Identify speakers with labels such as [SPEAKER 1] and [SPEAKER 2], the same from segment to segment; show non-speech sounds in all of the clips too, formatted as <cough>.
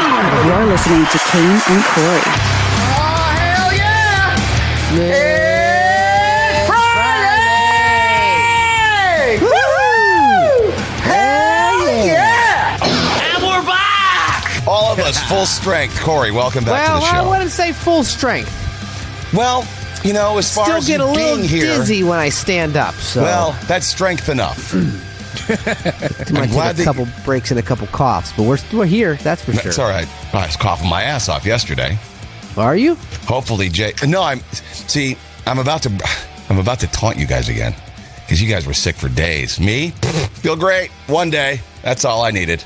[SPEAKER 1] You're listening to Kane and Corey.
[SPEAKER 2] Oh, hell yeah! It's Friday! Woo! Hell yeah! And we're back!
[SPEAKER 3] All of us
[SPEAKER 4] <laughs>
[SPEAKER 3] full strength. Corey, welcome back
[SPEAKER 4] Well,
[SPEAKER 3] to the
[SPEAKER 4] I
[SPEAKER 3] show.
[SPEAKER 4] wouldn't say full strength.
[SPEAKER 3] Well, you know, as far
[SPEAKER 4] Still
[SPEAKER 3] as
[SPEAKER 4] get
[SPEAKER 3] you
[SPEAKER 4] a little
[SPEAKER 3] being here,
[SPEAKER 4] dizzy when I stand up. So
[SPEAKER 3] well, that's strength enough.
[SPEAKER 4] might take
[SPEAKER 3] glad
[SPEAKER 4] a
[SPEAKER 3] that-
[SPEAKER 4] couple breaks and a couple coughs, but we're we're here. That's for
[SPEAKER 3] That's
[SPEAKER 4] sure.
[SPEAKER 3] all right. I was coughing my ass off yesterday.
[SPEAKER 4] Are you?
[SPEAKER 3] Hopefully, Jay. No, I'm. See, I'm about to. I'm about to taunt you guys again because you guys were sick for days. Me, feel great. One day. That's all I needed.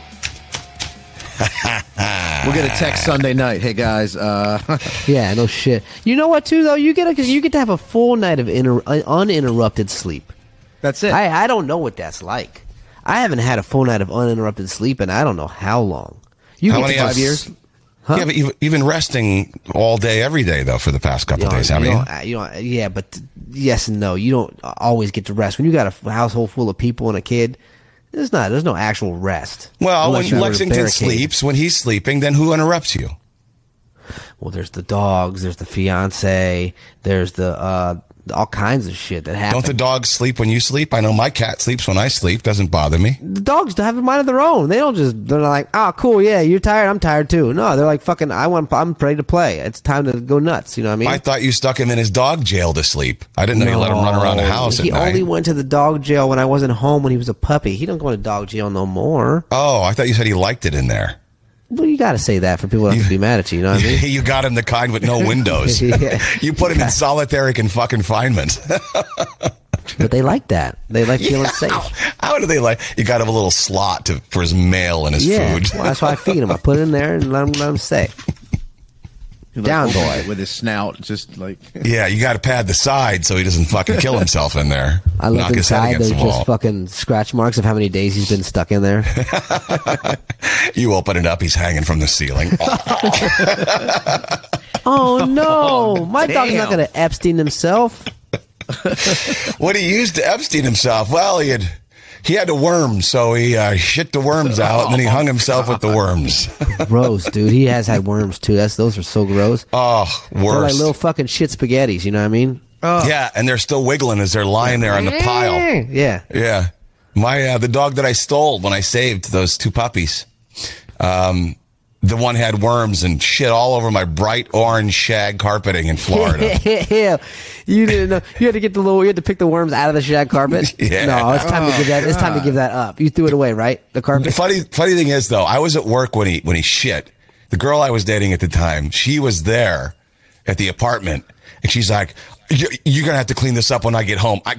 [SPEAKER 5] We'll get a text Sunday night. Hey guys, uh, <laughs>
[SPEAKER 4] Yeah. No shit. You know what? Too though, you get a, you get to have a full night of inter, uh, uninterrupted sleep.
[SPEAKER 5] that's it.
[SPEAKER 4] I I don't know what that's like. I haven't had a full night of uninterrupted sleep, and I don't know how long. You
[SPEAKER 3] How
[SPEAKER 4] get to
[SPEAKER 3] many
[SPEAKER 4] five
[SPEAKER 3] hours?
[SPEAKER 4] years?
[SPEAKER 3] Yeah, but you've, you've been resting all day, every day though for the past couple
[SPEAKER 4] You
[SPEAKER 3] days,
[SPEAKER 4] don't-
[SPEAKER 3] haven't
[SPEAKER 4] you
[SPEAKER 3] you?
[SPEAKER 4] don't- uh, you don't- yeah, but t- yes and no. You don't always get to rest when you got a f- household full of people and a kid. There's not. There's no actual rest.
[SPEAKER 3] Well,
[SPEAKER 4] Unless
[SPEAKER 3] when
[SPEAKER 4] you go to
[SPEAKER 3] Lexington
[SPEAKER 4] barricade.
[SPEAKER 3] sleeps, when he's sleeping, then who interrupts you?
[SPEAKER 4] well, there's the dogs. There's the fiance. There's the uh, all kinds of shit that happens.
[SPEAKER 3] Don't the dogs sleep when you sleep? I know my cat sleeps when I sleep. Doesn't bother me.
[SPEAKER 4] the dogs have a mind of their own. They don't just. They're not like, oh, cool, yeah, you're tired. I'm tired too. No, they're like, fucking, I want. I'm ready to play. It's time to go nuts. You know what I mean?
[SPEAKER 3] I thought you stuck him in his dog jail to sleep. I didn't know you let him run around the house
[SPEAKER 4] Oh, He
[SPEAKER 3] at night.
[SPEAKER 4] only went to the dog jail when I wasn't home when he was a puppy. He don't go to dog jail no more.
[SPEAKER 3] oh, I thought you said he liked it in there.
[SPEAKER 4] Well, you got to say that for people not to be mad at you. You know what I mean?
[SPEAKER 3] <laughs> you got him the kind with no
[SPEAKER 4] <laughs>
[SPEAKER 3] windows.
[SPEAKER 4] Yeah.
[SPEAKER 3] <laughs> You put him in solitary con- fucking confinement.
[SPEAKER 4] But they like that. They like
[SPEAKER 3] <laughs>
[SPEAKER 4] feeling safe.
[SPEAKER 3] How do they like? You got him a little slot to, for his mail and his
[SPEAKER 4] Yeah,
[SPEAKER 3] food.
[SPEAKER 4] well, that's why I feed him. I put it in there and let him let him stay.
[SPEAKER 5] He, like,
[SPEAKER 4] down,
[SPEAKER 5] opens
[SPEAKER 4] boy.
[SPEAKER 5] it with his snout, just like
[SPEAKER 3] <laughs>
[SPEAKER 5] <laughs>
[SPEAKER 3] yeah, you got to pad the side so he doesn't fucking kill himself in there.
[SPEAKER 4] <laughs> I
[SPEAKER 3] Knock
[SPEAKER 4] look
[SPEAKER 3] his head
[SPEAKER 4] inside.
[SPEAKER 3] against
[SPEAKER 4] There's
[SPEAKER 3] the
[SPEAKER 4] just
[SPEAKER 3] wall.
[SPEAKER 4] fucking scratch marks of how many days he's been stuck in
[SPEAKER 3] <laughs>
[SPEAKER 4] there.
[SPEAKER 3] you open it up, he's hanging from
[SPEAKER 4] <laughs>
[SPEAKER 3] the ceiling.
[SPEAKER 4] oh no, my dog's not
[SPEAKER 5] damn.
[SPEAKER 4] gonna Epstein himself.
[SPEAKER 3] what he used to Epstein himself. Well, he had he had a worm, so he uh, shit the worms out, and then he hung himself with the worms.
[SPEAKER 4] Gross, dude. He has had worms too. That's those are so gross.
[SPEAKER 3] Oh,
[SPEAKER 4] They're like
[SPEAKER 3] worse.
[SPEAKER 4] little fucking shit spaghettis. You know what I mean? Oh
[SPEAKER 3] yeah, and they're still wiggling as they're lying there on the pile.
[SPEAKER 4] Eh, yeah.
[SPEAKER 3] Yeah, my uh, the dog that I stole when I saved those two puppies. Um, the one had worms and shit all over my bright orange shag carpeting in Florida.
[SPEAKER 4] <laughs> Yeah, you didn't know. You had to get the little. You had to pick the worms out of the shag carpet.
[SPEAKER 3] <laughs> Yeah.
[SPEAKER 4] No, it's time to give that. It's time to give that up. You threw it away, right? The
[SPEAKER 3] The
[SPEAKER 4] carpet.
[SPEAKER 3] funny funny thing is though, I was at work when he when he shit. The girl I was dating at the time, she was there at the apartment, and she's like, "You- "You're gonna have to clean this up when I get home." I,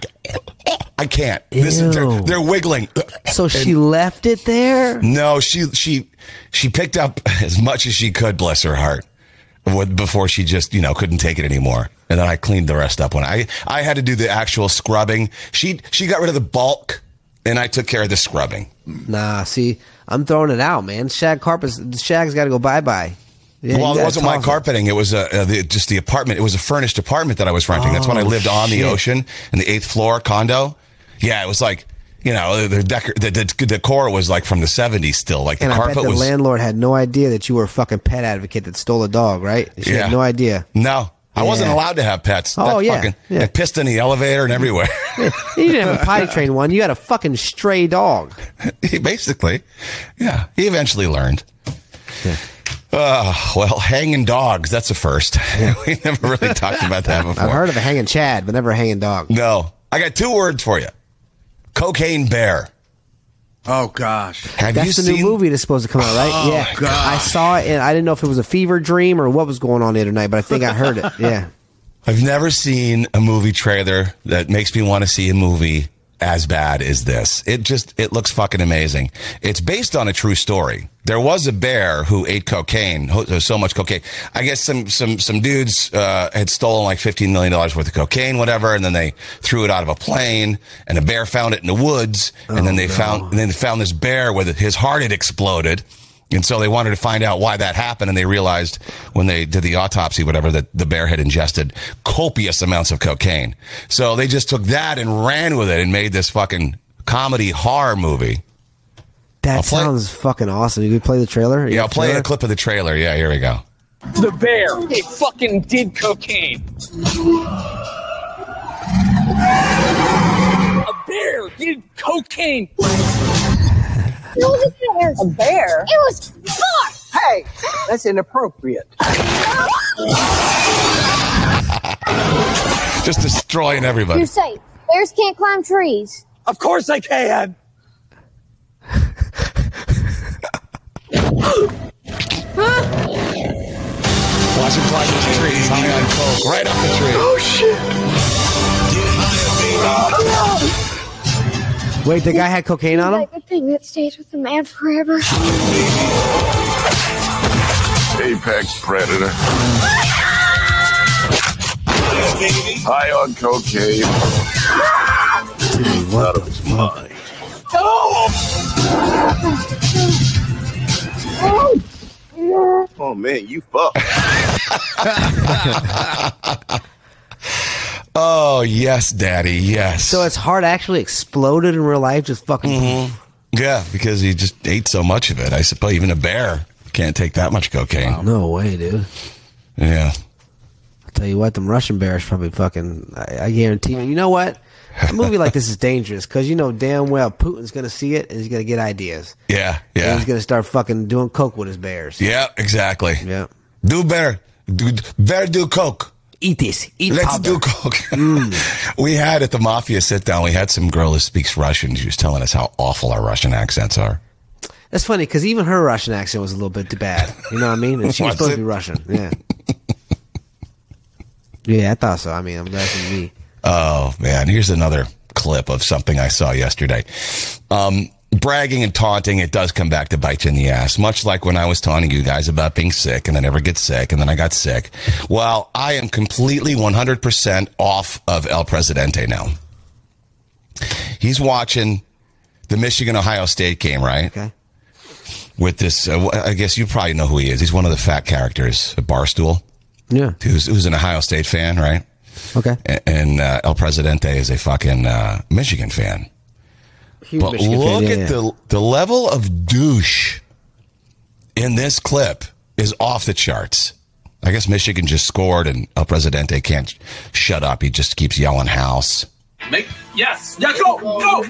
[SPEAKER 3] I can't. This is, they're,
[SPEAKER 4] Ew.
[SPEAKER 3] they're wiggling. <laughs>
[SPEAKER 4] So she left it there.
[SPEAKER 3] No, she she she picked up <laughs> as much as she could, bless her heart, with- before she just you know couldn't take it anymore. And then I cleaned the rest up when I I had to do the actual scrubbing. She she got rid of the bulk, and I took care of the scrubbing.
[SPEAKER 4] Nah, see, I'm throwing it out, man. Shag carpets. Shag's got to go bye bye. Yeah, you
[SPEAKER 3] well, it
[SPEAKER 4] gotta
[SPEAKER 3] wasn't my
[SPEAKER 4] toss
[SPEAKER 3] carpeting. It was uh, uh, the, just the apartment. It was a furnished apartment that I was renting. That's when I
[SPEAKER 4] Oh,
[SPEAKER 3] lived on the
[SPEAKER 4] shit.
[SPEAKER 3] ocean in the eighth floor condo. Yeah, it was like you know the decor, the, the decor was like from the seventies still. Like the
[SPEAKER 4] And I bet
[SPEAKER 3] carpet
[SPEAKER 4] the
[SPEAKER 3] was
[SPEAKER 4] landlord had no idea that you were a fucking pet advocate that stole a dog, right? She
[SPEAKER 3] yeah
[SPEAKER 4] had no idea.
[SPEAKER 3] No, I wasn't
[SPEAKER 4] Yeah.
[SPEAKER 3] allowed to have pets.
[SPEAKER 4] Oh, yeah, yeah.
[SPEAKER 3] They pissed in the elevator and everywhere.
[SPEAKER 4] You didn't have a potty trained one. You got a fucking stray dog.
[SPEAKER 3] <laughs> he basically, yeah, he eventually learned. Uh, well, hanging dogs, that's a first. <laughs> we never really talked about that
[SPEAKER 4] <laughs>
[SPEAKER 3] before.
[SPEAKER 4] I've heard of a hanging Chad, but never a hanging dog.
[SPEAKER 3] No. I got two words for you. Cocaine bear.
[SPEAKER 5] oh gosh,
[SPEAKER 3] Have
[SPEAKER 4] That's
[SPEAKER 3] you
[SPEAKER 4] the
[SPEAKER 3] seen Oh,
[SPEAKER 4] new movie that's supposed to come out, right? yeah, I saw it, and I didn't know if it was a fever dream or what was going on the other night, but I think I
[SPEAKER 3] <laughs>
[SPEAKER 4] heard it. Yeah,
[SPEAKER 3] I've never seen a movie trailer that makes me want to see a movie as bad as this. It just it looks fucking amazing. It's based on a true story. There was a bear who ate cocaine, who- so much cocaine. I guess some some some dudes uh, had stolen like fifteen million dollars worth of cocaine, whatever, and then they threw it out of a plane, and a bear found it in the woods, and
[SPEAKER 4] Oh,
[SPEAKER 3] then they found and then they found this bear with his heart had exploded. And so they wanted to find out why that happened. And they realized when they did the autopsy, whatever, that the bear had ingested copious amounts of cocaine. So they just took that and ran with it and made this fucking comedy horror movie.
[SPEAKER 4] That
[SPEAKER 3] I'll play-
[SPEAKER 4] sounds fucking awesome. You could play the trailer.
[SPEAKER 3] Yeah, I'll play a clip of the trailer. Yeah, here we go.
[SPEAKER 6] The bear fucking did cocaine. A bear did cocaine.
[SPEAKER 7] It was a bear. It was far.
[SPEAKER 6] Hey, that's inappropriate.
[SPEAKER 3] Just destroying
[SPEAKER 4] <laughs>
[SPEAKER 3] everybody.
[SPEAKER 7] You're safe. Bears can't climb trees.
[SPEAKER 6] Of course I can.
[SPEAKER 3] Watch him climb the tree. He's high on coke, right up the tree.
[SPEAKER 2] Oh shit!
[SPEAKER 4] Wait, the guy had cocaine on
[SPEAKER 7] <laughs>
[SPEAKER 4] him.
[SPEAKER 7] Like the thing that stays with a man forever.
[SPEAKER 8] apex predator. High on cocaine.
[SPEAKER 4] What the fuck?
[SPEAKER 8] Oh man, you fuck.
[SPEAKER 3] Oh yes, daddy, yes.
[SPEAKER 4] So his heart actually exploded in real life, just fucking.
[SPEAKER 3] Mm-hmm. yeah, because he just ate so much of it. I suppose even a bear can't take that much cocaine.
[SPEAKER 4] No way, dude.
[SPEAKER 3] Yeah.
[SPEAKER 4] I'll tell you what, them Russian bears probably fucking. I, I guarantee you. You know what? A movie like this is dangerous because you know damn well Putin's gonna see it and he's gonna get ideas.
[SPEAKER 3] Yeah,
[SPEAKER 4] And
[SPEAKER 3] yeah.
[SPEAKER 4] he's gonna start fucking doing coke with his bears.
[SPEAKER 3] Yeah, exactly.
[SPEAKER 4] Yeah.
[SPEAKER 3] Do bear. Do, bear do coke.
[SPEAKER 4] Eat this. Eat
[SPEAKER 3] Let's
[SPEAKER 4] powder.
[SPEAKER 3] do coke. <laughs> we had at the mafia sit down, we had some girl who speaks Russian. She was telling us how awful our Russian accents are.
[SPEAKER 4] That's funny because even her Russian accent was a little bit too bad. You know what I mean? And she was supposed
[SPEAKER 3] Was it?
[SPEAKER 4] to be Russian. Yeah. yeah, I thought so. I mean, I'm asking me.
[SPEAKER 3] Oh man, here's another clip of something I saw yesterday. Um, bragging and taunting, it does come back to bite you in the ass. Much like when I was taunting you guys about being sick and I never get sick and then I got sick. Well, I am completely 100% off of El Presidente now. He's watching the Michigan Ohio State game, right?
[SPEAKER 4] Okay.
[SPEAKER 3] With this, uh, I guess you probably know who he is. He's one of the fat characters at Barstool,
[SPEAKER 4] Yeah.
[SPEAKER 3] who's, who's an Ohio State fan, right?
[SPEAKER 4] Okay.
[SPEAKER 3] A- and uh, El Presidente is a fucking uh, Michigan fan.
[SPEAKER 4] Huge
[SPEAKER 3] But
[SPEAKER 4] Michigan fan,
[SPEAKER 3] look
[SPEAKER 4] yeah,
[SPEAKER 3] at
[SPEAKER 4] yeah.
[SPEAKER 3] the the level of douche in this clip is off the charts. I guess Michigan just scored, and El Presidente can't sh- shut up. He just keeps yelling "house."
[SPEAKER 6] Make yes. Yeah, go, go, house,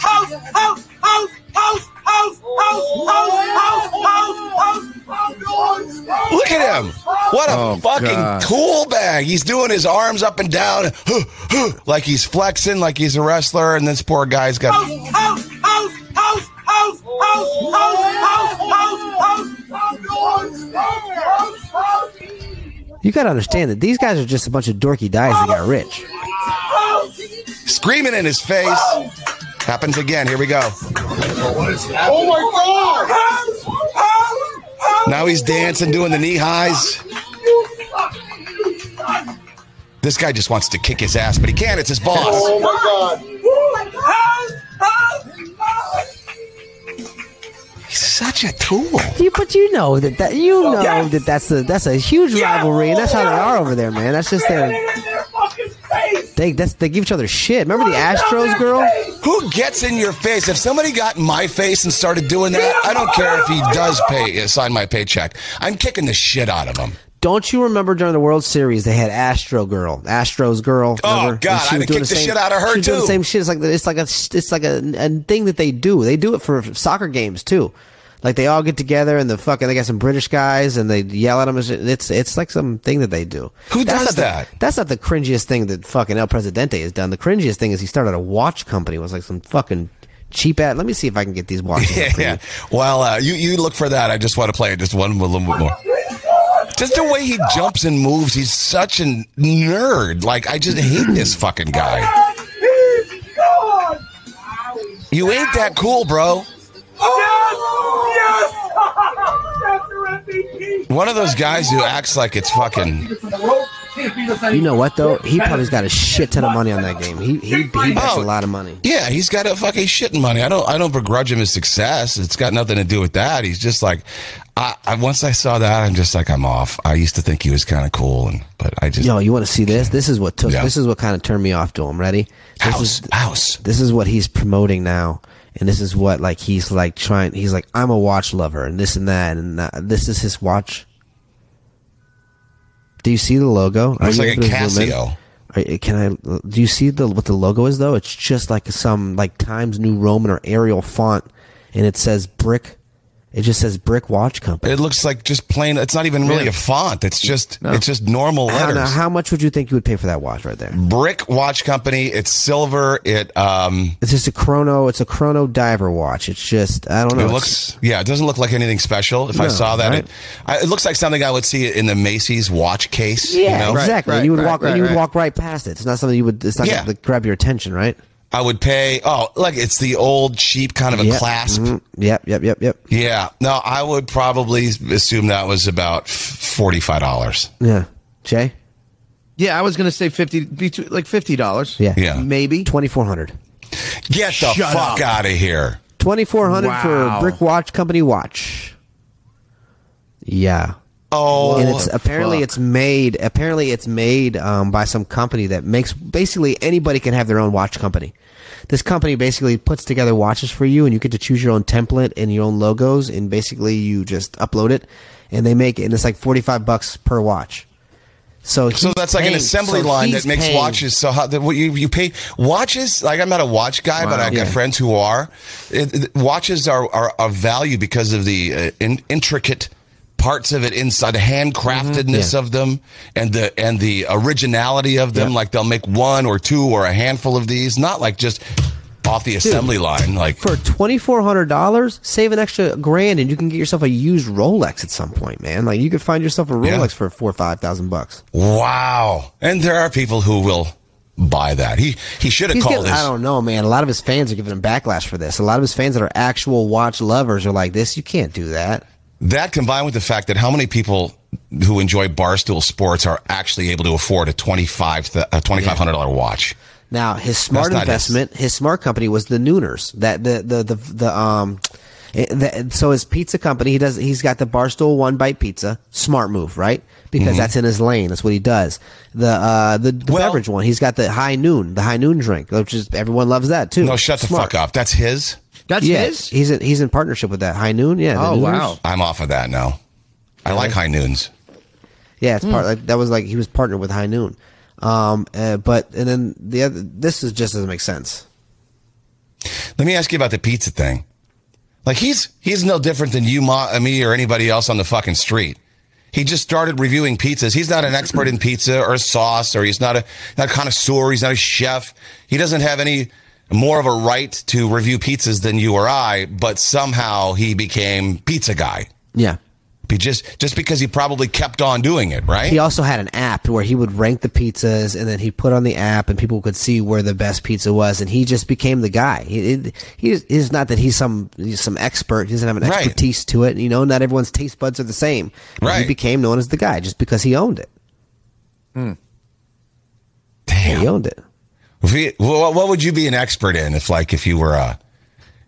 [SPEAKER 6] house, house, house, house, house, house, house, house, house, house.
[SPEAKER 3] Look at him! What a
[SPEAKER 5] Oh,
[SPEAKER 3] fucking
[SPEAKER 5] God.
[SPEAKER 3] tool bag! He's doing his arms up and down, like he's flexing, like he's a wrestler. And this poor guy's
[SPEAKER 2] Oh
[SPEAKER 3] got
[SPEAKER 4] You got to understand that these guys are just a bunch of dorky guys that got rich.
[SPEAKER 3] screaming in his face. Happens again. Here we go.
[SPEAKER 2] Oh my god!
[SPEAKER 3] Now he's dancing, doing the knee highs. This guy just wants to kick his ass, but he can't. It's his boss.
[SPEAKER 2] Oh my god!
[SPEAKER 3] He's such a tool.
[SPEAKER 4] You, but you know that, that you know that that's a that's a huge rivalry, and that's how they are over there, man. That's just their they that's they give each other shit. Remember the Astros girl?
[SPEAKER 3] Who gets in your face? If somebody got in my face and started doing that, I don't care if he does pay uh, sign my paycheck. I'm kicking the shit out of him.
[SPEAKER 4] Don't you remember during the World Series they had Astro Girl, Astros Girl?
[SPEAKER 3] Oh,
[SPEAKER 4] remember? And
[SPEAKER 3] God, I'd
[SPEAKER 4] was
[SPEAKER 3] have
[SPEAKER 4] doing
[SPEAKER 3] kicked the shit out of her,
[SPEAKER 4] she was Doing the
[SPEAKER 3] too.
[SPEAKER 4] same shit. It's like it's like a it's like a, a thing that they do. They do it for soccer games too. Like they all get together and the fucking they got some British guys and they yell at them. and shit. It's it's like some thing that they do.
[SPEAKER 3] Who does
[SPEAKER 4] not the-
[SPEAKER 3] that?
[SPEAKER 4] that's not the cringiest thing that fucking El Presidente has done. The cringiest thing is he started a watch company. It was like some fucking cheap ad. Let me see if I can get these
[SPEAKER 3] <laughs>
[SPEAKER 4] watches. up for you.
[SPEAKER 3] Yeah. Well, uh, you you look for that. I just want to play it just one a little bit more. Just the way he jumps and moves, he's such a nerd. Like I just hate this fucking guy. You ain't that cool, bro. One of those guys who acts like it's fucking.
[SPEAKER 4] You know what though? He probably's got a shit ton of money on that game. He he, he bets a
[SPEAKER 3] Oh,
[SPEAKER 4] lot of money.
[SPEAKER 3] Yeah, he's got a fucking shit in money. I don't. I don't begrudge him his success. It's got nothing to do with that. He's just like, I, I once I saw that, I'm just like, I'm off. I used to think he was kind of cool, and but I just
[SPEAKER 4] Yo, you want to see this? This is what took.
[SPEAKER 3] Yeah.
[SPEAKER 4] This is what kind of turned me off to him. Ready? This
[SPEAKER 3] house
[SPEAKER 4] is
[SPEAKER 3] house.
[SPEAKER 4] this is what he's promoting now. and this is what like he's like trying. He's like I'm a watch lover and this and that and uh, this is his watch. Do you see the logo? Are
[SPEAKER 3] Looks
[SPEAKER 4] you
[SPEAKER 3] like a
[SPEAKER 4] able to zoom in?
[SPEAKER 3] Casio.
[SPEAKER 4] Are- Can I? Do you see the what the logo is though? It's just like some like Times New Roman or Arial font, and it says brick. It just says brick watch company.
[SPEAKER 3] It looks like just plain. It's not even really
[SPEAKER 5] Yeah.
[SPEAKER 3] a font. It's just it's just normal
[SPEAKER 4] I don't know,
[SPEAKER 3] letters.
[SPEAKER 4] how much would you think you would pay for that watch right there?
[SPEAKER 3] Brick watch company. It's silver. It um.
[SPEAKER 4] It's just a chrono. It's a chrono diver watch. It's just I don't know.
[SPEAKER 3] It
[SPEAKER 4] it's-
[SPEAKER 3] looks yeah. It doesn't look like anything special. If I
[SPEAKER 4] No,
[SPEAKER 3] saw that,
[SPEAKER 4] right.
[SPEAKER 3] it, I, it looks like something I would see in the Macy's watch case.
[SPEAKER 4] yeah,
[SPEAKER 3] you know?
[SPEAKER 4] exactly.
[SPEAKER 5] right,
[SPEAKER 4] you would
[SPEAKER 5] right,
[SPEAKER 4] walk.
[SPEAKER 5] right,
[SPEAKER 4] you would
[SPEAKER 5] right.
[SPEAKER 4] walk right past it. It's not something you would. It's not
[SPEAKER 3] Yeah.
[SPEAKER 4] gonna grab your attention, right?
[SPEAKER 3] I would pay. Oh, like it's the old cheap kind of a
[SPEAKER 4] Yep.
[SPEAKER 3] clasp.
[SPEAKER 4] Mhm. Yep, yep, yep, yep.
[SPEAKER 3] Yeah. No, I would probably assume that was about forty five dollars.
[SPEAKER 4] Yeah, Jay.
[SPEAKER 5] Yeah, I was gonna say fifty, between, like fifty dollars.
[SPEAKER 4] Yeah,
[SPEAKER 3] Yeah.
[SPEAKER 5] maybe.
[SPEAKER 4] Twenty four hundred.
[SPEAKER 3] Get the
[SPEAKER 5] Shut
[SPEAKER 3] fuck
[SPEAKER 5] up.
[SPEAKER 3] out of here.
[SPEAKER 4] Twenty four hundred for a
[SPEAKER 5] Wow.
[SPEAKER 4] brick watch company watch. Yeah.
[SPEAKER 3] Oh,
[SPEAKER 4] and it's apparently
[SPEAKER 5] fuck?
[SPEAKER 4] it's made apparently it's made um, by some company that makes basically anybody can have their own watch company this company basically puts together watches for you and you get to choose your own template and your own logos and basically you just upload it and they make it and it's like 45 bucks per watch so
[SPEAKER 3] So
[SPEAKER 4] he's
[SPEAKER 3] that's like an
[SPEAKER 4] paying-
[SPEAKER 3] assembly
[SPEAKER 4] so
[SPEAKER 3] line that
[SPEAKER 4] he's
[SPEAKER 3] makes
[SPEAKER 4] paying-
[SPEAKER 3] watches. So how the, what you you pay watches? Like I'm not a watch guy, but
[SPEAKER 5] Wow.
[SPEAKER 3] I've
[SPEAKER 4] Yeah.
[SPEAKER 3] got friends who are. It, it- watches are are of value because of the uh, in, intricate parts of it inside the handcraftedness
[SPEAKER 4] Yeah.
[SPEAKER 3] of them and the and the originality of them.
[SPEAKER 4] Mm-hmm. Yeah.
[SPEAKER 3] Like they'll make one or two or a handful of these, not like just off the assembly line. Like
[SPEAKER 4] for twenty four hundred dollars, save an extra grand and you can get yourself a used Rolex at some point, man. Like you could find yourself a
[SPEAKER 3] Yeah.
[SPEAKER 4] Rolex for four or five thousand bucks.
[SPEAKER 3] wow, and there are people who will buy that. He he should have
[SPEAKER 4] He's
[SPEAKER 3] called
[SPEAKER 4] getting,
[SPEAKER 3] his
[SPEAKER 4] I don't know, man. A lot of his fans are giving him backlash for this. A lot of his fans that are actual watch lovers are like, "This, you can't do that."
[SPEAKER 3] That combined with the fact that how many people who enjoy barstool sports are actually able to afford a twenty five a twenty five hundred dollar watch.
[SPEAKER 4] Now, his smart
[SPEAKER 3] That's not his-
[SPEAKER 4] investment, his smart company was the Nooners. That the the the, the um, it- the, so his pizza company, he does. He's got the Barstool One Bite Pizza. Smart move, right? Because that's in his lane. That's what he does. The uh the, the
[SPEAKER 3] Mm-hmm. Well-
[SPEAKER 4] beverage one, he's got the High Noon, the High Noon drink, which is everyone loves that too.
[SPEAKER 3] No, shut
[SPEAKER 4] Smart.
[SPEAKER 3] the fuck up. That's his.
[SPEAKER 5] That's
[SPEAKER 4] Yeah,
[SPEAKER 5] his.
[SPEAKER 4] he's in, he's in partnership with that High Noon. Yeah. the
[SPEAKER 5] oh
[SPEAKER 4] Nooners.
[SPEAKER 5] wow.
[SPEAKER 3] I'm off of that now. I like high noons.
[SPEAKER 4] Yeah, it's
[SPEAKER 3] Hmm.
[SPEAKER 4] part like that was like he was partnered with High Noon. Um, uh, but and then the other this is just doesn't make sense.
[SPEAKER 3] Let me ask you about the pizza thing. Like he's he's no different than you, ma, me, or anybody else on the fucking street. He just started reviewing pizzas. He's not an expert in pizza or sauce, or he's not a not a connoisseur. He's not a chef. He doesn't have any more of a right to review pizzas than you or I. But somehow he became pizza guy.
[SPEAKER 4] Yeah.
[SPEAKER 3] He just just because he probably kept on doing it, right?
[SPEAKER 4] He also had an app where he would rank the pizzas, and then he put on the app, and people could see where the best pizza was, and he just became the guy. He, he, he's it's not that he's some he's some expert; he doesn't have an
[SPEAKER 3] Right.
[SPEAKER 4] expertise to it. You know, not everyone's taste buds are the same. But He
[SPEAKER 3] Right.
[SPEAKER 4] became known as the guy just because he owned it.
[SPEAKER 3] Hmm.
[SPEAKER 4] He owned it.
[SPEAKER 3] If you- wh- what would you be an expert in if, like, if you were a,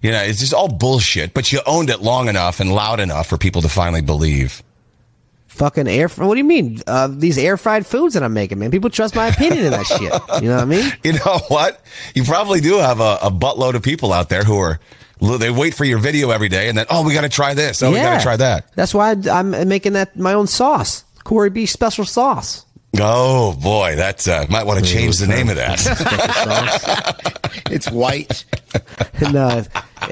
[SPEAKER 3] you know, it's just all bullshit, but you owned it long enough and loud enough for people to finally believe. <laughs>
[SPEAKER 4] Fucking air. fr- What do you mean? Uh, these air fried foods that I'm making, man. People trust my opinion in that shit. You know what I mean?
[SPEAKER 3] You know what? You probably do have a, a buttload of people out there who are, they wait for your video every day and then, oh, we got to try this. Oh, we got to try that.
[SPEAKER 4] That's why I- I'm making that my own sauce, Corey B special
[SPEAKER 3] <laughs>
[SPEAKER 4] sauce.
[SPEAKER 3] Oh, boy, that's, uh, might want to change the name of that.
[SPEAKER 5] It's white.
[SPEAKER 4] And, uh, <laughs>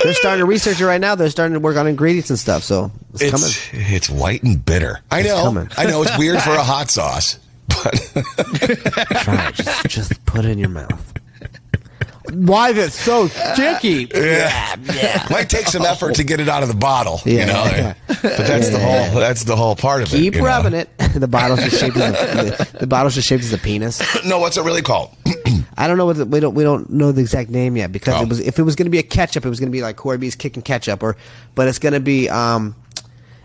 [SPEAKER 4] they're starting to research it right now. They're starting to work on ingredients and stuff. So it's, coming.
[SPEAKER 3] <laughs> It's, it's white and bitter. I know.
[SPEAKER 4] coming.
[SPEAKER 3] I know it's weird
[SPEAKER 4] <laughs>
[SPEAKER 3] for a hot sauce, but
[SPEAKER 4] Try it. Just, just put it in your mouth. Why is it so
[SPEAKER 3] <laughs>
[SPEAKER 4] sticky?
[SPEAKER 3] Yeah, Might take some effort to get it out of the bottle, you
[SPEAKER 4] Yeah.
[SPEAKER 3] know. But that's the whole that's the whole part of it.
[SPEAKER 4] Keep
[SPEAKER 3] you know?
[SPEAKER 4] rubbing it. <laughs> The bottle's just shaped as a, the, the bottle's just shaped as a penis.
[SPEAKER 3] No, what's it really called?
[SPEAKER 4] I don't know what the, we don't we don't know the exact name yet because
[SPEAKER 3] Oh.
[SPEAKER 4] it was if it was going to be a ketchup, it was going to be like Corey B's kicking ketchup, or but it's going to be um,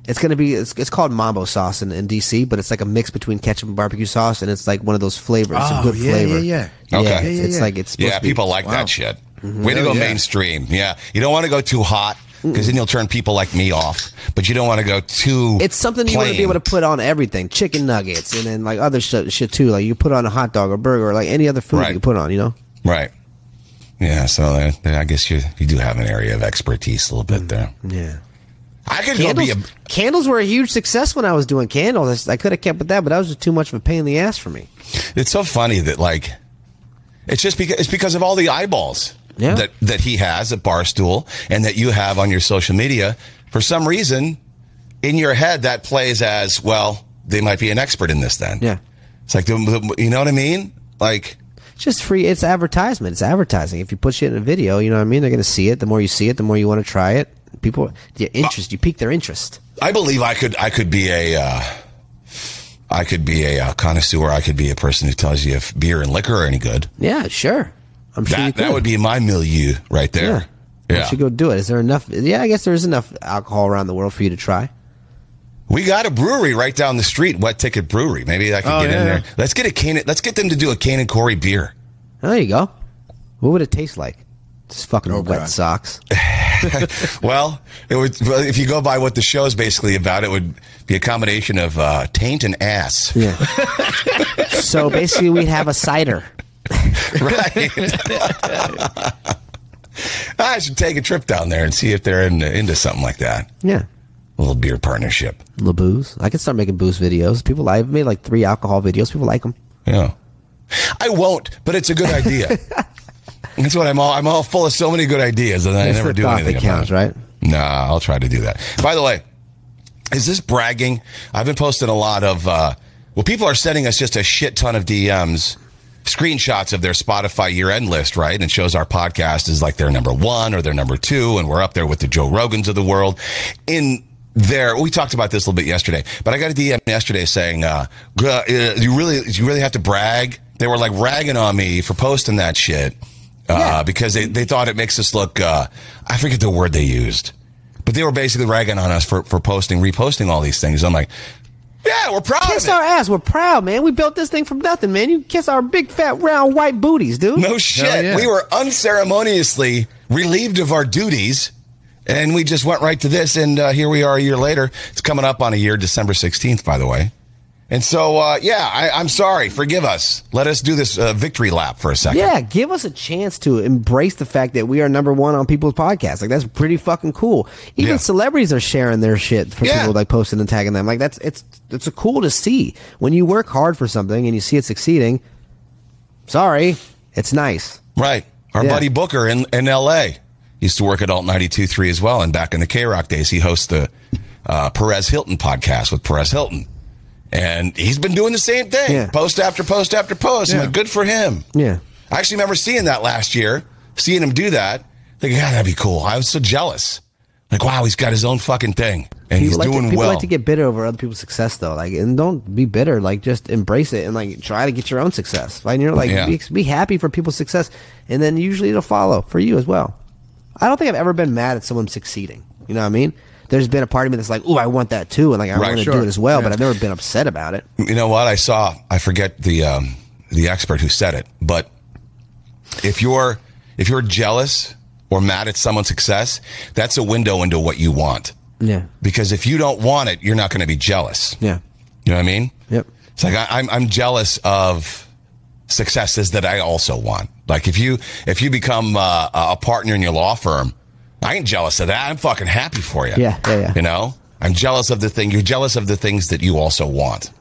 [SPEAKER 4] it's going to be it's, it's called Mambo sauce in, in DC, but it's like a mix between ketchup and barbecue sauce, and it's like one of those flavors, it's a
[SPEAKER 5] Oh,
[SPEAKER 4] good
[SPEAKER 5] yeah,
[SPEAKER 4] flavor.
[SPEAKER 5] yeah,
[SPEAKER 3] yeah. Okay.
[SPEAKER 4] Yeah,
[SPEAKER 3] Yeah, yeah,
[SPEAKER 4] it's
[SPEAKER 5] yeah.
[SPEAKER 4] like it's supposed
[SPEAKER 3] yeah,
[SPEAKER 4] to be- Mm-hmm.
[SPEAKER 3] people like that shit. Way to
[SPEAKER 5] Oh,
[SPEAKER 3] go
[SPEAKER 5] yeah.
[SPEAKER 3] mainstream. Yeah, you don't want to go too hot because then you'll turn people like me off. But you don't want to go too.
[SPEAKER 4] It's something you want to be
[SPEAKER 3] plain.
[SPEAKER 4] able to put on everything, chicken nuggets, and then like other shit, shit too. Like you put on a hot dog or burger, or like any other food
[SPEAKER 3] Right.
[SPEAKER 4] you put on, you know.
[SPEAKER 3] Right. Yeah, so uh, I guess you you do have an area of expertise a little bit there.
[SPEAKER 4] Yeah.
[SPEAKER 3] I could go
[SPEAKER 4] Candles,
[SPEAKER 3] be a
[SPEAKER 4] candles were a huge success when I was doing candles. I, could have kept with that, but that was just too much of a pain in the ass for me.
[SPEAKER 3] It's so funny that like it's just because it's because of all the eyeballs
[SPEAKER 4] Yeah.
[SPEAKER 3] that that he has at Barstool and that you have on your social media. For some reason, in your head that plays as well. They might be an expert in this. Then
[SPEAKER 4] Yeah.
[SPEAKER 3] it's like the- you know what I mean. Like
[SPEAKER 4] It's just free. It's advertisement. It's advertising. If you put shit in a video, you know what I mean? They're going to see it. The more you see it, the more you want to try it. People, your interest, you pique their interest.
[SPEAKER 3] I believe I could I could be a uh, I could be a uh, connoisseur. I could be a person who tells you if beer and liquor are any good.
[SPEAKER 4] Yeah, sure. I'm sure you
[SPEAKER 3] That
[SPEAKER 4] could.
[SPEAKER 3] that would be my milieu right
[SPEAKER 4] Yeah.
[SPEAKER 3] there.
[SPEAKER 4] You should go do it. Is there enough? Yeah, I guess there is enough alcohol around the world for you to try.
[SPEAKER 3] We got a brewery right down the street, Wet Ticket Brewery. Maybe I can
[SPEAKER 5] Oh,
[SPEAKER 3] get
[SPEAKER 5] yeah.
[SPEAKER 3] in there. Let's get a Can. Let's get them to do a Can and Corey beer.
[SPEAKER 4] Oh, there you go. What would it taste like? Just fucking
[SPEAKER 3] Oh,
[SPEAKER 4] wet
[SPEAKER 3] <laughs>
[SPEAKER 5] God.
[SPEAKER 4] socks.
[SPEAKER 3] Well, it would. well, If you go by what the show is basically about, it would be a combination of uh, taint and
[SPEAKER 4] <laughs>
[SPEAKER 3] ass, <laughs>
[SPEAKER 4] Yeah. so basically, we'd have a cider.
[SPEAKER 3] right? <laughs> I should take a trip down there and see if they're in, into something like that.
[SPEAKER 4] Yeah.
[SPEAKER 3] A little beer partnership.
[SPEAKER 4] Little booze. I could start making booze videos. People, I've made like three alcohol videos. People like them.
[SPEAKER 3] Yeah, I won't, but it's a good
[SPEAKER 4] <laughs>
[SPEAKER 3] idea. That's what I'm all. I'm all full of so many good ideas, and I
[SPEAKER 4] It's
[SPEAKER 3] never
[SPEAKER 4] the
[SPEAKER 3] do
[SPEAKER 4] thought
[SPEAKER 3] anything
[SPEAKER 4] that
[SPEAKER 3] about
[SPEAKER 4] counts,
[SPEAKER 3] it.
[SPEAKER 4] right?
[SPEAKER 3] Nah, I'll try to do that. By the way, is this bragging? I've been posting a lot of. Uh, well, people are sending us just a shit ton of DMs, screenshots of their Spotify year end list, right? And it shows our podcast is like their number one or their number two, and we're up there with the Joe Rogans of the world. In there, we talked about this a little bit yesterday, but I got a DM yesterday saying, uh, "Gr- uh, "You really, you really have to brag." They were like ragging on me for posting that shit uh, because they, they thought it makes us look. Uh, I forget the word they used. But they were basically ragging on us for, for posting, reposting all these things. I'm like, yeah, we're proud
[SPEAKER 4] Kiss
[SPEAKER 3] of it.
[SPEAKER 4] our ass. We're proud, man. We built this thing from nothing, man. You kiss our big, fat, round, white booties, dude.
[SPEAKER 3] no shit.
[SPEAKER 5] yeah.
[SPEAKER 3] We were unceremoniously relieved of our duties, and we just went right to this. And uh, here we are a year later. It's coming up on a year, December 16th, by the way. And so, uh, yeah, I, I'm sorry. Forgive us. Let us do this uh, victory lap for a second.
[SPEAKER 4] Yeah, give us a chance to embrace the fact that we are number one on people's podcasts. Like that's pretty fucking cool. Even
[SPEAKER 3] Yeah.
[SPEAKER 4] celebrities are sharing their shit for
[SPEAKER 3] Yeah.
[SPEAKER 4] people like posting and tagging them. Like that's it's it's cool to see when you work hard for something and you see it succeeding. Sorry, it's nice.
[SPEAKER 3] Right. Our
[SPEAKER 4] Yeah.
[SPEAKER 3] buddy Booker in, in L.A. used to work at Alt 92.3 as well. And back in the K Rock days, he hosts the uh, Perez Hilton podcast with Perez Hilton. And he's been doing the same thing
[SPEAKER 4] Yeah.
[SPEAKER 3] post after post after post. I'm
[SPEAKER 5] Yeah.
[SPEAKER 3] like, good for him.
[SPEAKER 4] Yeah,
[SPEAKER 3] I actually remember seeing that last year, seeing him do that. Thinking, God, that'd be cool. I was so jealous. Like, wow, he's got his own fucking thing and he's
[SPEAKER 4] People like
[SPEAKER 3] doing
[SPEAKER 4] to, people
[SPEAKER 3] well.
[SPEAKER 4] like to get bitter over other people's success though. Like, and don't be bitter. Like, just embrace it and like try to get your own success. Like, you're like
[SPEAKER 3] Yeah.
[SPEAKER 4] be, be happy for people's success, and then usually it'll follow for you as well. I don't think I've ever been mad at someone succeeding. You know what I mean? There's been a part of me that's like, oh, I want that too, and like I
[SPEAKER 3] Right,
[SPEAKER 4] want to
[SPEAKER 3] sure. Mm.
[SPEAKER 4] do it as well, but I've never been upset about it.
[SPEAKER 3] you know what I saw? I forget the um, the expert who said it, but if you're if you're jealous or mad at someone's success, that's a window into what you want.
[SPEAKER 4] Yeah,
[SPEAKER 3] Because if you don't want it, you're not going to be jealous.
[SPEAKER 4] yeah,
[SPEAKER 3] You know what I mean?
[SPEAKER 4] yep.
[SPEAKER 3] It's like I, I'm I'm jealous of successes that I also want. Like if you if you become uh, a partner in your law firm, I ain't jealous of that. I'm fucking happy for you.
[SPEAKER 4] Yeah, yeah, yeah.
[SPEAKER 3] You know, I'm jealous of the thing. You're jealous of the things that you also want.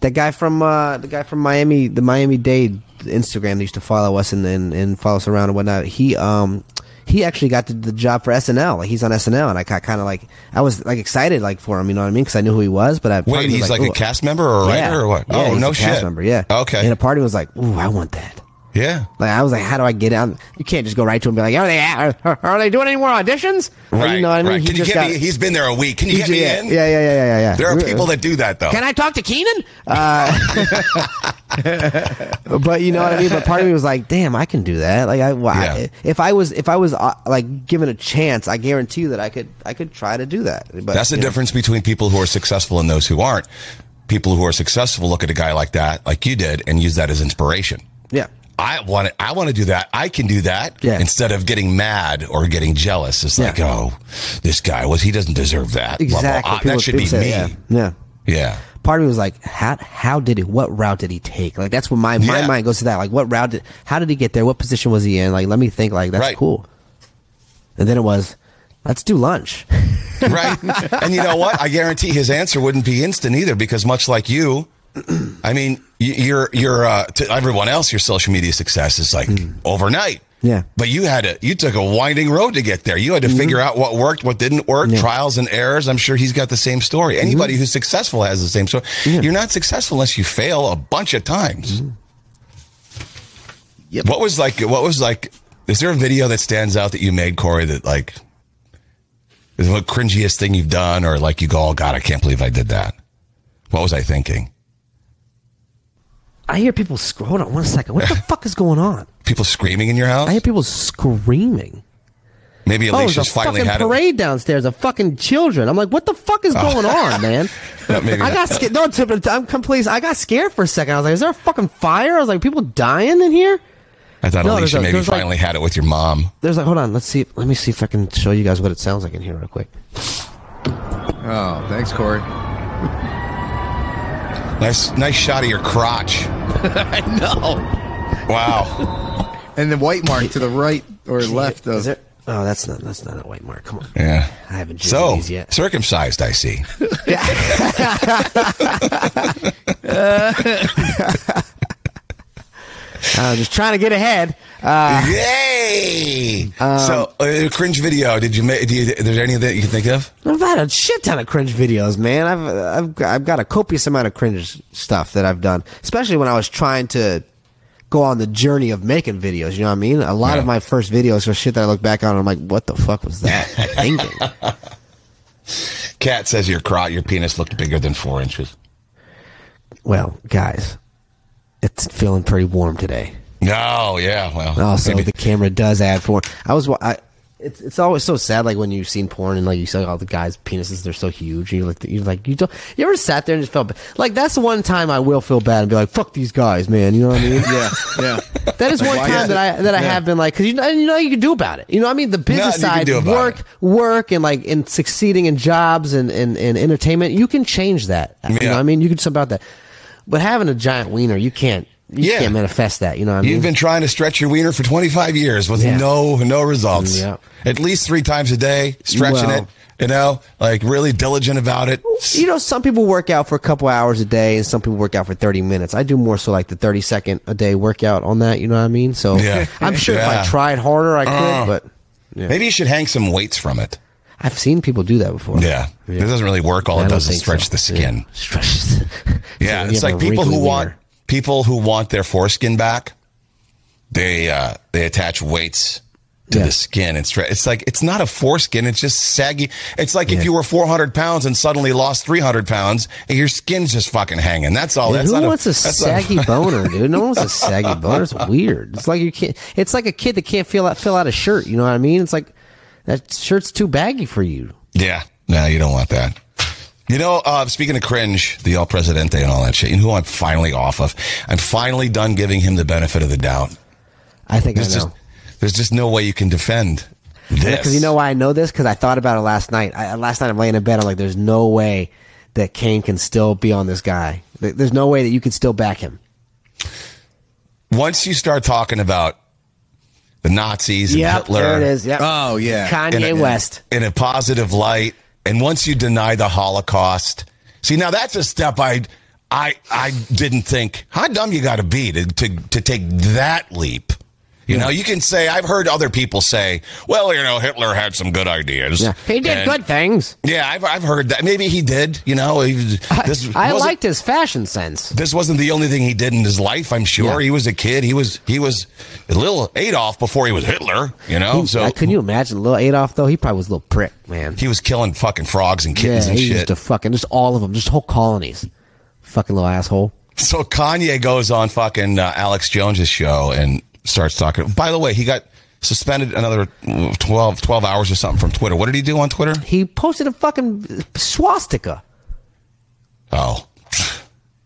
[SPEAKER 4] That guy from uh, the guy from Miami, the Miami Dade Instagram that used to follow us and, and and follow us around and whatnot. He um he actually got the, the job for SNL. Like he's on SNL, and I got kind of like I was like excited like for him. You know what I mean? Because I knew who he was. But I part
[SPEAKER 3] Wait,
[SPEAKER 4] of me was
[SPEAKER 3] he's like,
[SPEAKER 4] "Ooh."
[SPEAKER 3] a cast member or a writer
[SPEAKER 4] Yeah.
[SPEAKER 3] or what?
[SPEAKER 4] Yeah,
[SPEAKER 3] oh,
[SPEAKER 4] he's
[SPEAKER 3] no
[SPEAKER 4] a
[SPEAKER 3] shit.
[SPEAKER 4] Cast member, yeah.
[SPEAKER 3] Okay.
[SPEAKER 4] And a party was like, ooh, I want that.
[SPEAKER 3] yeah.
[SPEAKER 4] Like I was like, how do I get out? You can't just go right to him and be like, are they are, are they doing any more auditions? Like,
[SPEAKER 3] Right.
[SPEAKER 4] You know what I mean?
[SPEAKER 3] right.
[SPEAKER 4] He
[SPEAKER 3] Can you
[SPEAKER 4] just
[SPEAKER 3] get
[SPEAKER 4] got-
[SPEAKER 3] me? He's been there a week. Can you
[SPEAKER 4] he
[SPEAKER 3] get
[SPEAKER 4] ju-
[SPEAKER 3] me
[SPEAKER 4] yeah,
[SPEAKER 3] in?
[SPEAKER 4] yeah, yeah, yeah, yeah, yeah.
[SPEAKER 3] There are
[SPEAKER 4] We're-
[SPEAKER 3] people that do that though.
[SPEAKER 4] can I talk to Keenan?
[SPEAKER 3] <laughs>
[SPEAKER 4] Uh, but you know what I mean. But part of me was like, damn, I can do that. Like, I, why
[SPEAKER 3] Yeah.
[SPEAKER 4] if I was if I was uh, like given a chance, I guarantee you that I could I could try to do that. But
[SPEAKER 3] That's the
[SPEAKER 4] you know,
[SPEAKER 3] difference between people who are successful and those who aren't. People who are successful look at a guy like that, like you did, and use that as inspiration.
[SPEAKER 4] Yeah,
[SPEAKER 3] I want to. I want to do that. I can do that.
[SPEAKER 4] Yeah.
[SPEAKER 3] Instead of getting mad or getting jealous, it's like,
[SPEAKER 4] Yeah.
[SPEAKER 3] oh, this guy was. He doesn't deserve that. Blah, blah,
[SPEAKER 4] exactly.
[SPEAKER 3] blah.
[SPEAKER 4] People-
[SPEAKER 3] That should
[SPEAKER 4] people
[SPEAKER 3] be
[SPEAKER 4] say
[SPEAKER 3] me.
[SPEAKER 4] that, Yeah. yeah.
[SPEAKER 3] yeah.
[SPEAKER 4] But part of me was like, how how did he? What route did he take? Like that's what my my
[SPEAKER 3] Yeah.
[SPEAKER 4] mind goes to that. Like what route did? How did he get there? What position was he in? Like let me think. Like that's
[SPEAKER 3] Right.
[SPEAKER 4] cool. And then it was, let's do lunch.
[SPEAKER 3] right? <laughs> and you know what? I guarantee his answer wouldn't be instant either, because much like you, <clears throat> I mean, y- your your uh, to everyone else, your social media success is like overnight.
[SPEAKER 4] Yeah.
[SPEAKER 3] but you had a you took a winding road to get there. You had to figure out what worked, what didn't work, trials and errors. I'm sure he's got the same story. Anybody who's successful has the same story. You're not successful unless you fail a bunch of times.
[SPEAKER 5] Yep.
[SPEAKER 3] What was like? What was like? Is there a video that stands out that you made, Corey? That like is the cringiest thing you've done, or like you go, "Oh God, I can't believe I did that." What was I thinking?
[SPEAKER 4] I hear people scroll on one second.
[SPEAKER 3] <laughs>
[SPEAKER 4] What the fuck is going on?
[SPEAKER 3] People screaming in your house?
[SPEAKER 4] I hear people screaming.
[SPEAKER 3] Maybe
[SPEAKER 4] Oh, there's a
[SPEAKER 3] Alicia's finally
[SPEAKER 4] fucking
[SPEAKER 3] had it. Ah.
[SPEAKER 4] parade downstairs of fucking children. I'm like, what the fuck is going on,
[SPEAKER 3] <laughs>
[SPEAKER 4] man?
[SPEAKER 3] <laughs> No, maybe
[SPEAKER 4] I
[SPEAKER 3] not.
[SPEAKER 4] got scared. No, to- but I'm complete. I got scared for a second. I was like, is there a fucking fire? I was like, people dying in here?
[SPEAKER 3] I thought
[SPEAKER 4] No, there's
[SPEAKER 3] Alicia
[SPEAKER 4] a-
[SPEAKER 3] maybe
[SPEAKER 4] there's like-
[SPEAKER 3] finally had it with your mom.
[SPEAKER 4] There's like, hold on, let's see. Let me see if I can show you guys what it sounds like in here real quick.
[SPEAKER 5] Oh, thanks, Corey.
[SPEAKER 3] Nice, nice shot of your
[SPEAKER 4] <laughs>
[SPEAKER 3] crotch.
[SPEAKER 5] I know.
[SPEAKER 3] Wow.
[SPEAKER 5] And the white mark to the right or left of.
[SPEAKER 4] Is there? Oh, that's not that's not a white mark. Come on.
[SPEAKER 3] Yeah.
[SPEAKER 4] I haven't jizzed
[SPEAKER 3] So
[SPEAKER 4] these yet.
[SPEAKER 3] circumcised, I see.
[SPEAKER 4] I'm just trying to get ahead. Uh,
[SPEAKER 3] Yay!
[SPEAKER 4] um,
[SPEAKER 3] so uh, cringe video. Did you make? Do you, is there any that you can think of?
[SPEAKER 4] I've had a shit ton of cringe videos, man. I've I've got- I've got a copious amount of cringe stuff that I've done, especially when I was trying to go on the journey of making videos. You know what I mean? A lot of
[SPEAKER 3] Yeah.
[SPEAKER 4] my first videos are shit that I look back on and I'm like, what the fuck was that thinking?
[SPEAKER 3] Cat says your crotch, your penis looked bigger than four inches.
[SPEAKER 4] Well, guys, it's feeling pretty warm today.
[SPEAKER 3] No, yeah, well,
[SPEAKER 4] Also,
[SPEAKER 3] maybe-
[SPEAKER 4] the camera does add for. I was. wa- I, it's it's always so sad. Like when you've seen porn and like you see all the guys' penises, they're so huge. And you're like you're like you don't. You ever sat there and just felt ba- like that's the one time I will feel bad and be like, fuck these guys, man. You know what I
[SPEAKER 3] <laughs>
[SPEAKER 4] mean?
[SPEAKER 5] yeah, yeah.
[SPEAKER 4] That is
[SPEAKER 5] Like,
[SPEAKER 4] one
[SPEAKER 5] why
[SPEAKER 4] time
[SPEAKER 5] is
[SPEAKER 4] that I
[SPEAKER 5] it-
[SPEAKER 4] that I
[SPEAKER 5] yeah.
[SPEAKER 4] have been like, because you know, you know you can do about it. You know, what I mean, the business
[SPEAKER 3] you can
[SPEAKER 4] side,
[SPEAKER 3] do about
[SPEAKER 4] work,
[SPEAKER 3] it.
[SPEAKER 4] work, and like in succeeding in jobs and and, and entertainment, you can change that. You know,
[SPEAKER 3] Yeah.
[SPEAKER 4] what I mean, you can do something about that. But having a giant wiener, you can't. You
[SPEAKER 3] Yeah.
[SPEAKER 4] can't manifest that. You know what I mean?
[SPEAKER 3] You've been trying to stretch your wiener for 25 years with
[SPEAKER 4] Yeah.
[SPEAKER 3] no no results.
[SPEAKER 4] Yeah.
[SPEAKER 3] At least three times a day, stretching
[SPEAKER 4] Well-
[SPEAKER 3] it. You know, like really diligent about it.
[SPEAKER 4] you know, some people work out for a couple hours a day, and some people work out for thirty minutes. I do more so like the thirty second a day workout on that. You know what I mean? So
[SPEAKER 3] Yeah.
[SPEAKER 4] I'm sure
[SPEAKER 3] Yeah. Uh-huh.
[SPEAKER 4] if I tried harder, I could. but
[SPEAKER 3] Maybe you should hang some weights from it.
[SPEAKER 4] I've seen people do that before.
[SPEAKER 3] Yeah. It doesn't really work.
[SPEAKER 4] I
[SPEAKER 3] All it
[SPEAKER 4] don't
[SPEAKER 3] does is
[SPEAKER 4] think
[SPEAKER 3] stretch
[SPEAKER 4] so.
[SPEAKER 3] the skin.
[SPEAKER 4] Yeah. Stretches.
[SPEAKER 3] <laughs> Yeah,
[SPEAKER 4] You
[SPEAKER 3] it's
[SPEAKER 4] have
[SPEAKER 3] like
[SPEAKER 4] a
[SPEAKER 3] people who
[SPEAKER 4] wrinkly
[SPEAKER 3] want
[SPEAKER 4] wiener.
[SPEAKER 3] people who want their foreskin back. They uh, they attach weights to
[SPEAKER 4] Yeah.
[SPEAKER 3] the skin and stretch. It's like it's not a foreskin; it's just saggy. It's like if you were 400 pounds and suddenly lost 300 pounds, and your skin's just fucking hanging. That's all.
[SPEAKER 4] Dude,
[SPEAKER 3] oh, that's
[SPEAKER 4] who
[SPEAKER 3] not
[SPEAKER 4] wants a,
[SPEAKER 3] that's not <laughs>
[SPEAKER 4] saggy boner, dude? No one wants a saggy boner. It's weird. It's like you can't. It's like a kid that can't feel out, fill out a shirt. You know what I mean? It's like that shirt's too baggy for you.
[SPEAKER 3] Yeah. No, you don't want that. You know, uh, speaking of cringe, the El Presidente and all that shit, you know who I'm finally off of? I'm finally done giving him the benefit of the doubt.
[SPEAKER 4] I think
[SPEAKER 3] There's
[SPEAKER 4] I know.
[SPEAKER 3] just there's just no way you can defend this.
[SPEAKER 4] Because you know why I know this? Because I thought about it last night. I, last night I'm laying in bed. I'm like, there's no way that Kane can still be on this guy. There- There's no way that you can still back him.
[SPEAKER 3] Once you start talking about the Nazis and Hitler uh,
[SPEAKER 4] there it is. Yep.
[SPEAKER 5] <laughs> Oh, yeah.
[SPEAKER 3] in
[SPEAKER 4] Kanye
[SPEAKER 3] a-
[SPEAKER 4] West.
[SPEAKER 3] in a positive light, and once you deny the Holocaust, see now that's a step I I I didn't think. How dumb you got to be to, to to take that leap. You know, you can say I've heard other people say, "Well, you know, Hitler had some good ideas."
[SPEAKER 4] Yeah. He did
[SPEAKER 3] And-
[SPEAKER 4] good things.
[SPEAKER 3] Yeah, I've I've heard that. Maybe he did. You know, he, this
[SPEAKER 4] I
[SPEAKER 3] wasn't-
[SPEAKER 4] liked his fashion sense.
[SPEAKER 3] this wasn't the only thing he did in his life. I'm sure
[SPEAKER 4] Yeah.
[SPEAKER 3] he was a kid. He was he was little Adolf before he was Hitler. You know, Oh, so
[SPEAKER 4] Like, uh, can you imagine little Adolf though? He probably was a little prick, man.
[SPEAKER 3] he was killing fucking frogs and
[SPEAKER 4] yeah,
[SPEAKER 3] kittens and
[SPEAKER 4] he
[SPEAKER 3] shit.
[SPEAKER 4] used to fucking just all of them, just whole colonies. Fucking little asshole.
[SPEAKER 3] <laughs> So Kanye goes on fucking uh, Alex Jones's show and starts talking. By the way, he got suspended another 12, 12 hours or something from Twitter. What did he do on Twitter?
[SPEAKER 4] He posted a fucking swastika.
[SPEAKER 3] Oh,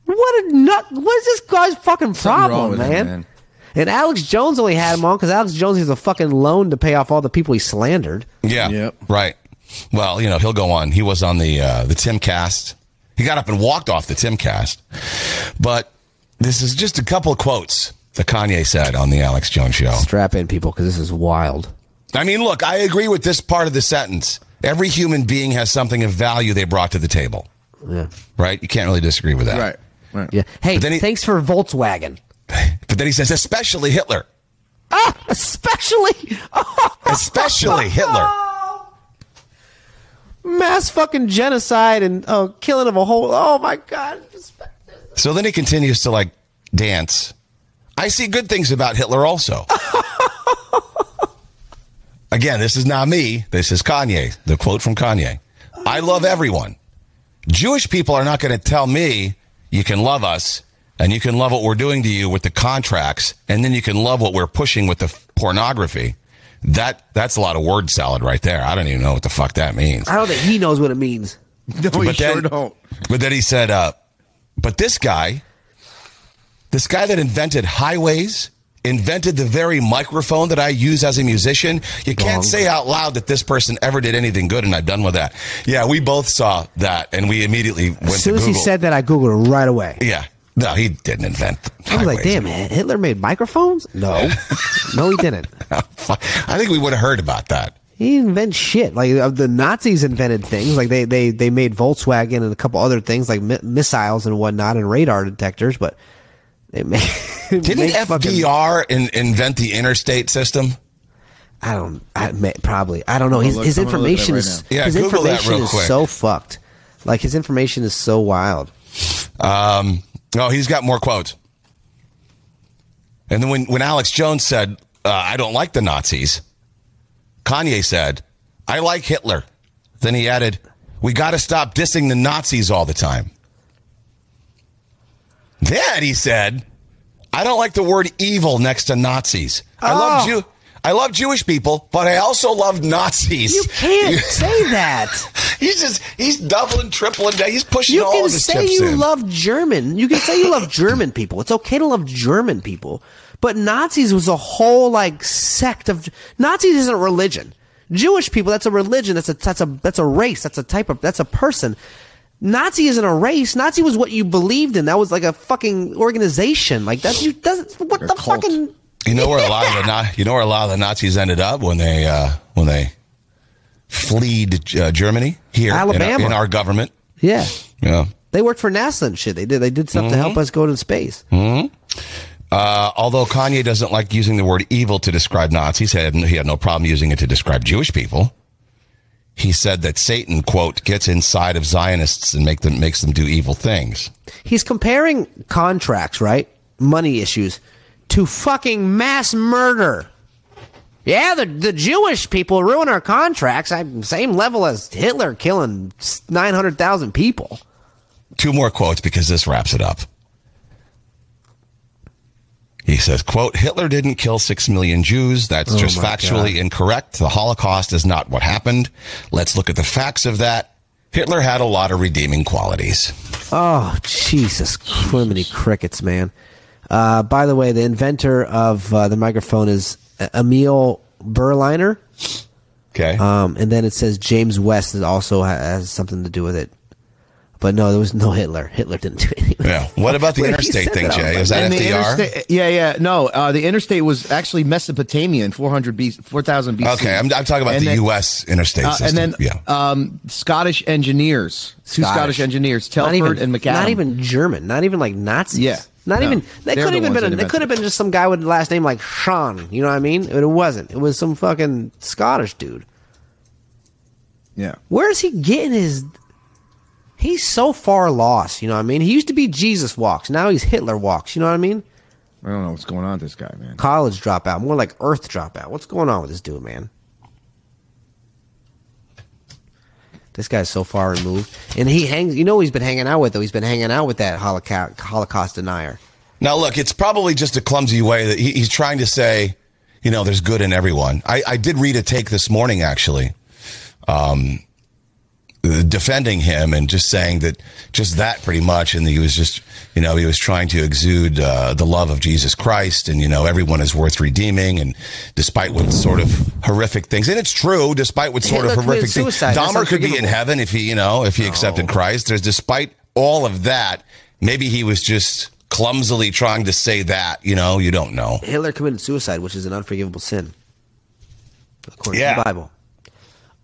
[SPEAKER 4] What a nut! What is this guy's fucking
[SPEAKER 5] Something
[SPEAKER 4] problem,
[SPEAKER 5] wrong with him,
[SPEAKER 4] man?
[SPEAKER 5] man.
[SPEAKER 4] And Alex Jones only had him on because Alex Jones is a fucking loan to pay off all the people he slandered.
[SPEAKER 3] yeah,
[SPEAKER 5] Yep.
[SPEAKER 3] right. Well, you know he'll go on. He was on the uh, the Tim Cast. He got up and walked off the Timcast. But this is just a couple of quotes that Kanye said on the Alex Jones show.
[SPEAKER 4] Strap in, people, because this is wild.
[SPEAKER 3] I mean, look, I agree with this part of the sentence. Every human being has something of value they brought to the table,
[SPEAKER 4] Yeah.
[SPEAKER 3] right? You can't really disagree with that.
[SPEAKER 5] Right. Right. <laughs>
[SPEAKER 4] Yeah. Hey,
[SPEAKER 3] then he-
[SPEAKER 4] thanks for Volkswagen.
[SPEAKER 3] But then he says, especially Hitler.
[SPEAKER 4] Especially
[SPEAKER 3] Especially Hitler.
[SPEAKER 4] mass fucking genocide and oh, killing of a whole. Oh my god.
[SPEAKER 3] So then he continues to like dance. I see good things about Hitler also. <laughs> Again, this is not me. This is Kanye. The quote from Kanye I love everyone. Jewish people are not going to tell me you can love us and you can love what we're doing to you with the contracts and then you can love what we're pushing with the f- pornography. That that's a lot of word salad right there. I don't even know what the fuck that means.
[SPEAKER 4] I don't think he knows what it means.
[SPEAKER 5] No, you sure don't.
[SPEAKER 3] But then he said, uh, but this guy, this guy that invented highways, invented the very microphone that I use as a musician, you can't say out loud that this person ever did anything good, and I'm done with that. Yeah, we both saw that, and we immediately went
[SPEAKER 4] As soon
[SPEAKER 3] to
[SPEAKER 4] as he
[SPEAKER 3] Google.
[SPEAKER 4] said that, I googled it right away.
[SPEAKER 3] yeah. No, he didn't invent.
[SPEAKER 4] I was like,
[SPEAKER 3] highways.
[SPEAKER 4] damn, man, Hitler made microphones? No. no, he didn't.
[SPEAKER 3] <laughs> I think we would have heard about that.
[SPEAKER 4] He didn't invent shit. Like uh, the Nazis invented things. Like they, they, they made Volkswagen and a couple other things like mi- missiles and whatnot and radar detectors, but <laughs> they made.
[SPEAKER 3] Didn't FDR in, invent the interstate system?
[SPEAKER 4] I don't. I may, probably. I don't know. His,
[SPEAKER 5] look-
[SPEAKER 4] his
[SPEAKER 5] I'm gonna look it up
[SPEAKER 4] information
[SPEAKER 5] right
[SPEAKER 4] is.
[SPEAKER 3] now. Yeah,
[SPEAKER 4] his
[SPEAKER 3] Google that
[SPEAKER 4] information
[SPEAKER 3] real
[SPEAKER 4] is
[SPEAKER 3] quick.
[SPEAKER 4] so fucked. Like his information is so wild.
[SPEAKER 3] Um, oh, he's got more quotes. And then when, when Alex Jones said, uh, I don't like the Nazis, Kanye said, I like Hitler. Then he added, We got to stop dissing the Nazis all the time. Then he said, I don't like the word evil next to Nazis. I
[SPEAKER 4] Oh.
[SPEAKER 3] love Jew. I love Jewish people, but I also love Nazis.
[SPEAKER 4] You can't
[SPEAKER 5] <laughs>
[SPEAKER 4] say that.
[SPEAKER 3] <laughs> he's just he's doubling, tripling down. He's pushing
[SPEAKER 4] You
[SPEAKER 3] all
[SPEAKER 4] can
[SPEAKER 3] of his
[SPEAKER 4] say
[SPEAKER 3] chips
[SPEAKER 4] you
[SPEAKER 3] in.
[SPEAKER 4] love German. You can say you
[SPEAKER 3] <laughs>
[SPEAKER 4] love German people. It's okay to love German people, but Nazis was a whole like sect of Nazis isn't a religion. Jewish people that's a religion. That's a that's a that's a race. That's a type of that's a person. Nazi isn't a race. Nazi was what you believed in. That was like a fucking organization. Like that you doesn't what the fucking
[SPEAKER 3] You know where a lot of the Na- you know where a lot of the Nazis ended up when they uh, when they fleed uh, Germany here in our- in
[SPEAKER 4] Alabama.
[SPEAKER 3] our, government.
[SPEAKER 4] Yeah.
[SPEAKER 3] Yeah.
[SPEAKER 4] They worked for NASA and shit. They did. They did stuff to
[SPEAKER 3] Mm-hmm.
[SPEAKER 4] help us go to space.
[SPEAKER 3] Uh, although Kanye doesn't like using the word evil to describe Nazis, he had, he had no problem using it to describe Jewish people. He said that Satan quote gets inside of Zionists and make them makes them do evil things.
[SPEAKER 4] He's comparing contracts, right? Money issues to fucking mass murder. Yeah, the the Jewish people ruin our contracts. I'm same level as Hitler killing nine hundred thousand people.
[SPEAKER 3] two more quotes because this wraps it up. He says, quote, Hitler didn't kill six million Jews.
[SPEAKER 5] Oh
[SPEAKER 3] That's just factually incorrect. The Holocaust is not what happened. Let's look at the facts of that. Hitler had a lot of redeeming qualities.
[SPEAKER 4] Oh Jesus, criminy crickets, man! Uh, by the way, the inventor of uh, the microphone is uh, Emil Berliner.
[SPEAKER 3] Okay.
[SPEAKER 5] Uh,
[SPEAKER 4] Um, and then it says James West is also ha- has something to do with it. But no, there was no Hitler. Hitler didn't do <laughs> anything.
[SPEAKER 3] yeah. What about the
[SPEAKER 4] When he
[SPEAKER 3] interstate
[SPEAKER 4] said
[SPEAKER 3] thing,
[SPEAKER 4] that, I was
[SPEAKER 3] Jay?
[SPEAKER 4] like,
[SPEAKER 3] Is that
[SPEAKER 5] And the
[SPEAKER 3] FDR?
[SPEAKER 5] interstate- yeah, yeah. No, uh, the interstate was actually Mesopotamia in 400 B, 4000 BC.
[SPEAKER 3] Okay. I'm, I'm talking about
[SPEAKER 5] And
[SPEAKER 3] the
[SPEAKER 5] then-
[SPEAKER 3] U.S. interstate
[SPEAKER 5] Uh,
[SPEAKER 3] system.
[SPEAKER 5] and then
[SPEAKER 3] yeah.
[SPEAKER 5] um, Scottish engineers, two
[SPEAKER 4] Scottish.
[SPEAKER 5] Scottish engineers,
[SPEAKER 4] Not
[SPEAKER 5] Telford
[SPEAKER 4] even
[SPEAKER 5] and McAdam.
[SPEAKER 4] Not even German. Not even like Nazis.
[SPEAKER 5] Yeah.
[SPEAKER 4] Not
[SPEAKER 5] No.
[SPEAKER 4] even. That
[SPEAKER 5] They're
[SPEAKER 4] could
[SPEAKER 5] the
[SPEAKER 4] even
[SPEAKER 5] ones
[SPEAKER 4] been.
[SPEAKER 5] that
[SPEAKER 4] A, it could have
[SPEAKER 5] invented
[SPEAKER 4] been just some guy with a last name like Sean. You know what I mean? But it wasn't. It was some fucking Scottish dude.
[SPEAKER 5] Yeah.
[SPEAKER 4] Where is he getting his? He's so far lost. You know what I mean? He used to be Jesus walks. Now he's Hitler walks. You know what I mean?
[SPEAKER 5] I don't know what's going on with this guy, man.
[SPEAKER 4] College dropout. More like Earth dropout. What's going on with this dude, man? This guy's so far removed, and he hangs. You know, who he's been hanging out with though. He's been hanging out with that Holocaust, Holocaust denier.
[SPEAKER 3] Now, look, it's probably just a clumsy way that he, he's trying to say, you know, there's good in everyone. I, I did read a take this morning, actually, um, defending him and just saying that just that pretty much. And he was just, you know, he was trying to exude uh, the love of Jesus Christ and, you know, everyone is worth redeeming. And despite what sort of horrific things, and it's true, despite what sort
[SPEAKER 4] Hitler
[SPEAKER 3] of horrific
[SPEAKER 4] committed
[SPEAKER 3] things,
[SPEAKER 4] suicide. That's
[SPEAKER 3] Dahmer could be in
[SPEAKER 4] unforgivable.
[SPEAKER 3] heaven if he, you know, if he accepted Christ. There's despite all of that. Maybe he was just clumsily trying to say that. You know, you don't know.
[SPEAKER 4] Hitler committed suicide, which is an unforgivable sin, according to
[SPEAKER 3] Yeah.
[SPEAKER 4] the Bible.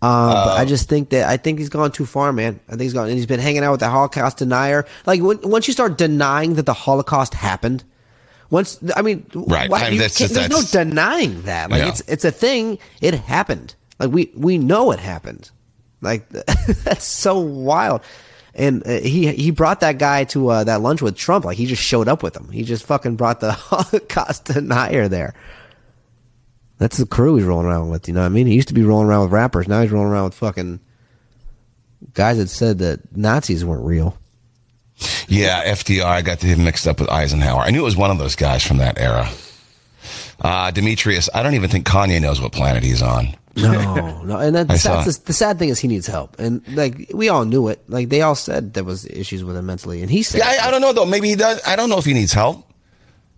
[SPEAKER 4] Um, but I just think that I think he's gone too far, man. I think he's gone, and he's been hanging out with the Holocaust denier. Like when, once you start denying that the Holocaust happened, once I mean,
[SPEAKER 3] Right. I mean,
[SPEAKER 4] you
[SPEAKER 3] that's
[SPEAKER 4] can't-
[SPEAKER 3] just-
[SPEAKER 4] there's no
[SPEAKER 3] that's-
[SPEAKER 4] denying that. Like
[SPEAKER 3] Yeah.
[SPEAKER 4] it's it's a thing. It happened. Like we we know it happened. Like <laughs> that's so wild. And uh, he he brought that guy to uh, that lunch with Trump. Like he just showed up with him. He just fucking brought the <laughs> Holocaust denier there. That's the crew he's rolling around with. You know what I mean? He used to be rolling around with rappers. Now he's rolling around with fucking guys that said that Nazis weren't real.
[SPEAKER 3] Yeah, FDR. I got him mixed up with Eisenhower. I knew it was one of those guys from that era. Uh, Demetrius, I don't even think Kanye knows what planet he's on. <laughs>
[SPEAKER 4] No, no, and that,
[SPEAKER 3] I
[SPEAKER 4] that's,
[SPEAKER 3] saw
[SPEAKER 4] the, the sad thing is he needs help, and like we all knew it. Like they all said there was issues with him mentally, and he said,
[SPEAKER 3] Yeah, I, I don't know though. Maybe he does. I don't know if he needs help.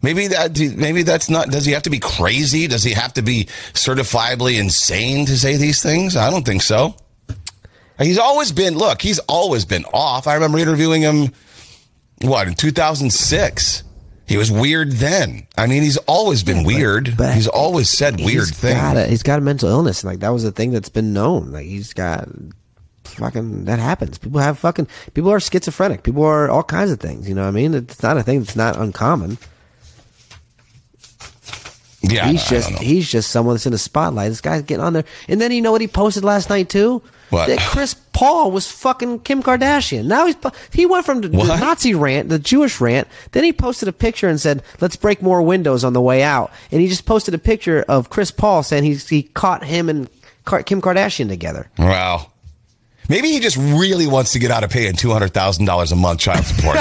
[SPEAKER 3] Maybe that. Maybe that's not. Does he have to be crazy? Does he have to be certifiably insane to say these things? I don't think so. He's always been. Look, he's always been off. I remember interviewing him. What in 2006? He was weird then. I mean, he's always been weird.
[SPEAKER 4] but-
[SPEAKER 3] he's always said weird
[SPEAKER 4] he's
[SPEAKER 3] things.
[SPEAKER 4] got a- he's got a mental illness, and like that was a thing that's been known. Like he's got fucking that happens. People have fucking people are schizophrenic. People are all kinds of things. You know what I mean? It's not a thing that's not uncommon.
[SPEAKER 3] Yeah,
[SPEAKER 4] he's
[SPEAKER 3] I don't
[SPEAKER 4] just
[SPEAKER 3] know.
[SPEAKER 4] he's just someone that's in the spotlight. This guy's getting on there, and then you know what he posted last night too?
[SPEAKER 3] What?
[SPEAKER 4] That Chris Paul was fucking Kim Kardashian. Now he's po- he went from the, the
[SPEAKER 3] What?
[SPEAKER 4] Nazi rant, the Jewish rant. Then he posted a picture and said, "Let's break more windows on the way out." And he just posted a picture of Chris Paul saying he's he caught him and Kar- Kim Kardashian together.
[SPEAKER 3] Wow. Maybe he just really wants to get out of paying two hundred thousand dollars a month child support.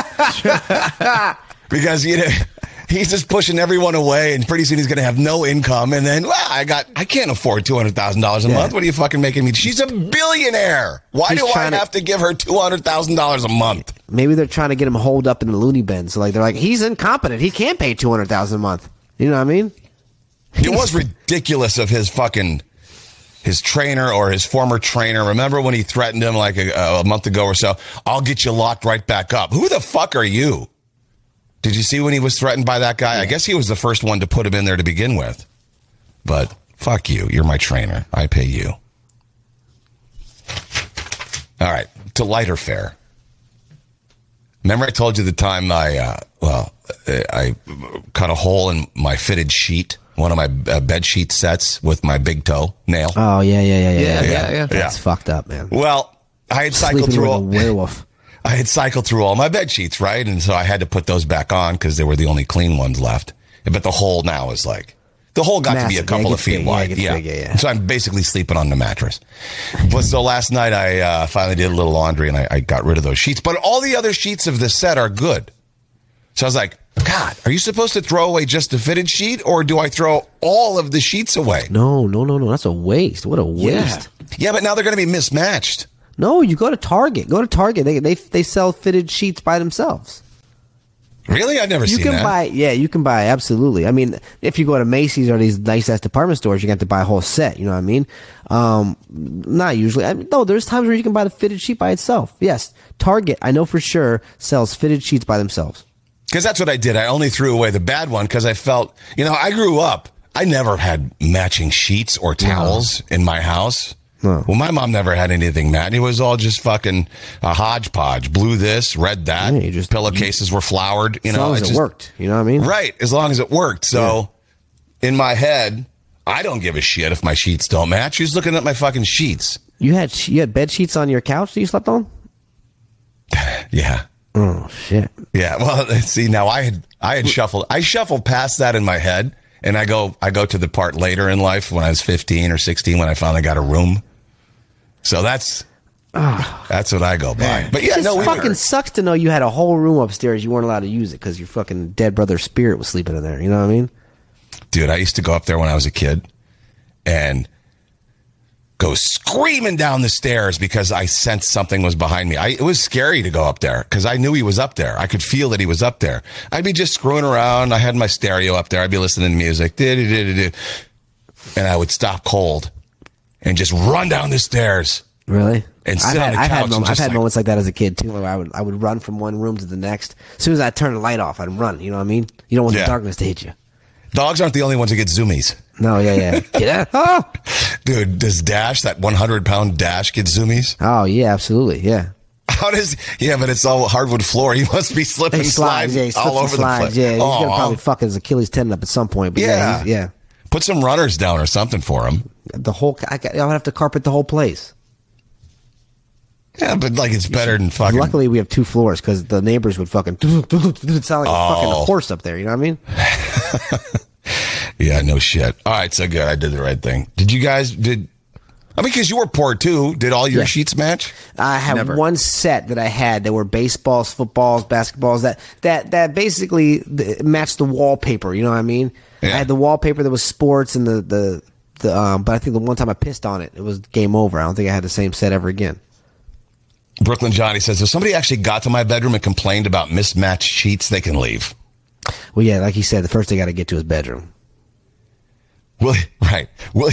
[SPEAKER 3] because you know he's just pushing everyone away and pretty soon he's gonna have no income and then well, I got I can't afford two hundred thousand dollars a month. What are you fucking making me? She's a billionaire. Why
[SPEAKER 4] He's
[SPEAKER 3] do I
[SPEAKER 4] trying to-
[SPEAKER 3] have to give her two hundred thousand dollars a month?
[SPEAKER 4] Maybe they're trying to get him holed up in the loony bin. So like they're like, he's incompetent. He can't pay two hundred thousand a month. You know what I mean?
[SPEAKER 3] It was ridiculous of his fucking his trainer or his former trainer. Remember when he threatened him like a, a month ago or so? I'll get you locked right back up. Who the fuck are you? Did you see when he was threatened by that guy? I guess he was the first one to put him in there to begin with. But fuck you. You're my trainer. I pay you. All right. To lighter fare. Remember, I told you the time I, uh, well, uh, I cut a hole in my fitted sheet, one of my uh, bed sheet sets with my big toe nail.
[SPEAKER 4] Oh yeah, yeah, yeah, yeah, yeah.
[SPEAKER 5] yeah, yeah.
[SPEAKER 4] That's
[SPEAKER 3] Yeah.
[SPEAKER 4] fucked up, man.
[SPEAKER 3] well, I had cycled
[SPEAKER 4] Sleeping
[SPEAKER 3] through
[SPEAKER 4] with a
[SPEAKER 3] all,
[SPEAKER 4] werewolf.
[SPEAKER 3] I had cycled through all my bed sheets, right? And so I had to put those back on because they were the only clean ones left. But the hole now is like the hole got to be a
[SPEAKER 4] Massive.
[SPEAKER 3] couple
[SPEAKER 4] Yeah, it gets
[SPEAKER 3] of feet
[SPEAKER 4] big. Yeah, it
[SPEAKER 3] wide.
[SPEAKER 4] gets
[SPEAKER 3] Yeah.
[SPEAKER 4] big. Yeah, yeah.
[SPEAKER 3] So I'm basically sleeping on the mattress. But so last night I uh, finally did a little laundry and I, I got rid of those sheets. But all the other sheets of the set are good. So I was like, God, are you supposed to throw away just the fitted sheet, or do I throw all of the sheets away?
[SPEAKER 4] <laughs> No, no, no, no. That's a waste. What a waste.
[SPEAKER 3] Yeah, but now they're going to be mismatched.
[SPEAKER 4] No, you go to Target. Go to Target. They they they sell fitted sheets by themselves.
[SPEAKER 3] Really, I've never
[SPEAKER 4] You
[SPEAKER 3] seen
[SPEAKER 4] can
[SPEAKER 3] that.
[SPEAKER 4] buy yeah, you can buy absolutely. I mean, if you go to Macy's or these nice ass department stores, you have to buy a whole set. You know what I mean? Um, not usually. I mean, no, there's times where you can buy the fitted sheet by itself. Yes, Target I know for sure sells fitted sheets by themselves.
[SPEAKER 3] Because that's what I did. I only threw away the bad one because I felt, you know, I grew up. I never had matching sheets or towels in my house. Well, my mom never had anything, Matt. It was all just fucking a hodgepodge. Blue this, red that.
[SPEAKER 4] Yeah, you just-
[SPEAKER 3] Pillowcases were flowered. You
[SPEAKER 4] As
[SPEAKER 3] know,
[SPEAKER 4] long as it
[SPEAKER 3] just-
[SPEAKER 4] worked. You know what I mean?
[SPEAKER 3] Right, as long as it worked. So in my head, I don't give a shit if my sheets don't match. Who's looking at my fucking sheets?
[SPEAKER 4] You had sh- you had bed sheets on your couch that you slept on.
[SPEAKER 3] Yeah.
[SPEAKER 4] Oh shit.
[SPEAKER 3] Yeah. Well, <laughs> see, now I had I had shuffled I shuffled past that in my head, and I go I go to the part later in life when I was fifteen or sixteen when I finally got a room. So that's that's what I go by. But yeah,
[SPEAKER 4] It just
[SPEAKER 3] no, we were-
[SPEAKER 4] fucking sucks to know you had a whole room upstairs. You weren't allowed to use it because your fucking dead brother's spirit was sleeping in there. You know what I mean?
[SPEAKER 3] dude, I used to go up there when I was a kid, and go screaming down the stairs because I sensed something was behind me. I, it was scary to go up there because I knew he was up there. I could feel that he was up there. I'd be just screwing around. I had my stereo up there. I'd be listening to music. do-do-do-do-do. And I would stop cold and just run down the stairs
[SPEAKER 4] Really?
[SPEAKER 3] and
[SPEAKER 4] I've
[SPEAKER 3] sit on
[SPEAKER 4] had,
[SPEAKER 3] the
[SPEAKER 4] I've
[SPEAKER 3] couch.
[SPEAKER 4] had,
[SPEAKER 3] and
[SPEAKER 4] moments, I've
[SPEAKER 3] just
[SPEAKER 4] had
[SPEAKER 3] like-
[SPEAKER 4] moments like that as a kid too. Where I would I would run from one room to the next. As soon as I turn the light off, I'd run. You know what I mean? You don't want
[SPEAKER 3] Yeah.
[SPEAKER 4] the darkness to hit you.
[SPEAKER 3] Dogs aren't the only ones who get zoomies.
[SPEAKER 4] No, yeah,
[SPEAKER 3] <laughs>
[SPEAKER 4] yeah, Get out.
[SPEAKER 3] Ah!
[SPEAKER 4] Oh,
[SPEAKER 3] Dude, does Dash, that 100 pound Dash, get zoomies?
[SPEAKER 4] oh, yeah, absolutely, yeah.
[SPEAKER 3] How does, yeah, but it's all hardwood floor. <laughs> He must be slipping,
[SPEAKER 4] He slides,
[SPEAKER 3] slides,
[SPEAKER 4] yeah, he slips
[SPEAKER 3] all
[SPEAKER 4] and
[SPEAKER 3] over
[SPEAKER 4] slides,
[SPEAKER 3] the
[SPEAKER 4] yeah.
[SPEAKER 3] place. Oh,
[SPEAKER 4] He's gonna
[SPEAKER 3] Aw.
[SPEAKER 4] probably fuck his Achilles tendon up at some point, but yeah, he's-
[SPEAKER 3] Yeah.
[SPEAKER 4] yeah.
[SPEAKER 3] Put some runners down or something for him.
[SPEAKER 4] The whole, I got, I'll have to carpet the whole place.
[SPEAKER 3] Yeah, but like it's better than fucking.
[SPEAKER 4] Luckily, we have two floors because the neighbors would fucking <laughs> it sound like a
[SPEAKER 3] Oh.
[SPEAKER 4] fucking horse up there. You know what I mean?
[SPEAKER 3] Yeah, no shit. All right, so good. I did the right thing. Did you guys, did, I mean, because you were poor too. Did all your
[SPEAKER 4] Yeah.
[SPEAKER 3] sheets match?
[SPEAKER 4] I had
[SPEAKER 5] Never.
[SPEAKER 4] one set that I had that were baseballs, footballs, basketballs that that that basically th- matched the wallpaper. You know what I mean?
[SPEAKER 3] Yeah.
[SPEAKER 4] I had the wallpaper that was sports and the the the. Um, but I think the one time I pissed on it, it was game over. I don't think I had the same set ever again.
[SPEAKER 3] Brooklyn Johnny says if somebody actually got to my bedroom and complained about mismatched sheets, they can leave.
[SPEAKER 4] Well, yeah, like he said, the first thing I got to get to his bedroom.
[SPEAKER 3] Will, <laughs> right. Will,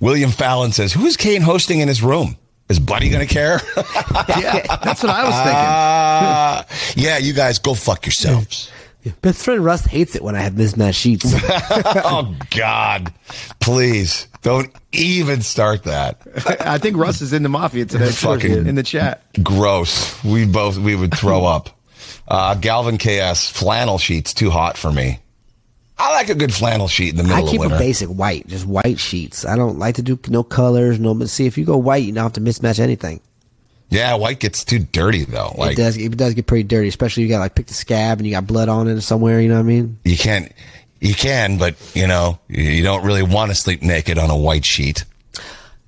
[SPEAKER 3] William Fallon says, Who is Kane hosting in his room? Is Buddy going to care? <laughs>
[SPEAKER 5] Yeah, that's what I was
[SPEAKER 3] uh,
[SPEAKER 5] thinking.
[SPEAKER 3] yeah, you guys go fuck yourselves.
[SPEAKER 4] Best friend Rust hates it when I have mismatched <laughs> sheets.
[SPEAKER 3] oh, God. Please don't even start that.
[SPEAKER 5] <laughs> I think Russ is in the mafia today.
[SPEAKER 3] Fucking-
[SPEAKER 5] in the chat.
[SPEAKER 3] Gross. We both, we would
[SPEAKER 4] <laughs>
[SPEAKER 3] throw up. Uh, Galvin KS, flannel sheets too hot for me. I like a good flannel sheet in the
[SPEAKER 4] I
[SPEAKER 3] middle
[SPEAKER 4] keep
[SPEAKER 3] of
[SPEAKER 4] a
[SPEAKER 3] winter.
[SPEAKER 4] basic white, just white sheets. I don't like to do no colors, no. But see, if you go white, you don't have to mismatch anything.
[SPEAKER 3] yeah, white gets too dirty though. Like
[SPEAKER 4] it does. It does get pretty dirty, especially you got like pick the scab and you got blood on it somewhere. You know what I mean?
[SPEAKER 3] you can't you can but you know you- you don't really want to sleep naked on a white sheet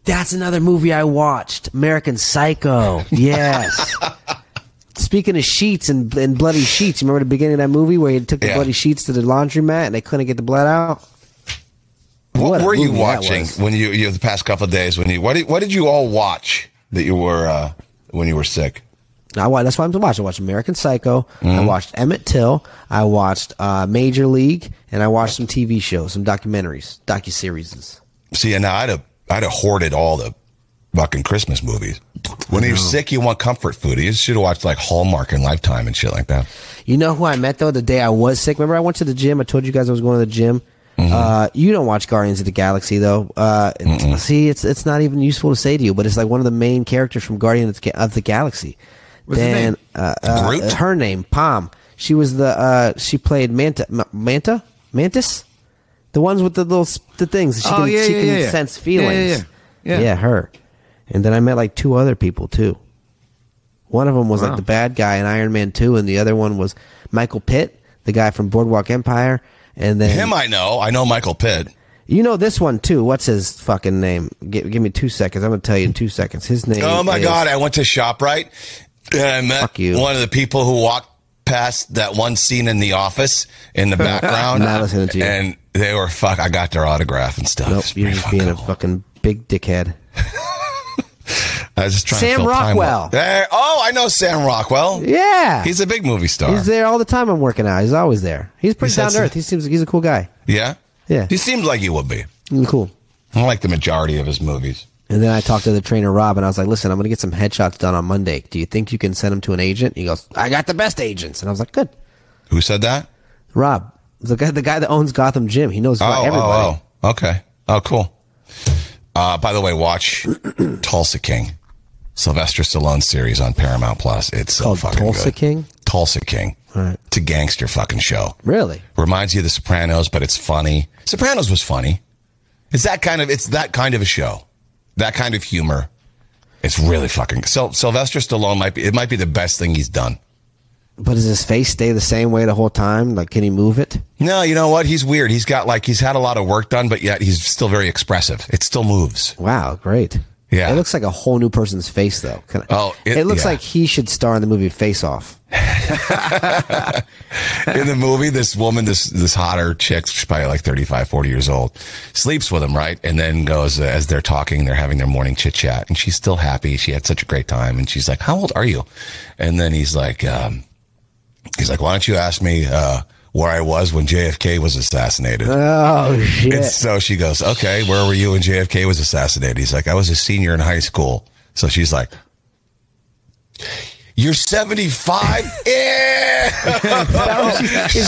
[SPEAKER 4] That's another movie I watched, American <laughs> Psycho. Yes. Speaking of sheets and, and bloody sheets, you remember the beginning of that movie where he took the
[SPEAKER 3] Yeah.
[SPEAKER 4] bloody sheets to the laundromat and they couldn't get the blood out?
[SPEAKER 3] what,
[SPEAKER 4] What a
[SPEAKER 3] were you
[SPEAKER 4] movie that
[SPEAKER 3] watching
[SPEAKER 4] was.
[SPEAKER 3] when you, you the past couple of days when you what did, what did you all watch that you were uh, when you were sick
[SPEAKER 4] I wa- that's why I'm watching. I watched American Psycho. I watched Emmett Till. I watched uh, Major League, and I watched some TV shows, some documentaries, docu series.
[SPEAKER 3] see and i'd have i'd have hoarded all the fucking christmas movies when you're sick you want comfort food you should have watched like hallmark and lifetime and shit like that
[SPEAKER 4] You know who I met though the day I was sick. Remember I went to the gym. I told you guys I was going to the gym. Uh, you don't watch Guardians of the Galaxy though. Uh, see, it's it's not even useful to say to you, but it's like one of the main characters from Guardians of the Ga- of the Galaxy.
[SPEAKER 5] What's his name?
[SPEAKER 4] Uh, uh,
[SPEAKER 3] Groot?
[SPEAKER 4] her name Palm. She was the uh, she played Manta M- Manta Mantis, the ones with the little s- the things. that She
[SPEAKER 5] Oh,
[SPEAKER 4] can,
[SPEAKER 5] yeah,
[SPEAKER 4] she
[SPEAKER 5] yeah,
[SPEAKER 4] can
[SPEAKER 5] yeah, yeah.
[SPEAKER 4] sense
[SPEAKER 5] Yeah, yeah,
[SPEAKER 4] feelings.
[SPEAKER 5] yeah. Yeah.
[SPEAKER 4] yeah, her. And then I met like two other people too. One of them was
[SPEAKER 5] Wow.
[SPEAKER 4] like the bad guy in Iron Man 2, and the other one was Michael Pitt, the guy from Boardwalk Empire. And then
[SPEAKER 3] him i know i know michael pitt
[SPEAKER 4] you know this one too. What's his fucking name? Give, give me two seconds. I'm gonna tell you in two seconds. His name.
[SPEAKER 3] Oh my
[SPEAKER 4] is-
[SPEAKER 3] god! I went to Shoprite and I met
[SPEAKER 4] Fuck you.
[SPEAKER 3] one of the people who walked past that one scene in The Office
[SPEAKER 4] <laughs>
[SPEAKER 3] in the background.
[SPEAKER 4] Not listening to you.
[SPEAKER 3] And they were fuck. I got their autograph and stuff.
[SPEAKER 4] Nope,
[SPEAKER 3] It's
[SPEAKER 4] you're
[SPEAKER 3] pretty
[SPEAKER 4] just
[SPEAKER 3] fucking
[SPEAKER 4] being a
[SPEAKER 3] cool.
[SPEAKER 4] fucking big dickhead.
[SPEAKER 3] I was just trying
[SPEAKER 4] Sam
[SPEAKER 3] to fill time
[SPEAKER 4] Rockwell.
[SPEAKER 3] up. There. Oh, I know Sam Rockwell.
[SPEAKER 4] Yeah,
[SPEAKER 3] he's a big movie star.
[SPEAKER 4] he's there all the time. I'm working out. He's always there. He's pretty
[SPEAKER 3] He's
[SPEAKER 4] down to
[SPEAKER 3] handsome.
[SPEAKER 4] earth. He seems he's a cool guy.
[SPEAKER 3] yeah,
[SPEAKER 4] Yeah.
[SPEAKER 3] He seemed like he would be.
[SPEAKER 4] He's cool.
[SPEAKER 3] I like the majority of his movies.
[SPEAKER 4] And then I talked to the trainer Rob, and I was like, "Listen, I'm gonna get some headshots done on Monday. Do you think you can send them to an agent?" He goes, "I got the best agents," and I was like, "Good."
[SPEAKER 3] Who said that?
[SPEAKER 4] Rob, the guy, the guy that owns Gotham Gym, he knows about
[SPEAKER 3] Oh,
[SPEAKER 4] everybody.
[SPEAKER 3] oh, oh. Okay. Oh, cool. Uh, by the way, watch <clears throat> Tulsa King, Sylvester Stallone series on Paramount Plus. It's so
[SPEAKER 4] Called
[SPEAKER 3] fucking
[SPEAKER 4] Tulsa
[SPEAKER 3] good.
[SPEAKER 4] King?
[SPEAKER 3] Tulsa King.
[SPEAKER 4] Alright.
[SPEAKER 3] It's a gangster fucking show.
[SPEAKER 4] Really?
[SPEAKER 3] Reminds you of The Sopranos, but it's funny. Sopranos was funny. It's that kind of. It's that kind of a show. That kind of humor. It's really fucking. So Sylvester Stallone might be. It might be the best thing he's done.
[SPEAKER 4] But does his face stay the same way the whole time? Like, can he move it?
[SPEAKER 3] No, you know what? He's weird. He's got like he's had a lot of work done, but yet he's still very expressive. It still moves.
[SPEAKER 4] Wow, great.
[SPEAKER 3] Yeah.
[SPEAKER 4] It looks like a whole new person's face, though. Can I-
[SPEAKER 3] Oh, it-
[SPEAKER 4] it, looks
[SPEAKER 3] yeah.
[SPEAKER 4] like he should star in the movie Face
[SPEAKER 3] <laughs>
[SPEAKER 4] Off.
[SPEAKER 3] in the movie this woman this this hotter chick she's probably like 35 40 years old sleeps with him right and then goes uh, as they're talking they're having their morning chit chat and she's still happy she had such a great time and she's like how old are you and then he's like um he's like why don't you ask me uh where i was when jfk was assassinated
[SPEAKER 4] Oh shit!
[SPEAKER 3] and so she goes, okay, where were you when JFK was assassinated? He's like, I was a senior in high school. So she's like, "You're 75." <laughs>
[SPEAKER 4] Is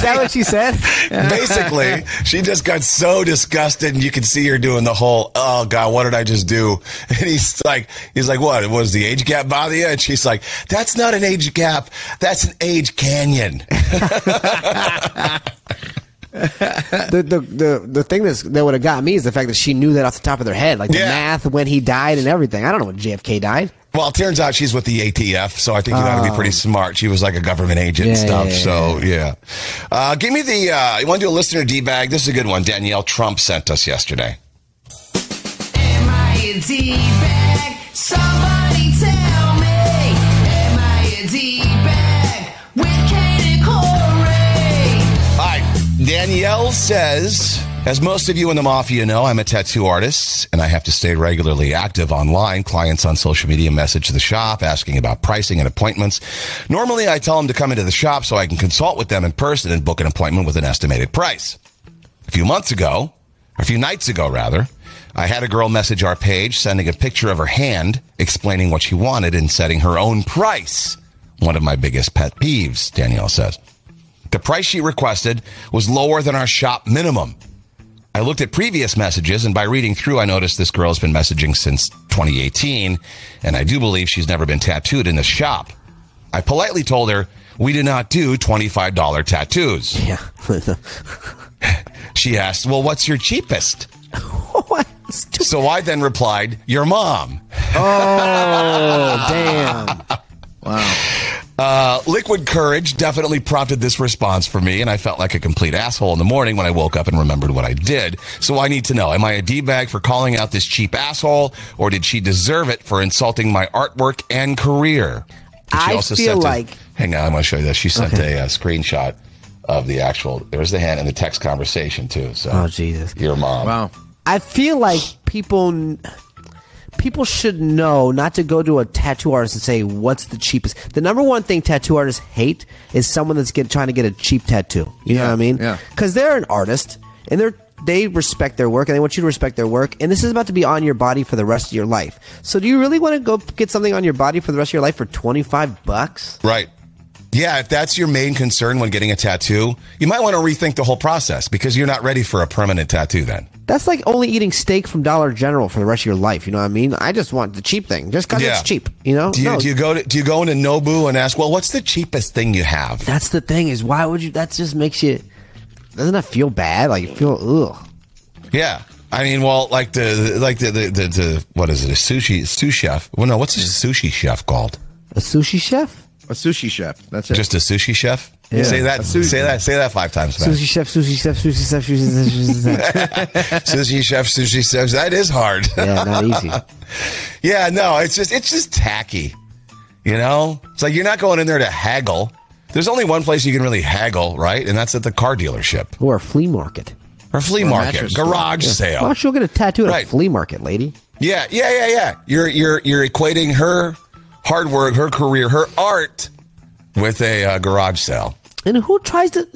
[SPEAKER 4] that what she
[SPEAKER 3] <laughs>
[SPEAKER 4] said? <laughs>
[SPEAKER 3] Basically, she just got so disgusted, and you can see her doing the whole, "Oh God, what did I just do?" <laughs> And he's like, "He's like, what was the age gap bother you?" And she's like, "That's not an age gap. That's an
[SPEAKER 4] <laughs>
[SPEAKER 3] age canyon."
[SPEAKER 4] The, the the the thing that's, that would have got me is the fact that she knew that off the top of their head, like the
[SPEAKER 3] Yeah.
[SPEAKER 4] math when he died and everything. I don't know when JFK died. <laughs>
[SPEAKER 3] Well, it turns out she's with the ATF, so I think you got to be pretty smart. She was like a government agent and
[SPEAKER 4] Oh. Yeah, yeah,
[SPEAKER 3] stuff. so yeah, uh, give me the. Uh, you want to do a listener d bag? This is a good one. Danielle Trump sent us yesterday.
[SPEAKER 9] Am I a D-bag? Somebody tell me. Am I a D-bag? With Kate and Corey.
[SPEAKER 3] All right, Danielle says, as most of you in the mafia know, I'm a tattoo artist and I have to stay regularly active online. Clients on social media message the shop asking about pricing and appointments. Normally, I tell them to come into the shop so I can consult with them in person and book an appointment with an estimated price. a few months ago, or a few nights ago rather, I had a girl message our page sending a picture of her hand explaining what she wanted and setting her own price. One of my biggest pet peeves, Danielle says. The price she requested was lower than our shop minimum. I looked at previous messages, and by reading through, I noticed this girl has been messaging since 2018, and I do believe she's never been tattooed in the shop. I politely told her, We do not do $25 tattoos.
[SPEAKER 4] Yeah. <laughs>
[SPEAKER 3] She asked, Well, what's your cheapest?
[SPEAKER 4] <laughs> what? Stupid.
[SPEAKER 3] So I then replied, Your mom.
[SPEAKER 4] Oh, <laughs> damn.
[SPEAKER 3] Uh, liquid courage definitely prompted this response for me, and I felt like a complete asshole in the morning when I woke up and remembered what I did. So I need to know am I a D bag for calling out this cheap asshole, or did she deserve it for insulting my artwork and career? And
[SPEAKER 4] I feel
[SPEAKER 3] sent a-
[SPEAKER 4] like-
[SPEAKER 3] hang on, I'm going to show you this. She sent a uh, screenshot of the actual, there's the hand and the text conversation, too. So,
[SPEAKER 4] Oh, Jesus.
[SPEAKER 3] Your mom.
[SPEAKER 5] Wow.
[SPEAKER 4] I feel like people people should know not to go to a tattoo artist and say what's the cheapest. The number one thing tattoo artists hate is someone that's get, trying to get a cheap tattoo. You know
[SPEAKER 5] Yeah,
[SPEAKER 4] what I mean?
[SPEAKER 5] yeah.
[SPEAKER 4] Because they're an artist and they're they respect their work and they want you to respect their work. And this is about to be on your body for the rest of your life. So do you really want to go get something on your body for the rest of your life for twenty five bucks?
[SPEAKER 3] Right. Yeah, if that's your main concern when getting a tattoo, you might want to rethink the whole process because you're not ready for a permanent tattoo then.
[SPEAKER 4] That's like only eating steak from Dollar General for the rest of your life. You know what I mean? I just want the cheap thing, just because it's cheap. You know?
[SPEAKER 3] Do you,
[SPEAKER 4] No.
[SPEAKER 3] do you go to, do you go into Nobu and ask, "Well, what's the cheapest thing you have?"
[SPEAKER 4] That's the thing is why would you? That just makes you. Doesn't that feel bad? Like you feel ugh.
[SPEAKER 3] Yeah. I mean, well, like the like the the, the, the what is it? A sushi sous chef. Well, no, what's a sushi chef called?
[SPEAKER 4] A sushi chef,
[SPEAKER 5] A sushi chef. That's it.
[SPEAKER 3] Just a sushi chef? Say that
[SPEAKER 5] A sushi-
[SPEAKER 3] say that say that 5 times fast.
[SPEAKER 4] sushi chef, sushi chef, sushi chef, sushi chef. Sushi chef.
[SPEAKER 3] sushi chef, sushi chef. That is hard. <laughs>
[SPEAKER 4] yeah, not easy.
[SPEAKER 3] Yeah, no, it's just it's just tacky. You know? It's like you're not going in there to haggle. There's only one place you can really haggle, right? And that's at the car dealership
[SPEAKER 4] Or a flea market.
[SPEAKER 3] or flea market,
[SPEAKER 5] mattress
[SPEAKER 3] garage
[SPEAKER 4] Why
[SPEAKER 3] sale.
[SPEAKER 4] don't you go get a tattoo at
[SPEAKER 3] Right.
[SPEAKER 4] a flea market, lady?
[SPEAKER 3] Yeah, yeah, yeah, yeah. You're you're you're equating her hard work, her career, her art with a uh, garage sale.
[SPEAKER 4] And who tries to?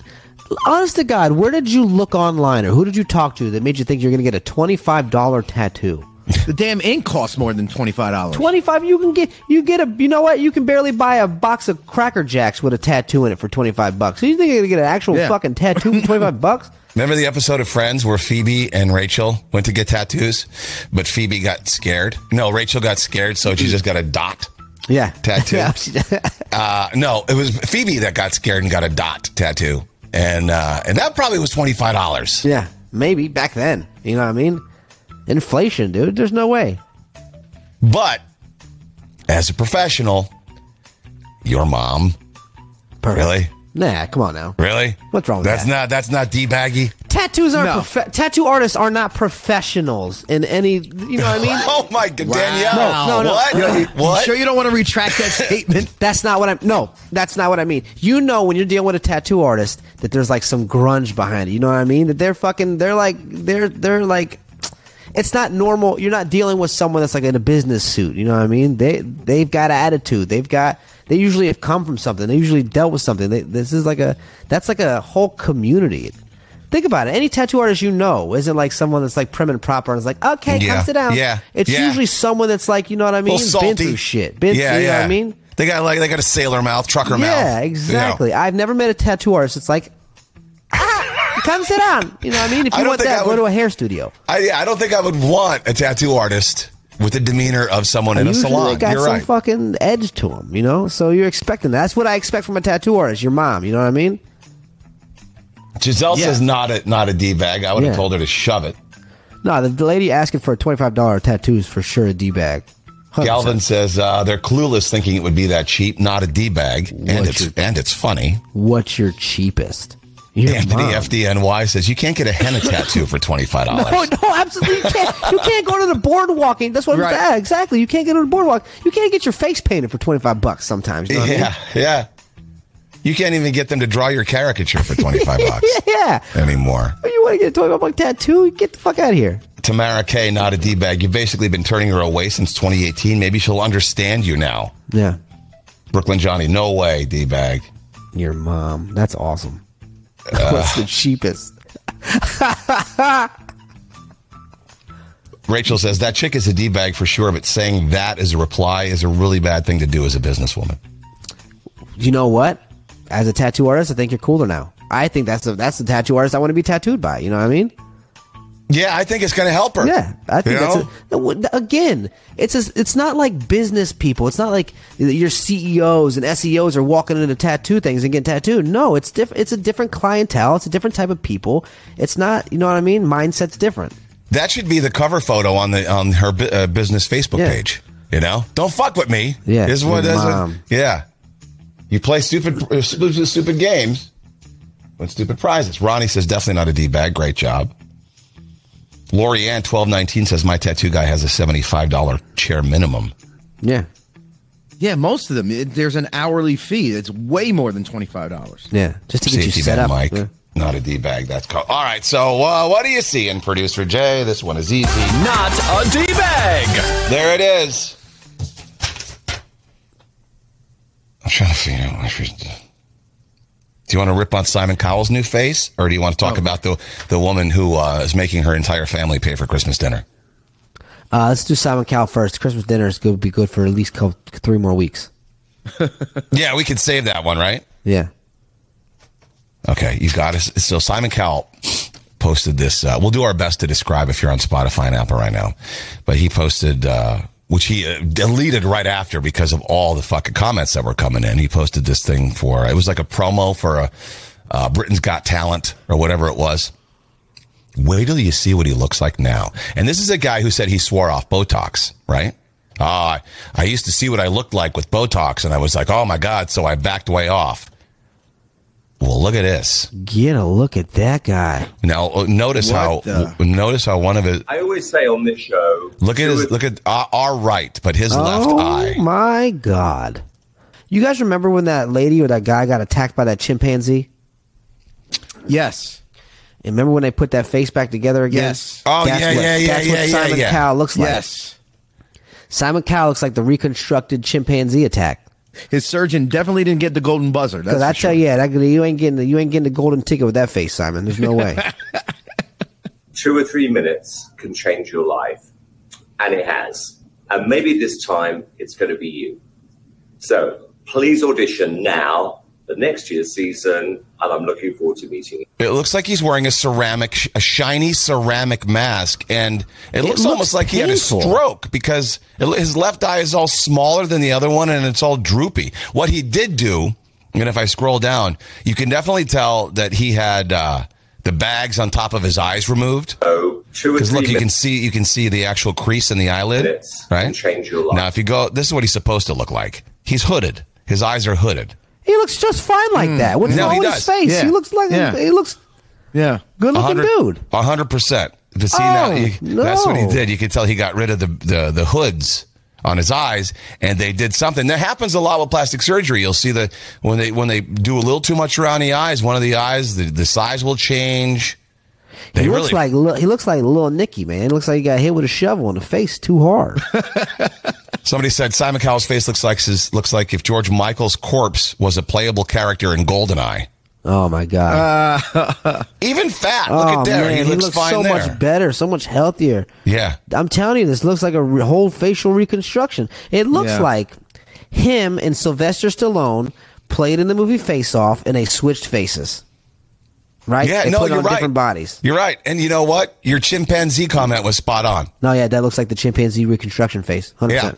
[SPEAKER 4] Honest to God, where did you look online, or who did you talk to that made you think you're going to get a twenty five dollar tattoo?
[SPEAKER 5] the damn ink costs more than twenty five dollars.
[SPEAKER 4] 25 you can get you get a you know what you can barely buy a box of cracker jacks with a tattoo in it for 25 bucks so you think you're gonna get an actual
[SPEAKER 5] Yeah.
[SPEAKER 4] fucking tattoo for 25 bucks
[SPEAKER 3] Remember the episode of Friends where Phoebe and Rachel went to get tattoos, but Phoebe got scared. No, Rachel got scared, so she just got a dot.
[SPEAKER 4] yeah <laughs>
[SPEAKER 3] Tattoo.
[SPEAKER 4] Yeah, she-
[SPEAKER 3] Uh, no, it was Phoebe that got scared and got a dot tattoo, and uh, and that probably was twenty five dollars.
[SPEAKER 4] yeah maybe back then you know what i mean inflation dude there's no way
[SPEAKER 3] But as a professional, your mom
[SPEAKER 4] Perfect.
[SPEAKER 3] really,
[SPEAKER 4] nah come on now
[SPEAKER 3] really,
[SPEAKER 4] What's wrong with
[SPEAKER 3] that's
[SPEAKER 4] that?
[SPEAKER 3] not that's not d baggy.
[SPEAKER 4] tattoos aren't
[SPEAKER 5] No.
[SPEAKER 4] profe- tattoo artists are not professionals in any you know what i mean
[SPEAKER 3] <laughs> Oh my god, Danielle!
[SPEAKER 4] No, no, no.
[SPEAKER 3] What?
[SPEAKER 5] You
[SPEAKER 3] what?
[SPEAKER 5] sure you don't want to retract that
[SPEAKER 3] <laughs>
[SPEAKER 5] statement?
[SPEAKER 4] That's not what I'm. No, that's not what I mean. You know, when you're dealing with a tattoo artist, that there's like some grunge behind it. You know what I mean? That they're fucking. They're like. They're they're like. It's not normal. You're not dealing with someone that's like in a business suit. You know what I mean? They they've got an attitude. They've got. They usually have come from something. They usually dealt with something. They, this is like a. That's like a whole community. Think about it. Any tattoo artist you know isn't like someone that's like prim and proper and is like, okay,
[SPEAKER 3] Yeah.
[SPEAKER 4] come sit down.
[SPEAKER 3] Yeah.
[SPEAKER 4] It's
[SPEAKER 3] Yeah.
[SPEAKER 4] usually someone that's like, you know what I mean?
[SPEAKER 3] little salty.
[SPEAKER 4] Been through shit. Been,
[SPEAKER 3] yeah,
[SPEAKER 4] you know
[SPEAKER 3] yeah.
[SPEAKER 4] what I mean?
[SPEAKER 3] They got like they got a sailor mouth, trucker mouth.
[SPEAKER 4] Yeah,
[SPEAKER 3] you know.
[SPEAKER 4] exactly. I've never met a tattoo artist that's like, ah, come sit down. You know what I mean? If
[SPEAKER 3] I
[SPEAKER 4] you
[SPEAKER 3] don't
[SPEAKER 4] want
[SPEAKER 3] think
[SPEAKER 4] that,
[SPEAKER 3] I
[SPEAKER 4] go
[SPEAKER 3] would-
[SPEAKER 4] to a hair studio.
[SPEAKER 3] I, yeah, I don't think I would want a tattoo artist with the demeanor of someone in a
[SPEAKER 4] Usually
[SPEAKER 3] salon.
[SPEAKER 4] They got
[SPEAKER 3] You're
[SPEAKER 4] some
[SPEAKER 3] right.
[SPEAKER 4] fucking edge to them, you know? So you're expecting that. That's what I expect from a tattoo artist, your mom, you know what I mean?
[SPEAKER 3] Giselle
[SPEAKER 5] Yeah.
[SPEAKER 3] says not a not a d bag. I would have
[SPEAKER 4] Yeah.
[SPEAKER 3] told her to shove it.
[SPEAKER 4] No, the, the lady asking for a $25 tattoo is for sure a D bag.
[SPEAKER 3] Galvin says uh, they're clueless, thinking it would be that cheap. Not a d bag, and
[SPEAKER 4] What
[SPEAKER 3] it's
[SPEAKER 4] you-
[SPEAKER 3] and it's funny.
[SPEAKER 4] What's your cheapest? Your
[SPEAKER 3] Anthony
[SPEAKER 4] mom.
[SPEAKER 3] FDNY says you can't get a henna tattoo for twenty five dollars.
[SPEAKER 4] <laughs> No, Oh, no, absolutely you can't. You can't go to the boardwalk. and- That's what
[SPEAKER 5] Right.
[SPEAKER 4] I'm saying. Exactly. You can't go to the boardwalk. You can't get your face painted for 25 bucks sometimes. You know what I mean?
[SPEAKER 3] Yeah, yeah. You can't even get them to draw your caricature for twenty five bucks
[SPEAKER 4] <laughs> Yeah.
[SPEAKER 3] anymore.
[SPEAKER 4] But you want to get a 25 buck tattoo? Get the fuck out of here.
[SPEAKER 3] Tamara K, not a d bag. You've basically been turning her away since twenty eighteen. Maybe she'll understand you now.
[SPEAKER 4] Yeah.
[SPEAKER 3] Brooklyn Johnny, no way, d bag.
[SPEAKER 4] Your mom. That's awesome. <laughs> What's the cheapest?
[SPEAKER 3] Rachel says that chick is a d bag for sure, but saying that as a reply is a really bad thing to do as a businesswoman.
[SPEAKER 4] You know what? As a tattoo artist, I think you're cooler now. I think that's the that's the tattoo artist I want to be tattooed by. You know what I mean?
[SPEAKER 3] Yeah, I think it's going to help her.
[SPEAKER 4] Yeah, I think
[SPEAKER 3] You
[SPEAKER 4] that's
[SPEAKER 3] know?
[SPEAKER 4] a- w- again. It's a, it's not like business people. It's not like your CEOs and SEOs are walking into tattoo things and getting tattooed. No, it's different. It's a different clientele. It's a different type of people. It's not. You know what I mean? Mindset's different.
[SPEAKER 3] that should be the cover photo on the on her bu- uh, business Facebook
[SPEAKER 4] Yeah.
[SPEAKER 3] page. You know, don't fuck with me.
[SPEAKER 4] Yeah,
[SPEAKER 3] is what
[SPEAKER 4] your
[SPEAKER 3] is it?
[SPEAKER 4] mom.
[SPEAKER 3] Yeah, you play stupid uh, stupid, stupid games, with stupid prizes. Ronnie says definitely not a d bag. Great job. Lori Ann twelve nineteen says my tattoo guy has a seventy five dollar chair minimum.
[SPEAKER 4] Yeah,
[SPEAKER 5] Yeah, most of them. It, there's an hourly fee. It's way more than twenty five dollars.
[SPEAKER 4] yeah. Just to get you
[SPEAKER 3] Safety
[SPEAKER 4] set
[SPEAKER 3] bag,
[SPEAKER 4] up,
[SPEAKER 3] Mike.
[SPEAKER 4] Yeah.
[SPEAKER 3] Not a d bag. That's called. All right. So uh, what do you see in producer Jay? This one is easy.
[SPEAKER 10] Not a D bag.
[SPEAKER 3] There it is. I'm trying to figure out. What you- do you want to rip on Simon Cowell's new face, or do you want to talk about the the woman who uh, is making her entire family pay for Christmas dinner?
[SPEAKER 4] Uh, let's do Simon Cowell first. Christmas dinner is going to be good for at least co- three more weeks.
[SPEAKER 3] Yeah, we could save that one, right?
[SPEAKER 4] Yeah.
[SPEAKER 3] Okay, you got us. So Simon Cowell posted this. Uh, we'll do our best to describe if you're on Spotify and Apple right now, but he posted, uh, which he uh, deleted right after because of all the fucking comments that were coming in. He posted this thing for it was like a promo for a uh, Britain's Got Talent or whatever it was. Wait till you see what he looks like now. And this is a guy who said he swore off Botox, right? Ah, I used to see what I looked like with Botox, and I was like, oh my god, so I backed way off. Well, look at this.
[SPEAKER 4] Get a look at that guy.
[SPEAKER 3] Now uh, notice
[SPEAKER 5] What
[SPEAKER 3] how
[SPEAKER 5] the-
[SPEAKER 3] w- notice how one of his
[SPEAKER 10] I always say on this show.
[SPEAKER 3] look at his look at uh, our right, but his left
[SPEAKER 4] oh
[SPEAKER 3] eye.
[SPEAKER 4] my god! You guys remember when that lady or that guy got attacked by that chimpanzee?
[SPEAKER 5] Yes.
[SPEAKER 4] And remember when they put that face back together again?
[SPEAKER 5] Yes.
[SPEAKER 3] Oh,
[SPEAKER 4] that's what,
[SPEAKER 3] yeah, yeah, yeah,
[SPEAKER 4] that's
[SPEAKER 3] yeah,
[SPEAKER 4] what
[SPEAKER 3] yeah,
[SPEAKER 4] Simon
[SPEAKER 3] yeah.
[SPEAKER 4] Cowell looks like.
[SPEAKER 5] Yes.
[SPEAKER 4] Simon Cowell looks like the reconstructed chimpanzee attack.
[SPEAKER 5] His surgeon definitely didn't get the golden buzzer. That's
[SPEAKER 4] Because I
[SPEAKER 5] for
[SPEAKER 4] tell
[SPEAKER 5] sure.
[SPEAKER 4] you, that, you ain't getting the you ain't getting the golden ticket with that face, Simon. There's no
[SPEAKER 3] <laughs>
[SPEAKER 4] way.
[SPEAKER 10] two or three minutes can change your life. And it has. And maybe this time it's going to be you. So please audition now for next year's season. And I'm looking forward to meeting you.
[SPEAKER 3] It looks like he's wearing a ceramic, sh- a shiny ceramic mask, and it, looks,
[SPEAKER 4] looks
[SPEAKER 3] almost like he had a
[SPEAKER 4] painful.
[SPEAKER 3] stroke because it, his left eye is all smaller than the other one, and it's all droopy. What he did do, and if I scroll down, you can definitely tell that he had uh, the bags on top of his eyes removed.
[SPEAKER 10] Two or
[SPEAKER 3] Because
[SPEAKER 10] three
[SPEAKER 3] look, you can
[SPEAKER 10] minutes
[SPEAKER 3] see you can see the actual crease in the eyelid,
[SPEAKER 10] Minutes
[SPEAKER 3] right?
[SPEAKER 10] can change your life.
[SPEAKER 3] Now, if you go, this is what he's supposed to look like. He's hooded. His eyes are hooded.
[SPEAKER 4] he looks just fine like that. What's
[SPEAKER 3] Hmm. No,
[SPEAKER 4] wrong
[SPEAKER 3] he
[SPEAKER 4] with his
[SPEAKER 3] does.
[SPEAKER 4] face?
[SPEAKER 5] Yeah.
[SPEAKER 4] He looks like
[SPEAKER 5] Yeah.
[SPEAKER 4] he looks
[SPEAKER 5] Yeah.
[SPEAKER 4] good looking dude.
[SPEAKER 3] hundred percent. But see,
[SPEAKER 4] Oh,
[SPEAKER 3] now, you- that's what he
[SPEAKER 4] no.
[SPEAKER 3] did. You can tell he got rid of the, the the hoods on his eyes, and they did something that happens a lot with plastic surgery. You'll see that when they when they do a little too much around the eyes, one of the eyes the, the size will change. They
[SPEAKER 4] He
[SPEAKER 3] really
[SPEAKER 4] looks like Lil- he looks like little Nicky, man. He looks like he got hit with a shovel in the face too
[SPEAKER 3] <laughs>
[SPEAKER 4] hard.
[SPEAKER 3] Somebody said Simon Cowell's face looks like his, looks like if George Michael's corpse was a playable character in Goldeneye.
[SPEAKER 4] Oh my god!
[SPEAKER 3] Even fat. Uh, Look
[SPEAKER 4] Oh,
[SPEAKER 3] at there. he looks, fine
[SPEAKER 4] so
[SPEAKER 3] there.
[SPEAKER 4] much better, so much healthier.
[SPEAKER 3] yeah.
[SPEAKER 4] I'm telling you, this looks like a re- whole facial reconstruction. It looks
[SPEAKER 5] Yeah.
[SPEAKER 4] like him and Sylvester Stallone played in the movie Face Off, and they switched faces. Right?
[SPEAKER 3] Yeah,
[SPEAKER 4] they
[SPEAKER 3] no,
[SPEAKER 4] put
[SPEAKER 3] you're
[SPEAKER 4] on
[SPEAKER 3] right.
[SPEAKER 4] different bodies.
[SPEAKER 3] You're right. And you know what? Your chimpanzee comment was spot on.
[SPEAKER 4] No, yeah, that looks like the chimpanzee reconstruction face. 100%.
[SPEAKER 3] Yeah.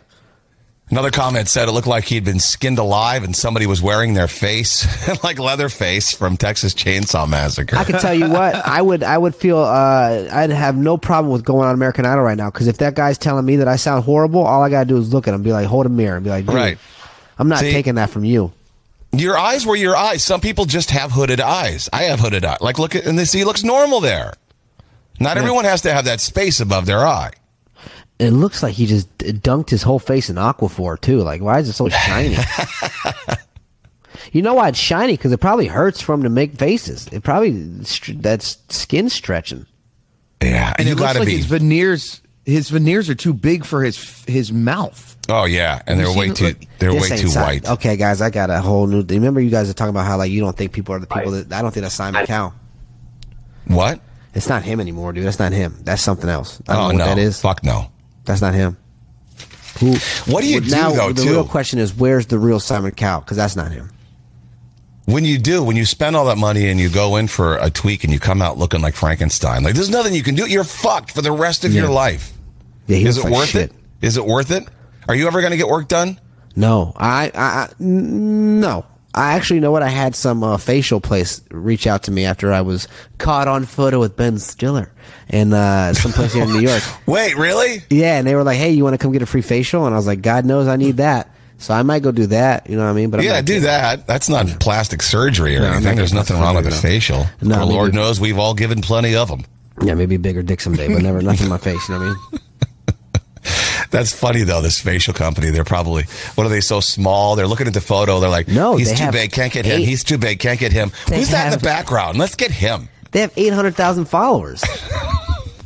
[SPEAKER 3] Another comment said it looked like he'd been skinned alive and somebody was wearing their face, <laughs> like Leatherface from Texas Chainsaw Massacre.
[SPEAKER 4] I can tell you what I would I would feel uh, I'd have no problem with going on American Idol right now because if that guy's telling me that I sound horrible, all I gotta do is look at him, be like, hold a mirror, and be like, Dude,
[SPEAKER 3] Right.
[SPEAKER 4] I'm not
[SPEAKER 3] See?
[SPEAKER 4] taking that from you.
[SPEAKER 3] your eyes were your eyes. Some people just have hooded eyes. I have hooded eyes. Like, look at, and they see it looks normal there. Not everyone has to have that space above their eye.
[SPEAKER 4] It looks like he just d- dunked his whole face in Aquaphor too. Like, why is it
[SPEAKER 3] <laughs>
[SPEAKER 4] so shiny? you know why it's shiny? Because it probably hurts for him to make faces. It probably str- that's skin stretching.
[SPEAKER 3] Yeah.
[SPEAKER 5] And
[SPEAKER 3] you
[SPEAKER 5] it looks
[SPEAKER 3] gotta
[SPEAKER 5] like
[SPEAKER 3] be.
[SPEAKER 5] his veneers. His veneers are too big for his his mouth.
[SPEAKER 3] oh, yeah. And they're
[SPEAKER 5] You
[SPEAKER 3] way
[SPEAKER 5] see-
[SPEAKER 3] too,
[SPEAKER 5] look-
[SPEAKER 3] they're
[SPEAKER 4] This
[SPEAKER 3] way
[SPEAKER 4] ain't
[SPEAKER 3] too
[SPEAKER 4] Simon-
[SPEAKER 3] white.
[SPEAKER 4] Okay, guys, I got a whole new. Remember, you guys are talking about how like you don't think people are the people
[SPEAKER 10] I-
[SPEAKER 4] that I don't think that's Simon
[SPEAKER 10] I-
[SPEAKER 4] Cowell.
[SPEAKER 3] What?
[SPEAKER 4] It's not him anymore, dude. That's not him. That's something else. I don't
[SPEAKER 3] Oh,
[SPEAKER 4] know what
[SPEAKER 3] no.
[SPEAKER 4] that is.
[SPEAKER 3] Fuck no.
[SPEAKER 4] That's not him. Who?
[SPEAKER 3] What do you do,
[SPEAKER 4] now?
[SPEAKER 3] though,
[SPEAKER 4] the
[SPEAKER 3] too?
[SPEAKER 4] real question is, where's the real Simon Cowell? Because that's not him.
[SPEAKER 3] when you do, when you spend all that money and you go in for a tweak and you come out looking like Frankenstein, like there's nothing you can do. You're fucked for the rest of your life.
[SPEAKER 4] Yeah, he
[SPEAKER 3] Is it
[SPEAKER 4] looks like
[SPEAKER 3] worth
[SPEAKER 4] shit.
[SPEAKER 3] it? Is it worth it? Are you ever going to get work done?
[SPEAKER 4] No, I, I, I n- no. I actually know what I had some uh, facial place reach out to me after I was caught on photo with Ben Stiller in uh, some place here in
[SPEAKER 3] <laughs>
[SPEAKER 4] New York.
[SPEAKER 3] Wait, really?
[SPEAKER 4] Yeah, and they were like, "Hey, you want to come get a free facial?" And I was like, "God knows I need that." So I might go do that. You know what I mean? But I'm
[SPEAKER 3] yeah,
[SPEAKER 4] not
[SPEAKER 3] do
[SPEAKER 4] doing-
[SPEAKER 3] that. That's not plastic surgery or anything. There's nothing wrong with a facial.
[SPEAKER 4] No,
[SPEAKER 3] Well,
[SPEAKER 4] maybe-
[SPEAKER 3] Lord knows we've all given plenty of them.
[SPEAKER 4] Yeah, maybe a bigger dick someday, but never nothing in my face. You know what I mean?
[SPEAKER 3] <laughs> That's funny though. This facial company, they're probably what are they so small? They're looking at the photo. They're like,
[SPEAKER 4] No,
[SPEAKER 3] he's
[SPEAKER 4] they
[SPEAKER 3] too
[SPEAKER 4] have
[SPEAKER 3] big. Can't get him.
[SPEAKER 4] eight-
[SPEAKER 3] He's too big. Can't get him.
[SPEAKER 4] They
[SPEAKER 3] Who's that in
[SPEAKER 4] have-
[SPEAKER 3] the background? Let's get him.
[SPEAKER 4] They have 800,000
[SPEAKER 3] <laughs>
[SPEAKER 4] followers.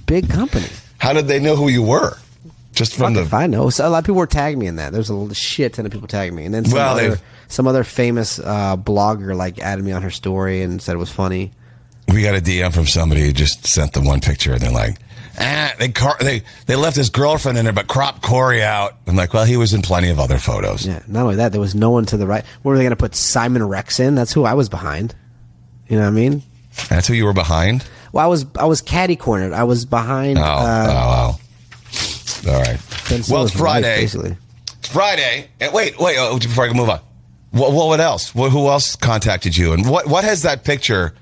[SPEAKER 4] Big company.
[SPEAKER 3] How did they know who you were? Just from
[SPEAKER 4] Fuck
[SPEAKER 3] the
[SPEAKER 4] if I know. So a lot of people were tagging me in that. There's a l- shit ton of people tagging me. And then some,
[SPEAKER 3] Well, they-
[SPEAKER 4] other, some other famous uh, blogger like added me on her story and said it was funny.
[SPEAKER 3] we got a DM from somebody who just sent the one picture, and they're like, "Ah, they car- they they left his girlfriend in there, but crop Corey out." I'm like, "Well, he was in plenty of other photos."
[SPEAKER 4] Yeah. Not only that, there was no one to the right. What were they going to put Simon Rex in? That's who I was behind. You know what I mean?
[SPEAKER 3] That's who you were behind.
[SPEAKER 4] Well, I was I was caddy cornered. I was behind.
[SPEAKER 3] Oh,
[SPEAKER 4] uh,
[SPEAKER 3] oh, oh. All
[SPEAKER 4] Ben
[SPEAKER 3] right. well, it's
[SPEAKER 4] Stiller's wife,
[SPEAKER 3] Friday.
[SPEAKER 4] basically.
[SPEAKER 3] It's Friday. And wait, wait. Oh, before I can move on, what, what, what else? What, who else contacted you? And what, what has that picture,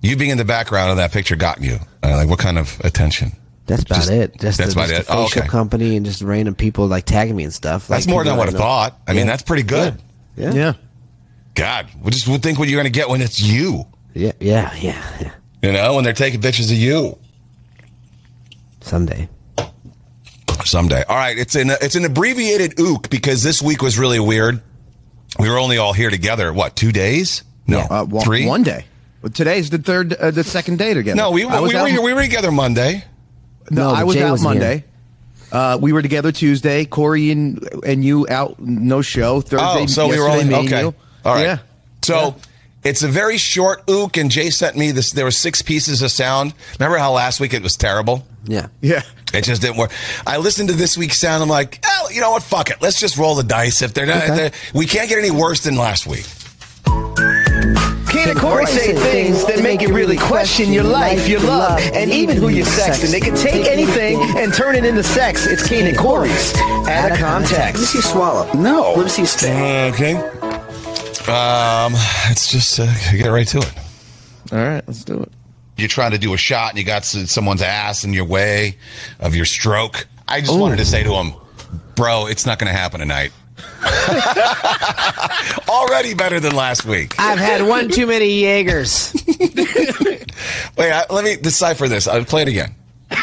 [SPEAKER 3] you being in the background of that picture, gotten you? Uh, like, what kind of attention?
[SPEAKER 4] That's about
[SPEAKER 3] Just-
[SPEAKER 4] it. Just
[SPEAKER 3] that's
[SPEAKER 4] the,
[SPEAKER 3] about
[SPEAKER 4] just
[SPEAKER 3] it.
[SPEAKER 4] The
[SPEAKER 3] Oh,
[SPEAKER 4] facial
[SPEAKER 3] okay.
[SPEAKER 4] company and just random people like tagging me and stuff. Like
[SPEAKER 3] That's more
[SPEAKER 4] people
[SPEAKER 3] than I
[SPEAKER 4] that
[SPEAKER 3] would have
[SPEAKER 4] know.
[SPEAKER 3] thought. I mean,
[SPEAKER 4] Yeah.
[SPEAKER 3] that's pretty good.
[SPEAKER 4] Yeah. Yeah.
[SPEAKER 5] Yeah.
[SPEAKER 3] God, we just would think what you're going to get when it's you.
[SPEAKER 4] Yeah. Yeah. Yeah. yeah.
[SPEAKER 3] You know, when they're taking pictures of you
[SPEAKER 4] Someday.
[SPEAKER 3] someday. All right, it's an it's an abbreviated ook because this week was really weird. We were only all here together. What two days? No,
[SPEAKER 5] Uh, one,
[SPEAKER 3] three.
[SPEAKER 5] One day. Well, today's the third, uh, the second day together.
[SPEAKER 3] No, we
[SPEAKER 5] I
[SPEAKER 3] we,
[SPEAKER 5] was
[SPEAKER 3] we,
[SPEAKER 5] out-
[SPEAKER 3] were, we were together Monday.
[SPEAKER 5] No,
[SPEAKER 4] No,
[SPEAKER 5] I
[SPEAKER 4] but
[SPEAKER 5] was
[SPEAKER 4] Jay
[SPEAKER 5] out
[SPEAKER 4] wasn't
[SPEAKER 5] Monday. Uh, we were together Tuesday. Corey and and you out, no show. Thursday.
[SPEAKER 3] Oh, so we were
[SPEAKER 5] yesterday,
[SPEAKER 3] only
[SPEAKER 5] me and
[SPEAKER 3] okay.
[SPEAKER 5] you.
[SPEAKER 3] All right.
[SPEAKER 5] Yeah.
[SPEAKER 3] So it's a very short ook, and Jay sent me this. There were six pieces of sound. Remember how last week it was terrible?
[SPEAKER 4] Yeah.
[SPEAKER 5] Yeah.
[SPEAKER 3] It just didn't work. I listened to this week's sound. I'm like, oh, you know what? Fuck it. Let's just roll the dice. If they're not, if they're- we can't get any worse than last week.
[SPEAKER 11] Kid and Corey say things that make you really question your life, your love, and even who you're sexting. They can take anything and turn it into sex. It's Keen and Corey's. Out of context.
[SPEAKER 4] you swallow.
[SPEAKER 11] No. Let me see you stay.
[SPEAKER 3] Okay. Um, it's just uh, get right to it.
[SPEAKER 5] All right. Let's do it.
[SPEAKER 3] You're trying to do a shot, and you got s- someone's ass in your way of your stroke. I just wanted to say to him, bro, it's not going to happen tonight. <laughs> Already better than last week.
[SPEAKER 4] I've had one too many Jaegers.
[SPEAKER 3] Wait, I, let me decipher this. I'll play it again.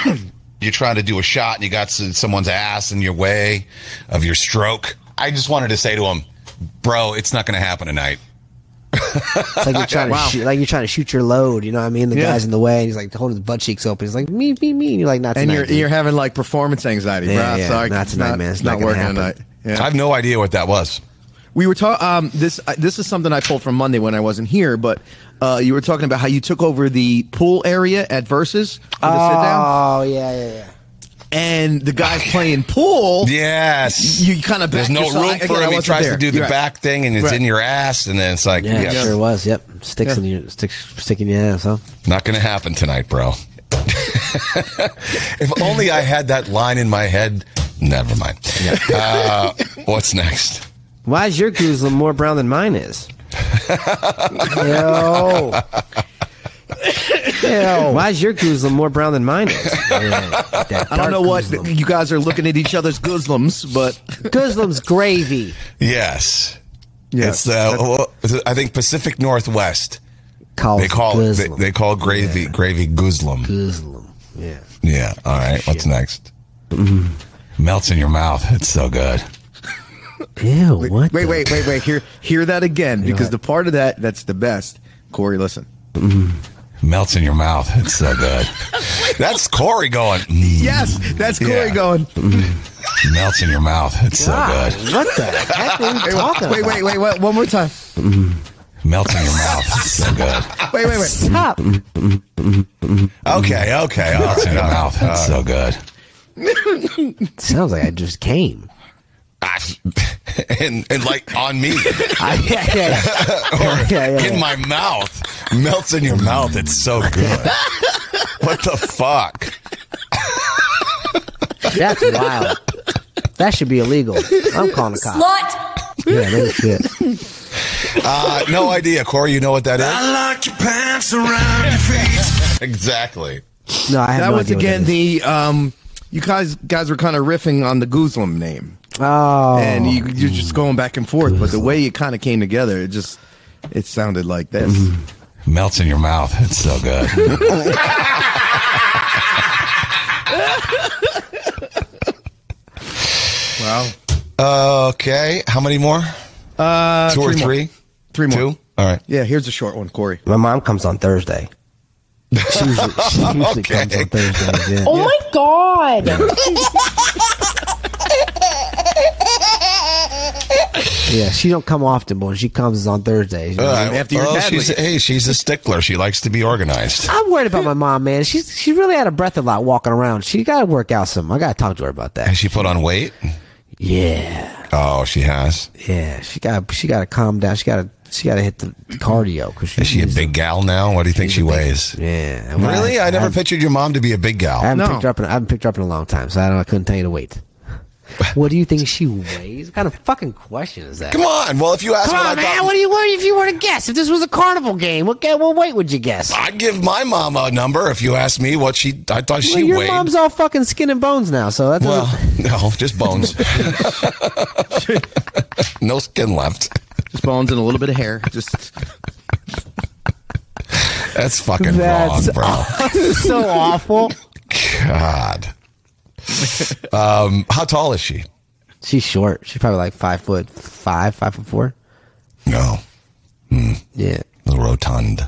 [SPEAKER 3] <clears throat> You're trying to do a shot, and you got s- someone's ass in your way of your stroke. I just wanted to say to him, bro, it's not going to happen tonight.
[SPEAKER 4] It's <laughs> like you're trying
[SPEAKER 5] Wow.
[SPEAKER 4] to shoot, like you're trying to shoot your load. You know what I mean? The
[SPEAKER 5] Yeah.
[SPEAKER 4] guy's in the way, and he's like holding his butt cheeks open. He's like me, me, me. And you're like not
[SPEAKER 5] And
[SPEAKER 4] tonight.
[SPEAKER 5] you're
[SPEAKER 4] dude.
[SPEAKER 5] you're having like performance anxiety,
[SPEAKER 4] Yeah,
[SPEAKER 5] bro.
[SPEAKER 4] yeah,
[SPEAKER 5] Sorry,
[SPEAKER 4] not
[SPEAKER 5] it's
[SPEAKER 4] tonight, man. It's not gonna
[SPEAKER 5] working
[SPEAKER 4] happen.
[SPEAKER 5] tonight. Yeah.
[SPEAKER 3] I have no idea what that was.
[SPEAKER 5] We were talking. Um, this uh, this is something I pulled from Monday when I wasn't here, but uh, you were talking about how you took over the pool area at versus. for the sit-down.
[SPEAKER 4] Oh yeah, yeah, yeah.
[SPEAKER 5] And the guys playing pool.
[SPEAKER 3] Yes.
[SPEAKER 5] You kind of
[SPEAKER 3] There's no room for him. He tries to do the back thing, and it's in your ass, and then it's like,
[SPEAKER 4] Yeah,
[SPEAKER 3] yes.
[SPEAKER 4] it sure was. Yep, sticks
[SPEAKER 3] Yeah.
[SPEAKER 4] in your sticks sticking your ass, huh?
[SPEAKER 3] Not going to happen tonight, bro. <laughs> if only I had that line in my head. Never mind. Uh, what's next?
[SPEAKER 4] Why is your goose more brown than mine is? Yo. Yo. Why is your goose more brown than mine is?
[SPEAKER 5] I don't know what you guys are looking at each other's guzlums, <laughs> but
[SPEAKER 4] guzlums gravy.
[SPEAKER 3] Yes.
[SPEAKER 5] Yes.
[SPEAKER 3] It's, uh, well, I think Pacific Northwest.
[SPEAKER 4] Calls
[SPEAKER 3] they call they,
[SPEAKER 4] Guzlum.
[SPEAKER 3] they call gravy gravy guzlum.
[SPEAKER 4] Guzlum. Yeah.
[SPEAKER 3] Yeah. All right. What's next? Melts in your mouth. It's so good.
[SPEAKER 4] Ew, what?
[SPEAKER 5] Wait, wait, wait, wait. Hear hear that again because the part of that that's the best. Corey, listen.
[SPEAKER 3] Melts in your mouth. It's so <laughs> good. That's Corey going. mm.
[SPEAKER 5] Yes, that's Corey
[SPEAKER 3] Yeah.
[SPEAKER 5] going.
[SPEAKER 3] Mm. Melts in your mouth. It's so good.
[SPEAKER 4] What the heck are you talking
[SPEAKER 5] wait,
[SPEAKER 4] about?
[SPEAKER 5] wait, wait, wait, one more time. <laughs>
[SPEAKER 3] Melts in your mouth. It's so good.
[SPEAKER 5] Wait, wait, wait.
[SPEAKER 4] Stop.
[SPEAKER 3] Okay. Okay. Mm. Uh, Melts in your mouth. It's so good.
[SPEAKER 4] Sounds like I just
[SPEAKER 5] <laughs>
[SPEAKER 4] came.
[SPEAKER 3] Ah, <laughs> and and like on me
[SPEAKER 4] I, yeah, <laughs> yeah,
[SPEAKER 3] or
[SPEAKER 4] Yeah, yeah,
[SPEAKER 3] in
[SPEAKER 4] yeah.
[SPEAKER 3] my mouth melts in your mouth. It's so good. what the fuck?
[SPEAKER 4] yeah. That's wild. That should be illegal. I'm calling the cops.
[SPEAKER 7] Slut.
[SPEAKER 4] Yeah, that is shit.
[SPEAKER 3] Uh, no idea, Corey. You know what that is?
[SPEAKER 6] like your pants around your feet.
[SPEAKER 3] <laughs> Exactly.
[SPEAKER 4] No, I have
[SPEAKER 5] That
[SPEAKER 4] no
[SPEAKER 5] was
[SPEAKER 4] idea what
[SPEAKER 5] again
[SPEAKER 4] that is.
[SPEAKER 5] the um you guys guys were kind of riffing on the Guzlum name.
[SPEAKER 4] Oh.
[SPEAKER 5] And you you're just going back and forth, but the way it kind of came together, it just it sounded like this.
[SPEAKER 4] Mm-hmm.
[SPEAKER 3] Melts in your mouth. It's so good.
[SPEAKER 5] Wow.
[SPEAKER 3] okay. How many more?
[SPEAKER 5] Uh
[SPEAKER 3] Two or
[SPEAKER 5] more.
[SPEAKER 3] three?
[SPEAKER 5] Three more.
[SPEAKER 3] Two? All right.
[SPEAKER 5] Yeah, here's a short one, Corey.
[SPEAKER 4] My mom comes on Thursday. She usually, she
[SPEAKER 3] <laughs>
[SPEAKER 4] usually comes on Thursday. Yeah.
[SPEAKER 7] Oh my god.
[SPEAKER 4] yeah, she don't come often, but when she comes on Thursday.
[SPEAKER 5] after your
[SPEAKER 3] well,
[SPEAKER 5] dad
[SPEAKER 3] Oh, she's,
[SPEAKER 5] leaves.
[SPEAKER 3] hey, she's a stickler. She likes to be organized.
[SPEAKER 4] I'm worried about my mom, man. She's she really had a breath a lot walking around. She got to work out some. I got to talk to her about that.
[SPEAKER 3] Has she put on weight?
[SPEAKER 4] Yeah,
[SPEAKER 3] Oh, she has.
[SPEAKER 4] yeah. She got she got to calm down. She got to she got to hit the cardio because
[SPEAKER 3] Is she a big gal now? What do you think she weighs?
[SPEAKER 4] Yeah, well,
[SPEAKER 3] Really? I never
[SPEAKER 4] haven't-
[SPEAKER 3] pictured your mom to be a big
[SPEAKER 4] I
[SPEAKER 3] gal.
[SPEAKER 4] haven't
[SPEAKER 5] No.
[SPEAKER 4] picked her up. In, I haven't picked her up in a long time, so I don't. I couldn't tell you to
[SPEAKER 3] <laughs>
[SPEAKER 4] wait. What do you think she weighs? What kind of fucking question is that?
[SPEAKER 3] Come on. Well, if you ask
[SPEAKER 4] Come
[SPEAKER 3] what
[SPEAKER 4] on,
[SPEAKER 3] I
[SPEAKER 4] man.
[SPEAKER 3] thought-
[SPEAKER 4] What do you? What if you were to guess? If this was a carnival game, what ga- what weight would you guess?
[SPEAKER 3] I'd give my mom a number if you asked me what she I thought
[SPEAKER 4] Well,
[SPEAKER 3] she
[SPEAKER 4] your
[SPEAKER 3] weighed.
[SPEAKER 4] mom's all fucking skin and bones now, so that's
[SPEAKER 3] well,
[SPEAKER 4] <laughs>
[SPEAKER 3] no, just bones. no skin left.
[SPEAKER 5] Just bones and a little bit of hair. Just
[SPEAKER 3] That's fucking
[SPEAKER 4] That's
[SPEAKER 3] wrong, bro.
[SPEAKER 4] so awful.
[SPEAKER 3] God. um, how tall is she?
[SPEAKER 4] She's short. She's probably like five foot five, five foot four.
[SPEAKER 3] No,
[SPEAKER 4] Yeah. <laughs>
[SPEAKER 3] rotund.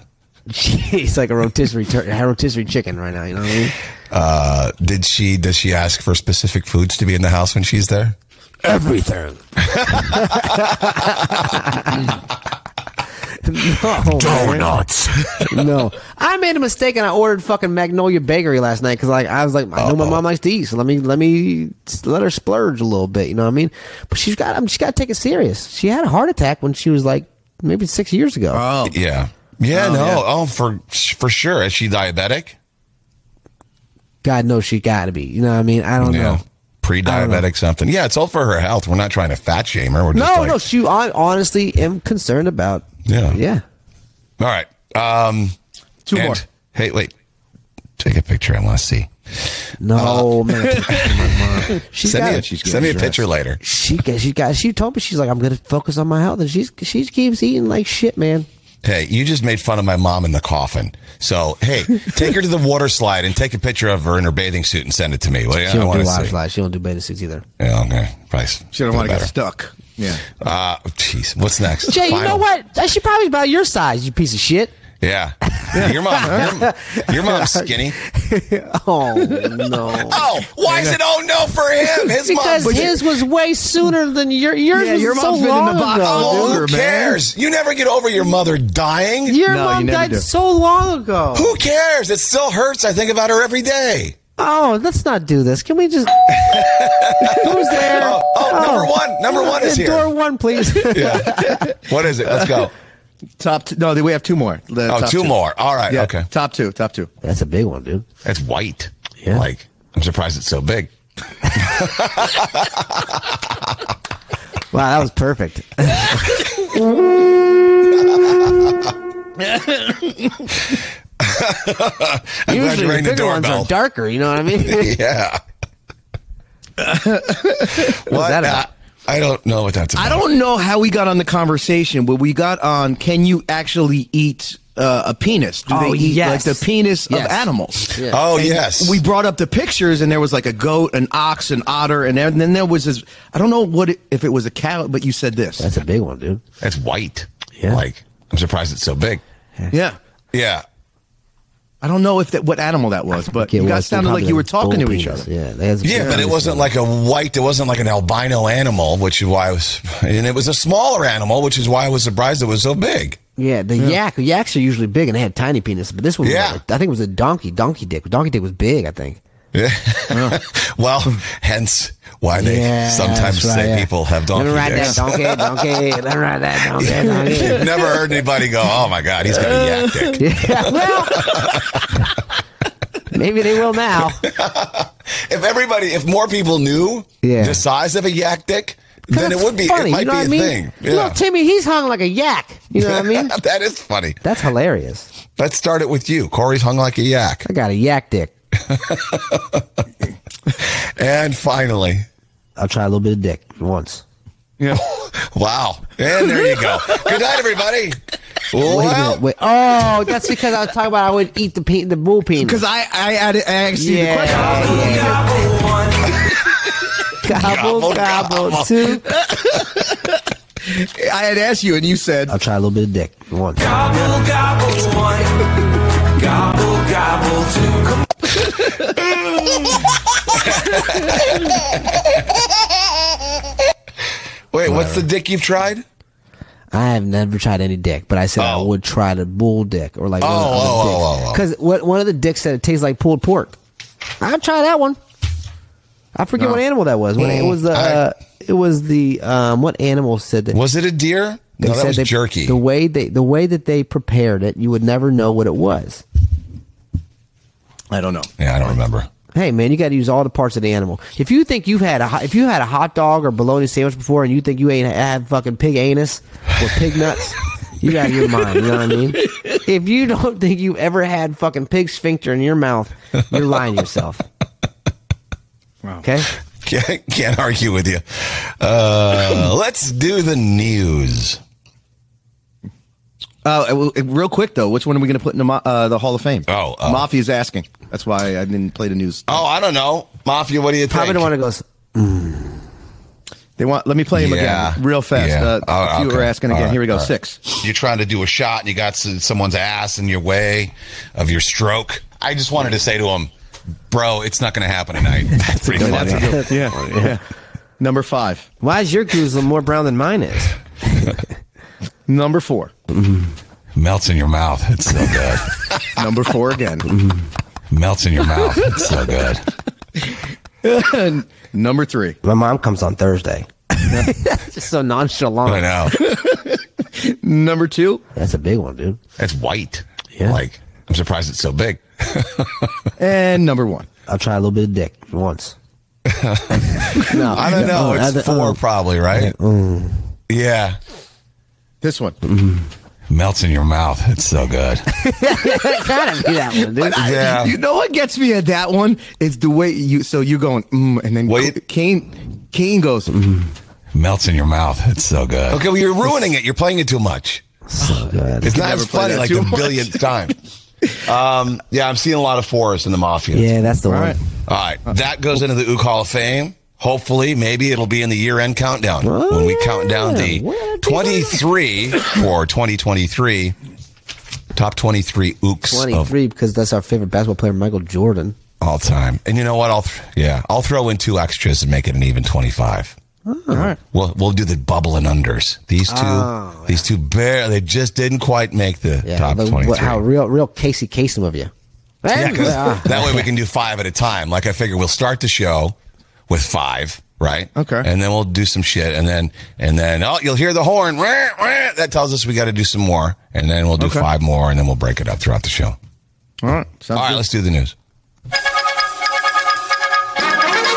[SPEAKER 4] She's like a rotisserie tur- a rotisserie chicken right now. You know what I mean?
[SPEAKER 3] Uh, did she? Does she ask for specific foods to be in the house when she's there?
[SPEAKER 4] Everything.
[SPEAKER 3] <laughs>
[SPEAKER 4] no, man.
[SPEAKER 3] Donuts. <laughs>
[SPEAKER 4] no. I made a mistake and I ordered fucking Magnolia Bakery last night because like I was like I know my mom likes to eat, so let me let me let her splurge a little bit. You know what I mean? But she's got I mean, she got to take it serious. She had a heart attack when she was like maybe six years ago.
[SPEAKER 3] Uh-huh.
[SPEAKER 5] <laughs> oh.
[SPEAKER 3] Yeah. Yeah. no.
[SPEAKER 5] yeah.
[SPEAKER 3] Oh, for for sure. Is she diabetic?
[SPEAKER 4] God knows she got to be. You know what I mean? I don't know.
[SPEAKER 3] Pre-diabetic something. Yeah, it's all for her health. We're not trying to fat shame her. We're
[SPEAKER 4] No,
[SPEAKER 3] just like,
[SPEAKER 4] no. She I honestly am concerned about.
[SPEAKER 3] Yeah.
[SPEAKER 4] yeah.
[SPEAKER 3] All right. Um,
[SPEAKER 5] Two
[SPEAKER 3] and-
[SPEAKER 5] more.
[SPEAKER 3] Hey, wait. Take a picture. I want to see.
[SPEAKER 4] No
[SPEAKER 3] Uh-huh. <laughs>
[SPEAKER 4] man. Come on. <laughs> She's
[SPEAKER 3] send me
[SPEAKER 4] got-
[SPEAKER 3] a, send me a picture later.
[SPEAKER 4] She got- she got she told me she's like I'm gonna focus on my health and she's she keeps eating like shit, man.
[SPEAKER 3] Hey, you just made fun of my mom in the coffin. So,
[SPEAKER 4] <laughs>
[SPEAKER 3] hey, take her to the water slide and take a picture of her in her bathing suit and send it to me. Well, yeah,
[SPEAKER 4] She
[SPEAKER 3] I
[SPEAKER 4] don't
[SPEAKER 3] want
[SPEAKER 4] do
[SPEAKER 3] to
[SPEAKER 4] water
[SPEAKER 3] see.
[SPEAKER 4] slides. She don't do beta suits either.
[SPEAKER 3] Yeah, okay. Price.
[SPEAKER 5] She don't want to
[SPEAKER 3] Better.
[SPEAKER 5] get stuck. Yeah.
[SPEAKER 3] Uh, jeez, what's next?
[SPEAKER 4] Jay, you
[SPEAKER 3] Final.
[SPEAKER 4] know what? She probably about your size, you piece of shit.
[SPEAKER 3] Yeah. Your mom, your,
[SPEAKER 4] <laughs>
[SPEAKER 3] your mom's skinny.
[SPEAKER 4] oh no!
[SPEAKER 3] Oh, why is it oh no for him? His
[SPEAKER 4] <laughs> because
[SPEAKER 3] mom.
[SPEAKER 4] his was way sooner than your yours.
[SPEAKER 3] Yeah,
[SPEAKER 4] was
[SPEAKER 3] your
[SPEAKER 4] so
[SPEAKER 3] mom's been in
[SPEAKER 4] long
[SPEAKER 3] the box
[SPEAKER 4] ago,
[SPEAKER 3] longer,
[SPEAKER 4] dude.
[SPEAKER 3] Who cares? You never get over your mother dying.
[SPEAKER 4] Your mom died so long ago.
[SPEAKER 3] Who cares? It still hurts. I think about her every day.
[SPEAKER 4] Oh, let's not do this. Can we
[SPEAKER 3] <laughs>
[SPEAKER 4] just? Who's there?
[SPEAKER 3] Oh, oh, number one. Number one is here.
[SPEAKER 4] Door one, please.
[SPEAKER 3] <laughs> Yeah. what is it?
[SPEAKER 4] <laughs>
[SPEAKER 3] Let's go.
[SPEAKER 5] Top t- no, we have two more. The
[SPEAKER 3] Oh,
[SPEAKER 5] top
[SPEAKER 3] two more. All right,
[SPEAKER 5] Yeah,
[SPEAKER 3] okay.
[SPEAKER 5] Top two. Top two.
[SPEAKER 4] That's a big one, dude.
[SPEAKER 3] That's white. Like, I'm surprised it's so big.
[SPEAKER 4] Wow, that was perfect.
[SPEAKER 3] I'm glad
[SPEAKER 4] Usually
[SPEAKER 3] you
[SPEAKER 4] the
[SPEAKER 3] rang the
[SPEAKER 4] bigger ones
[SPEAKER 3] doorbell.
[SPEAKER 4] are darker. You know what I mean?
[SPEAKER 3] yeah.
[SPEAKER 4] What's that about?
[SPEAKER 3] I, I don't know what that's about.
[SPEAKER 5] I don't know how we got on the conversation, but we got on. Can you actually eat uh, a penis? Do
[SPEAKER 4] Oh,
[SPEAKER 5] they eat
[SPEAKER 4] yes.
[SPEAKER 5] like the penis
[SPEAKER 4] Yes.
[SPEAKER 5] of animals?
[SPEAKER 4] Yeah.
[SPEAKER 3] Oh,
[SPEAKER 5] And
[SPEAKER 3] yes.
[SPEAKER 5] We brought up the pictures, and there was like a goat, an ox, an otter, and then then there was this. I don't know what it, if it was a cow, but you said this.
[SPEAKER 4] That's a big one, dude.
[SPEAKER 3] That's white.
[SPEAKER 4] Yeah.
[SPEAKER 3] Like, I'm surprised it's so big.
[SPEAKER 5] yeah.
[SPEAKER 3] Yeah.
[SPEAKER 5] I don't know if that what animal that was, but you guys sounded like you were talking to each other.
[SPEAKER 4] Yeah, that's
[SPEAKER 3] Yeah, but it wasn't like a white. It wasn't like an albino animal, which is why I was, and it was a smaller animal, which is why I was surprised it was so big.
[SPEAKER 4] Yeah, the yak. Yaks are usually big, and they had tiny penises. But this one, was
[SPEAKER 3] Yeah.
[SPEAKER 4] like- I think it was a donkey. Donkey dick. Donkey dick was big. I think.
[SPEAKER 3] <laughs> Yeah. well, hence why they
[SPEAKER 4] Yeah,
[SPEAKER 3] sometimes
[SPEAKER 4] that's right,
[SPEAKER 3] say
[SPEAKER 4] yeah.
[SPEAKER 3] people have
[SPEAKER 4] Let
[SPEAKER 3] donkey
[SPEAKER 4] me ride that
[SPEAKER 3] dicks.
[SPEAKER 4] donkey, donkey. Let me ride that donkey, donkey. <laughs>
[SPEAKER 3] Never heard anybody go, "Oh my god, he's got a yak dick."
[SPEAKER 4] Yeah, well, <laughs> maybe they will now.
[SPEAKER 3] If everybody, if more people knew
[SPEAKER 4] Yeah.
[SPEAKER 3] the size of a yak dick, then
[SPEAKER 4] That's
[SPEAKER 3] it would be.
[SPEAKER 4] funny.
[SPEAKER 3] it might
[SPEAKER 4] you know
[SPEAKER 3] be
[SPEAKER 4] what
[SPEAKER 3] a
[SPEAKER 4] I mean?
[SPEAKER 3] thing.
[SPEAKER 4] Little Timmy, he's hung like a yak. You know what I
[SPEAKER 3] <laughs>
[SPEAKER 4] mean?
[SPEAKER 3] that is funny.
[SPEAKER 4] That's hilarious.
[SPEAKER 3] Let's start it with you. Corey's hung like a yak,
[SPEAKER 4] I got a yak dick.
[SPEAKER 3] and finally,
[SPEAKER 4] I'll try a little bit of dick once.
[SPEAKER 3] wow, and there you go. Good night, everybody.
[SPEAKER 4] Wait a
[SPEAKER 3] Well,
[SPEAKER 4] minute. Wait. Oh, that's because I was talking about I would eat the pe- the bull penis.
[SPEAKER 5] Because I I added I asked you the
[SPEAKER 4] yeah. <laughs>
[SPEAKER 5] question.
[SPEAKER 4] Gobble, gobble, two.
[SPEAKER 5] I had asked you, and you said
[SPEAKER 4] I'll try a little bit of dick once.
[SPEAKER 6] Gobble, gobble one. Gobble, gobble two. Come
[SPEAKER 3] wait, what's the dick you've tried?
[SPEAKER 4] I have never tried any dick, but I said I
[SPEAKER 3] Oh.
[SPEAKER 4] would try the bull dick or like one
[SPEAKER 3] Oh, oh, oh, oh, oh.
[SPEAKER 4] Because what one of the dicks said it tastes like pulled pork. I'd try that one. I forget what animal that was. When
[SPEAKER 3] Mm.
[SPEAKER 4] it was the uh, it was the um, what animal said that
[SPEAKER 3] Was it a deer?
[SPEAKER 4] they
[SPEAKER 3] No, that
[SPEAKER 4] said
[SPEAKER 3] was
[SPEAKER 4] they-
[SPEAKER 3] jerky.
[SPEAKER 4] The way they the way that they prepared it, you would never know what it was.
[SPEAKER 5] I don't know.
[SPEAKER 3] Yeah, I don't remember. <laughs>
[SPEAKER 4] Hey man, you got to use all the parts of the animal. If you think you've had a hot- if you had a hot dog or bologna sandwich before, and you think you ain't had fucking pig anus or pig nuts, you out of your mind. You know what I mean? If you don't think you ever had fucking pig sphincter in your mouth, you're lying to yourself. Okay,
[SPEAKER 3] Can't, can't argue with you. Uh, <laughs> let's do the news.
[SPEAKER 5] Uh, well, real quick though, which one are we going to put in the, mo- uh, the Hall of Fame?
[SPEAKER 3] Oh, uh,
[SPEAKER 5] Mafia's asking. That's why I didn't play the news.
[SPEAKER 3] Oh, I don't know, Mafia. What do you
[SPEAKER 4] probably
[SPEAKER 3] think?
[SPEAKER 4] the one that goes.
[SPEAKER 5] They want. Let me play him
[SPEAKER 3] Yeah.
[SPEAKER 5] again, real fast.
[SPEAKER 3] Yeah.
[SPEAKER 5] Uh,
[SPEAKER 3] Oh,
[SPEAKER 5] if you
[SPEAKER 3] okay.
[SPEAKER 5] were asking
[SPEAKER 3] All
[SPEAKER 5] again,
[SPEAKER 3] right,
[SPEAKER 5] here we go.
[SPEAKER 3] all right.
[SPEAKER 5] Six. <laughs>
[SPEAKER 3] You're trying to do a shot, and you got s- someone's ass in your way of your stroke. I just wanted to say to him, bro, it's not going to
[SPEAKER 4] <laughs>
[SPEAKER 3] happen tonight. That's pretty funny.
[SPEAKER 5] Yeah. yeah. <laughs> Number five.
[SPEAKER 4] Why is your goose more brown than mine is?
[SPEAKER 5] Number four.
[SPEAKER 3] Melts in your mouth. It's so
[SPEAKER 4] <laughs>
[SPEAKER 3] good.
[SPEAKER 5] Number four again. <laughs>
[SPEAKER 3] Melts in your mouth. It's so good.
[SPEAKER 5] And number three.
[SPEAKER 4] My mom comes on Thursday. That's <laughs> just so
[SPEAKER 3] I
[SPEAKER 4] nonchalant.
[SPEAKER 3] know.
[SPEAKER 5] Number two.
[SPEAKER 4] That's a big one, dude.
[SPEAKER 3] It's white.
[SPEAKER 4] Yeah.
[SPEAKER 3] Like, I'm surprised it's so big.
[SPEAKER 5] And number one.
[SPEAKER 4] I'll try a little bit of dick
[SPEAKER 3] <laughs>
[SPEAKER 4] once. no,
[SPEAKER 3] Mm, I don't know. mm. It's four, probably, right? Yeah.
[SPEAKER 5] This one.
[SPEAKER 3] Melts in your mouth. It's so good.
[SPEAKER 4] gotta be that one, dude.
[SPEAKER 3] <laughs> Yeah.
[SPEAKER 5] You know what gets me at that one is the way you. So you going mm, and then
[SPEAKER 3] Wait.
[SPEAKER 5] Kane. Kane goes. Mm.
[SPEAKER 3] Melts in your mouth. It's so good. Okay, well, you're ruining it. You're playing it too much.
[SPEAKER 4] So good.
[SPEAKER 3] It's not as
[SPEAKER 5] play
[SPEAKER 3] funny <laughs>
[SPEAKER 5] that
[SPEAKER 3] like
[SPEAKER 5] too
[SPEAKER 3] the
[SPEAKER 5] much.
[SPEAKER 3] billionth time. Um, yeah, I'm seeing a lot of fours in the Mafia.
[SPEAKER 4] Yeah, that's the
[SPEAKER 5] All
[SPEAKER 4] one.
[SPEAKER 5] right.
[SPEAKER 3] All right. That goes into the Ook Hall of Fame. Hopefully, maybe it'll be in the year end countdown
[SPEAKER 4] Oh,
[SPEAKER 3] when we
[SPEAKER 4] yeah.
[SPEAKER 3] count down the
[SPEAKER 4] What a big
[SPEAKER 3] 23 for 2023 Top 23 ooks of
[SPEAKER 4] 23 because that's our favorite basketball player, Michael Jordan.
[SPEAKER 3] all time. And you know what? I'll th- yeah, I'll throw in two extras and make it an even 25.
[SPEAKER 4] All right.
[SPEAKER 3] We'll we'll do the bubble and unders. These two,
[SPEAKER 4] Oh,
[SPEAKER 3] these two barely. They just didn't quite make the top
[SPEAKER 4] But
[SPEAKER 3] twenty-three.
[SPEAKER 4] what- how real, real Casey Kasem of you.
[SPEAKER 3] Yeah, 'cause
[SPEAKER 4] Ah.
[SPEAKER 3] that way we can do five at a time. Like I figure we'll start the show with five, right? Okay. And then we'll do some shit, and then and then oh, you'll hear the horn. Wah, wah. that tells us we got to do some more, and then we'll do
[SPEAKER 5] Okay.
[SPEAKER 3] five more, and then we'll break it up throughout the show.
[SPEAKER 5] All right.
[SPEAKER 3] All right, let's do the news.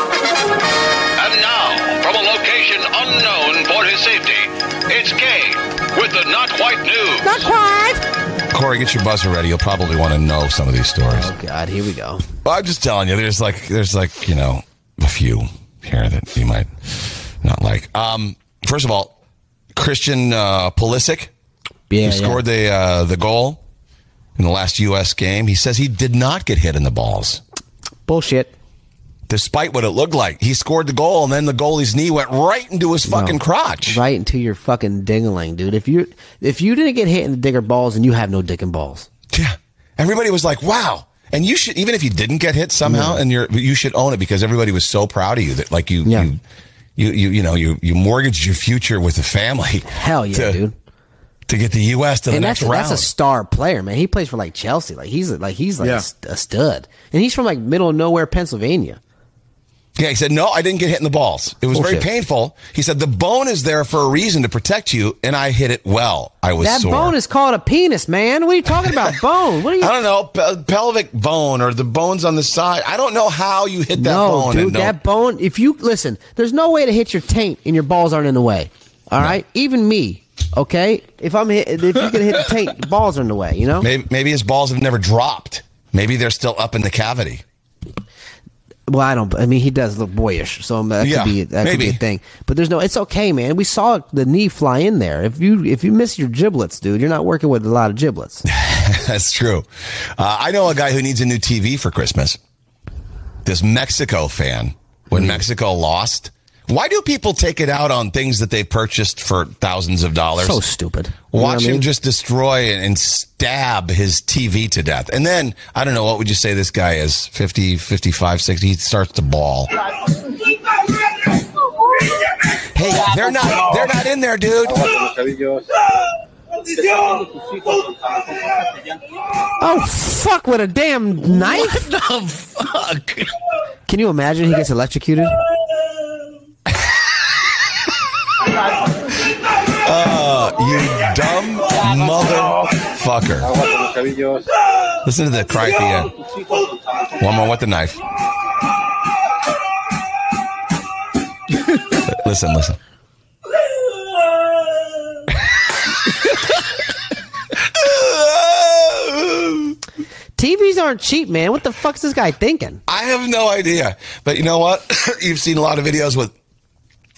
[SPEAKER 12] And now, from a location unknown for his safety, it's Kane with the Not Quite News. Not Quite!
[SPEAKER 3] Corey, get your buzzer ready. You'll probably want to know some of these stories. Oh
[SPEAKER 4] God, here we go.
[SPEAKER 3] Well, I'm just telling you, there's like there's like you know a few here that you might not like. Um, first of all, Christian uh, Pulisic,
[SPEAKER 4] Yeah,
[SPEAKER 3] who scored the uh, the goal in the last U.S. game, he says he did not get hit in the balls.
[SPEAKER 4] Bullshit.
[SPEAKER 3] Despite what it looked like, he scored the goal, and then the goalie's knee went right into his fucking
[SPEAKER 4] No.
[SPEAKER 3] crotch.
[SPEAKER 4] Right into your fucking dingaling, dude. If you if you didn't get hit in the digger balls and you have no dick and balls.
[SPEAKER 3] Everybody was like, "Wow." And you should, even if you didn't get hit somehow, and you're, you should own it because everybody was so proud of you that, like, you, you, you, you, you know, you, you mortgaged your future with the family. Hell
[SPEAKER 4] yeah,
[SPEAKER 3] dude. To get the U.S. to the
[SPEAKER 4] and
[SPEAKER 3] next
[SPEAKER 4] that's
[SPEAKER 3] round.
[SPEAKER 4] that's a star player, man. He plays for like Chelsea. Like he's like he's like
[SPEAKER 3] Yeah.
[SPEAKER 4] a st- a stud. And he's from like middle of nowhere, Pennsylvania.
[SPEAKER 3] yeah, he said, no, I didn't get hit in the balls. It was very
[SPEAKER 4] Bullshit.
[SPEAKER 3] painful. He said, the bone is there for a reason to protect you, and I hit it well. I was
[SPEAKER 4] that
[SPEAKER 3] sore.
[SPEAKER 4] bone is called a penis, man. What are you talking
[SPEAKER 3] <laughs>
[SPEAKER 4] about? bone? What are you
[SPEAKER 3] I don't know, pe- pelvic bone or the bones on the side. I don't know how you hit that
[SPEAKER 4] no,
[SPEAKER 3] bone.
[SPEAKER 4] dude,
[SPEAKER 3] and don't-
[SPEAKER 4] that bone. If you listen, there's no way to hit your taint and your balls aren't in the way. All right, even me. Okay, if I'm hit, if you can hit the taint,
[SPEAKER 3] <laughs>
[SPEAKER 4] the balls are in the way. You know,
[SPEAKER 3] Maybe, maybe his balls have never dropped. Maybe they're still up in the cavity. <laughs>
[SPEAKER 4] Well, I don't. I mean, he does look boyish, so that
[SPEAKER 3] Yeah,
[SPEAKER 4] could be that could be
[SPEAKER 3] maybe.
[SPEAKER 4] a thing. But there's no. It's okay, man. We saw the knee fly in there. If you if you miss your giblets, dude, you're not working with a lot of giblets.
[SPEAKER 3] That's true. Uh, I know a guy who needs a new TV for Christmas. This Mexico fan, when
[SPEAKER 4] Hmm.
[SPEAKER 3] Mexico lost, why do people take it out on things that they purchased for thousands of dollars?
[SPEAKER 4] So stupid. You know what
[SPEAKER 3] Watch
[SPEAKER 4] I
[SPEAKER 3] him
[SPEAKER 4] mean?
[SPEAKER 3] just destroy and, and stab his TV to death. And then, I don't know, what would you say this guy is? 50, 55, 60? He starts to ball. Hey, they're not, they're not in there, dude.
[SPEAKER 4] Oh fuck! With a damn knife.
[SPEAKER 5] <laughs>
[SPEAKER 4] What
[SPEAKER 5] Oh,
[SPEAKER 4] the fuck? Can you imagine he gets electrocuted?
[SPEAKER 3] Uh, you dumb motherfucker. Listen to the cry at the end. One more with the knife. listen, listen.
[SPEAKER 4] TVs aren't cheap, man. What the fuck's this guy thinking?
[SPEAKER 3] I have no idea. But you know what? <coughs> You've seen a lot of videos with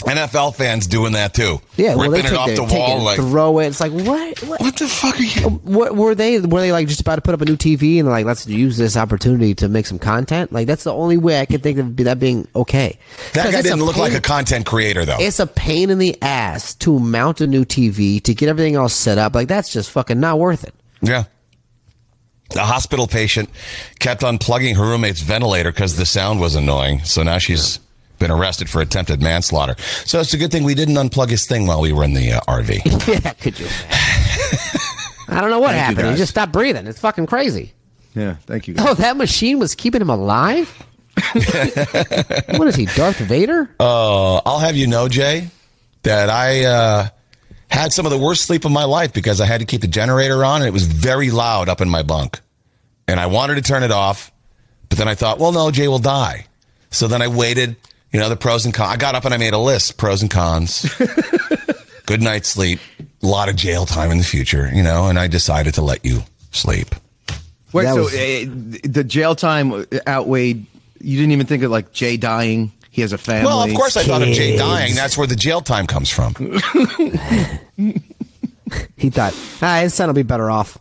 [SPEAKER 3] NFL fans doing that too.
[SPEAKER 4] Yeah, well, they
[SPEAKER 3] ripping
[SPEAKER 4] take,
[SPEAKER 3] it off
[SPEAKER 4] their-
[SPEAKER 3] the
[SPEAKER 4] take it
[SPEAKER 3] wall
[SPEAKER 4] and
[SPEAKER 3] like
[SPEAKER 4] throw it. It's like what? What,
[SPEAKER 3] the fuck are you?
[SPEAKER 4] What were they? Were they like just about to put up a new TV and like let's use this opportunity to make some content? Like that's the only way I can think of that being okay.
[SPEAKER 3] that
[SPEAKER 4] 'Cause
[SPEAKER 3] guy
[SPEAKER 4] it's
[SPEAKER 3] didn't look like a
[SPEAKER 4] pain-
[SPEAKER 3] content creator though.
[SPEAKER 4] It's a pain in the ass to mount a new TV to get everything else set up. Like that's just fucking not worth it.
[SPEAKER 3] Yeah. A hospital patient kept unplugging her roommate's ventilator because the sound was annoying. So now she's been arrested for attempted manslaughter. So it's a good thing we didn't unplug his thing while we were in the uh, RV.
[SPEAKER 4] <laughs> yeah, could you? I don't know what
[SPEAKER 3] Thank you,
[SPEAKER 4] happened. He
[SPEAKER 3] guys.
[SPEAKER 4] just stopped breathing. It's fucking crazy.
[SPEAKER 5] Yeah, thank you.
[SPEAKER 4] <laughs> Oh, that machine was keeping him
[SPEAKER 3] <laughs>
[SPEAKER 4] alive. what is he, Darth Vader?
[SPEAKER 3] Oh, I'll have you know, Jay, that I uh, had some of the worst sleep of my life because I had to keep the generator on and it was very loud up in my bunk. And I wanted to turn it off, but then I thought, well, no, Jay will die. So then I waited, you know, the pros and cons. I got up and I made a list pros and cons, good night's sleep, a lot of jail time in the future, you know, and I decided to let you sleep.
[SPEAKER 5] <laughs> Wait,
[SPEAKER 3] That
[SPEAKER 5] so
[SPEAKER 3] was-
[SPEAKER 5] uh, the jail time outweighed. You didn't even think of like Jay dying. He has a family.
[SPEAKER 3] Well, of course, I thought of Jay dying. That's where the jail time comes from.
[SPEAKER 4] He thought, ah, his son will be better off.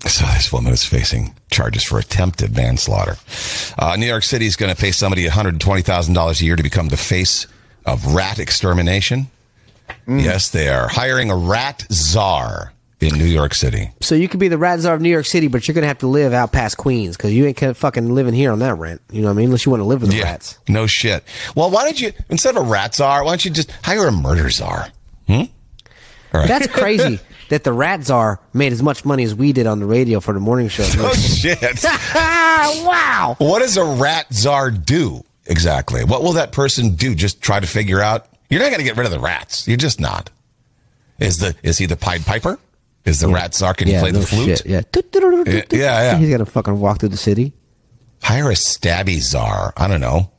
[SPEAKER 3] So this woman is facing charges for attempted manslaughter. Uh, New York City is going to pay somebody $120,000 a year to become the face of rat extermination. Yes, they are hiring a rat czar in New York City.
[SPEAKER 4] So you could be the rat czar of New York City, but you're gonna have to live out past Queens because you ain't kinda fucking living here on that rent. You know what I mean? Unless you want to live with the rats.
[SPEAKER 3] No shit. Well, why don't you instead of a rat czar, why don't you just hire a murder czar? Hmm. All right.
[SPEAKER 4] That's
[SPEAKER 3] <laughs>
[SPEAKER 4] crazy that the rat czar made as much money as we did on the radio for the morning show.
[SPEAKER 3] <laughs> oh shit.
[SPEAKER 4] <laughs> wow.
[SPEAKER 3] What does a rat czar do exactly? What will that person do? Just try to figure out. You're not going to get rid of the rats. You're just not. Is the is he the Pied Piper? Is the rat czar? Can he
[SPEAKER 4] Yeah,
[SPEAKER 3] play
[SPEAKER 4] no
[SPEAKER 3] the flute?
[SPEAKER 4] shit, yeah.
[SPEAKER 3] yeah, yeah.
[SPEAKER 4] <laughs> He's gonna fucking walk through the city.
[SPEAKER 3] Hire a stabby czar. I don't know.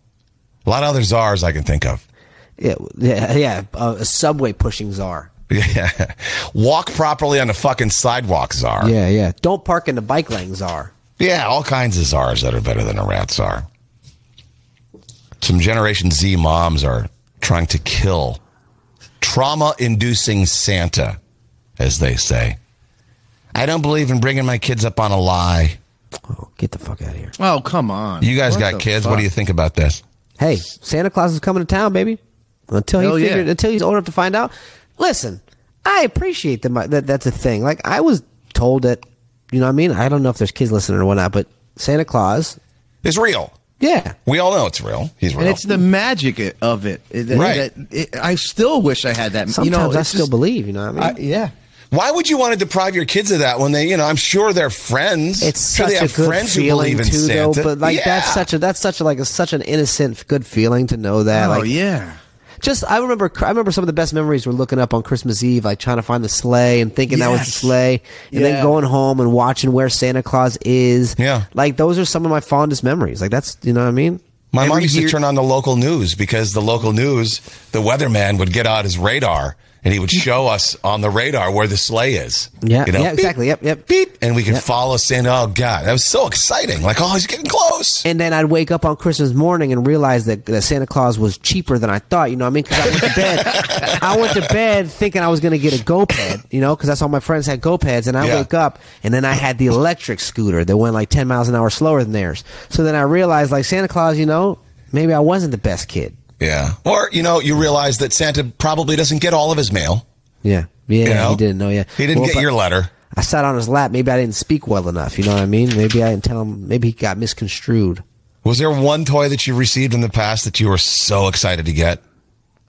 [SPEAKER 3] A lot of other czars I can think of. <laughs>
[SPEAKER 4] Yeah, yeah, yeah. Uh, a subway pushing czar.
[SPEAKER 3] Yeah. Walk properly on the fucking sidewalk czar.
[SPEAKER 4] Yeah, yeah. Don't park in the bike lane czar.
[SPEAKER 3] Yeah, all kinds of czars that are better than a rat czar. Some Generation Z moms are trying to kill trauma inducing Santa, as they say. I don't believe in bringing my kids up on a lie.
[SPEAKER 4] Oh, get the fuck out of here.
[SPEAKER 5] Oh, come on.
[SPEAKER 3] You guys
[SPEAKER 5] What
[SPEAKER 3] got
[SPEAKER 5] the
[SPEAKER 3] kids. What do you
[SPEAKER 5] fuck?
[SPEAKER 3] think about this?
[SPEAKER 4] Hey, Santa Claus is coming to town, baby. Until
[SPEAKER 5] Hell
[SPEAKER 4] he
[SPEAKER 5] yeah.
[SPEAKER 4] figured, until he's old enough to find out. Listen, I appreciate that, my, that. That's a thing. Like I was told that. You know what I mean? I don't know if there's kids listening or whatnot, but Santa Claus
[SPEAKER 3] It's real.
[SPEAKER 4] Yeah.
[SPEAKER 3] We all know it's real. He's real.
[SPEAKER 5] And it's the magic i- of it. It- it-
[SPEAKER 3] Right.
[SPEAKER 5] that- it- I still wish I had that. you know,
[SPEAKER 4] Sometimes I
[SPEAKER 5] it's
[SPEAKER 4] still
[SPEAKER 5] just-
[SPEAKER 4] believe. You know what I mean?
[SPEAKER 5] yeah.
[SPEAKER 3] Why would you want to deprive your kids of that when they, you know, I'm sure they're friends.
[SPEAKER 4] It's
[SPEAKER 3] sure
[SPEAKER 4] such
[SPEAKER 3] they
[SPEAKER 4] a
[SPEAKER 3] have
[SPEAKER 4] good
[SPEAKER 3] friends who
[SPEAKER 4] feeling
[SPEAKER 3] believe in
[SPEAKER 4] too,
[SPEAKER 3] Santa.
[SPEAKER 4] though. But like that's
[SPEAKER 3] Yeah.
[SPEAKER 4] such a that's such a, like a, such an innocent good feeling to know that.
[SPEAKER 5] Oh,
[SPEAKER 4] like,
[SPEAKER 5] yeah.
[SPEAKER 3] <laughs>
[SPEAKER 4] Just I remember I remember some of the best memories were looking up on Christmas Eve, like trying to find the sleigh and thinking that was the
[SPEAKER 5] Yes.
[SPEAKER 4] sleigh, and
[SPEAKER 5] Yeah.
[SPEAKER 4] then going home and watching where Santa Claus is.
[SPEAKER 3] Yeah.
[SPEAKER 4] like those are some of my fondest memories. Like that's you know what I mean.
[SPEAKER 3] My mom
[SPEAKER 4] Every
[SPEAKER 3] used
[SPEAKER 4] year-
[SPEAKER 3] to turn on the local news because the local news, the weatherman would get out his radar and he would show us on the radar where the sleigh is.
[SPEAKER 4] Mm. Yeah,
[SPEAKER 3] You know,
[SPEAKER 4] yeah,
[SPEAKER 3] beep,
[SPEAKER 4] exactly. Yep, yep.
[SPEAKER 3] beep, and we could follow Santa. Oh God, that was so exciting! Like, oh, he's getting close.
[SPEAKER 4] And then I'd wake up on Christmas morning and realize that, that Santa Claus was cheaper than I thought. You know what I mean? Because I went to bed, I went to bed thinking I was going to get a go ped. You know, because that's all my friends had go peds. And I
[SPEAKER 3] Yeah.
[SPEAKER 4] wake up and then I had the electric scooter that went like ten miles an hour slower than theirs. So then I realized, like Santa Claus, you know, maybe I wasn't the best kid.
[SPEAKER 3] Yeah. Or you know, you realize that Santa probably doesn't get all of his mail.
[SPEAKER 4] Yeah, yeah,
[SPEAKER 3] You know?
[SPEAKER 4] he didn't know. Yeah,
[SPEAKER 3] He didn't
[SPEAKER 4] Well,
[SPEAKER 3] get
[SPEAKER 4] but
[SPEAKER 3] your letter.
[SPEAKER 4] I sat on his lap. Maybe I didn't speak well enough. You know what I mean? Maybe I didn't tell him. Maybe he got misconstrued.
[SPEAKER 3] Was there one toy that you received in the past that you were so excited to get? <laughs>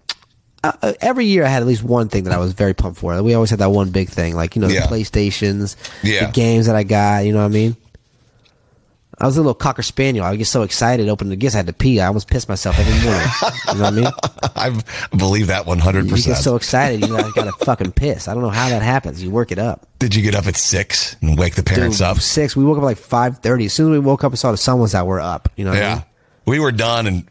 [SPEAKER 4] uh, every year I had at least one thing that I was very pumped for. We always had that one big thing, like you know
[SPEAKER 3] Yeah.
[SPEAKER 4] the PlayStations,
[SPEAKER 3] Yeah.
[SPEAKER 4] the games that I got. You know what I mean? I was a little cocker spaniel. I would get so excited opening the gifts, I had to pee. I almost pissed myself every morning. you know what I
[SPEAKER 3] <laughs>
[SPEAKER 4] mean?
[SPEAKER 3] I believe that one hundred
[SPEAKER 4] You get so
[SPEAKER 3] percent.
[SPEAKER 4] excited, you know, I gotta fucking piss. I don't know how that happens. You work it up.
[SPEAKER 3] Did you get up at six and wake the parents
[SPEAKER 4] Dude,
[SPEAKER 3] up?
[SPEAKER 4] Six. We woke up at like five thirty. As soon as we woke up and saw the sun was out, we're up. You know what I mean?
[SPEAKER 3] Yeah. We were done and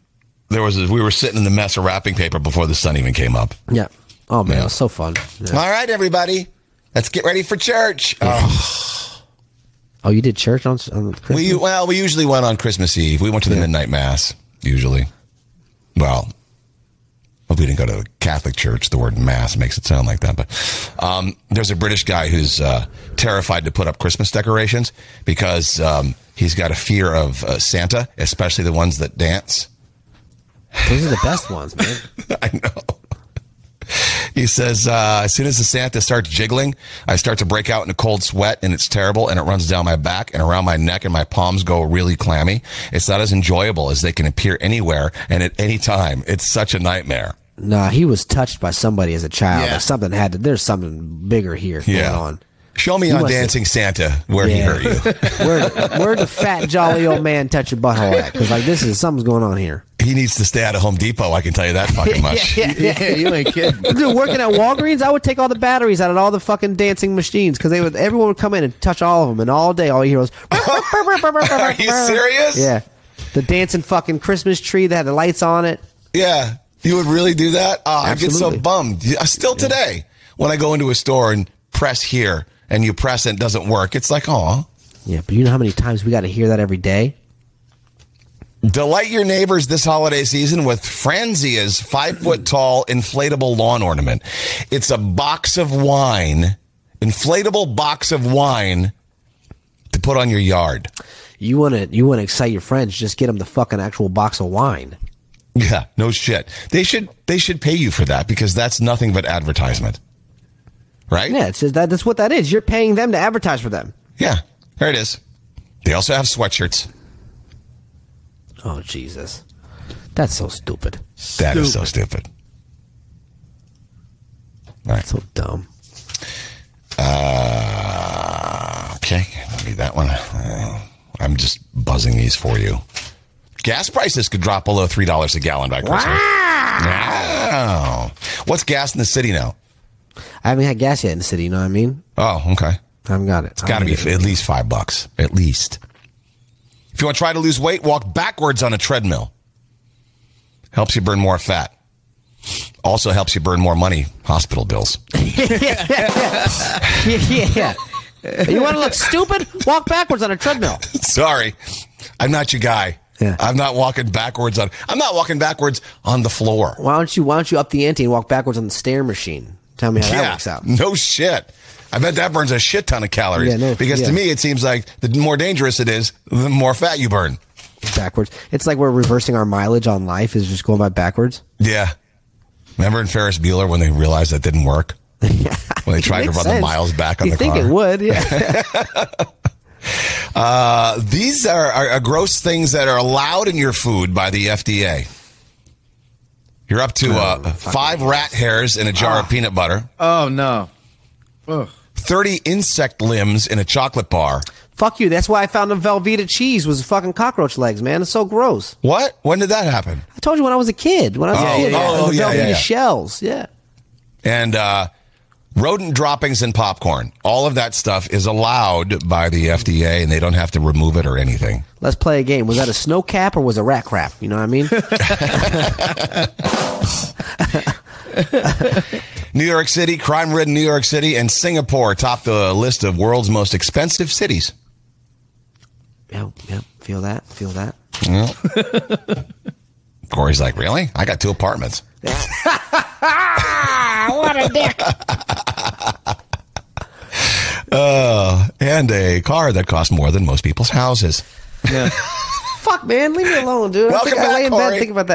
[SPEAKER 3] there was a, we were sitting in the mess of wrapping paper before the sun even came up.
[SPEAKER 4] Yeah. Oh man, it was so fun. Yeah.
[SPEAKER 3] All right, everybody. Let's get ready for church. Oh,
[SPEAKER 4] Oh, you did church on, on Christmas?
[SPEAKER 3] we well, we usually went on Christmas Eve. We went to the midnight mass usually. Well, if we didn't go to the Catholic Church, the word mass makes it sound like that. But um, there's a British guy who's uh, terrified to put up Christmas decorations because um, he's got a fear of uh, Santa, especially the ones that dance.
[SPEAKER 4] Those are the best ones, man.
[SPEAKER 3] I know. He says, uh, as soon as the Santa starts jiggling, I start to break out in a cold sweat and it's terrible and it runs down my back and around my neck and my palms go really clammy. It's not as enjoyable as they can appear anywhere and at any time. It's such a nightmare.
[SPEAKER 4] Nah, he was touched by somebody as a child.
[SPEAKER 5] Yeah.
[SPEAKER 4] Like something had to. There's something bigger here
[SPEAKER 3] Yeah.
[SPEAKER 4] going on.
[SPEAKER 3] Show me
[SPEAKER 4] You
[SPEAKER 3] on
[SPEAKER 4] must have-
[SPEAKER 3] Dancing Santa where
[SPEAKER 4] Yeah. <laughs>
[SPEAKER 3] he hurt you.
[SPEAKER 4] Where, where the fat jolly old man touch your butthole at? Because like this is something's going on here.
[SPEAKER 3] He needs to stay out of Home Depot. I can tell you that fucking much.
[SPEAKER 5] Yeah, you ain't kidding.
[SPEAKER 4] Dude, working at Walgreens, I would take all the batteries out of all the fucking dancing machines because they would. Everyone would come in and touch all of them, and all day, all you hear was. Are
[SPEAKER 3] Are you serious?
[SPEAKER 4] Yeah, the dancing fucking Christmas tree that had the lights on it.
[SPEAKER 3] Yeah. You would really do that? Oh, I get so
[SPEAKER 4] Absolutely.
[SPEAKER 3] bummed. Yeah, uh, Still today, when I go into a store and press here and you press and it doesn't work, it's like, oh,
[SPEAKER 4] Yeah, but you know how many times we got to hear that every day?
[SPEAKER 3] Delight your neighbors this holiday season with Franzia's five foot tall inflatable lawn ornament. It's a box of wine, inflatable box of wine to put on your yard.
[SPEAKER 4] You want to you want to excite your friends? Just get them the fucking actual box of wine.
[SPEAKER 3] Yeah, no shit. They should they should pay you for that because that's nothing but advertisement. right?
[SPEAKER 4] Yeah, it's just that, that's what that is. You're paying them to advertise for them.
[SPEAKER 3] Yeah, there it is. They also have sweatshirts.
[SPEAKER 4] Oh Jesus, that's so stupid.
[SPEAKER 3] That is so stupid. All right.
[SPEAKER 4] So dumb.
[SPEAKER 3] Uh, okay, I'll leave that one. Uh, I'm just buzzing these for you. Gas prices could drop below three dollars a gallon by Christmas. Wow. What's gas in the city now?
[SPEAKER 4] I haven't had gas yet in the city. You know what I mean?
[SPEAKER 3] Oh, okay.
[SPEAKER 4] I haven't got it.
[SPEAKER 3] It's got to be at least five bucks, at least. If you want to try to lose weight, walk backwards on a treadmill. Helps you burn more fat. Also helps you burn more money. Hospital bills.
[SPEAKER 4] <laughs> yeah. You want to look stupid? Walk backwards on a treadmill.
[SPEAKER 3] Sorry, I'm not your guy. I'm not walking backwards on. I'm not walking backwards on the floor.
[SPEAKER 4] Why don't you Why don't you up the ante and walk backwards on the stair machine? Tell me how that works out.
[SPEAKER 3] No shit. I bet that burns a shit ton of calories.
[SPEAKER 4] Yeah, no,
[SPEAKER 3] because
[SPEAKER 4] yeah.
[SPEAKER 3] to me, it seems like the more dangerous it is, the more fat you burn.
[SPEAKER 4] Backwards. It's like we're reversing our mileage on life is just going by backwards.
[SPEAKER 3] Yeah. Remember in Ferris Bueller when they realized that
[SPEAKER 4] <laughs>
[SPEAKER 3] didn't work? When they tried to
[SPEAKER 4] Makes
[SPEAKER 3] run the
[SPEAKER 4] sense.
[SPEAKER 3] miles back on
[SPEAKER 4] you
[SPEAKER 3] the
[SPEAKER 4] think
[SPEAKER 3] car.
[SPEAKER 4] it would?
[SPEAKER 3] <laughs>
[SPEAKER 4] Yeah.
[SPEAKER 3] Uh, these are, are, are gross things that are allowed in your food by the FDA. You're up
[SPEAKER 4] Oh,
[SPEAKER 3] to uh, five rat hairs in a jar
[SPEAKER 4] Ah.
[SPEAKER 3] of peanut butter,
[SPEAKER 5] Oh no.
[SPEAKER 3] 30 insect limbs in a chocolate bar.
[SPEAKER 4] Fuck you. That's why I found the Velveeta cheese was fucking cockroach legs, man. It's so gross.
[SPEAKER 3] What? When did that happen?
[SPEAKER 4] I told you when I was a kid. When I was
[SPEAKER 3] Oh,
[SPEAKER 4] a kid,
[SPEAKER 3] yeah,
[SPEAKER 4] I
[SPEAKER 3] oh,
[SPEAKER 4] was
[SPEAKER 3] yeah,
[SPEAKER 4] Velveeta
[SPEAKER 3] yeah, yeah.
[SPEAKER 4] shells. Yeah.
[SPEAKER 3] And uh, rodent droppings and popcorn. All of that stuff is allowed by the FDA, and they don't have to remove it or anything.
[SPEAKER 4] Let's play a game. Was that a snow cap or was it rat crap? You know what I
[SPEAKER 3] <laughs>
[SPEAKER 4] mean?
[SPEAKER 3] New York City, crime ridden New York City, and Singapore top the list of world's most expensive cities.
[SPEAKER 4] yeah, yeah. Feel that. Feel that.
[SPEAKER 3] Yeah. <laughs> Corey's like, really? I got two apartments.
[SPEAKER 7] <laughs> what a dick.
[SPEAKER 3] <laughs> Uh, and a car that costs more than most people's houses.
[SPEAKER 5] Yeah.
[SPEAKER 4] Fuck, man. Leave me alone, dude. I
[SPEAKER 3] Welcome
[SPEAKER 4] think
[SPEAKER 3] back,
[SPEAKER 4] I lay in
[SPEAKER 3] Corey.
[SPEAKER 4] bed thinking about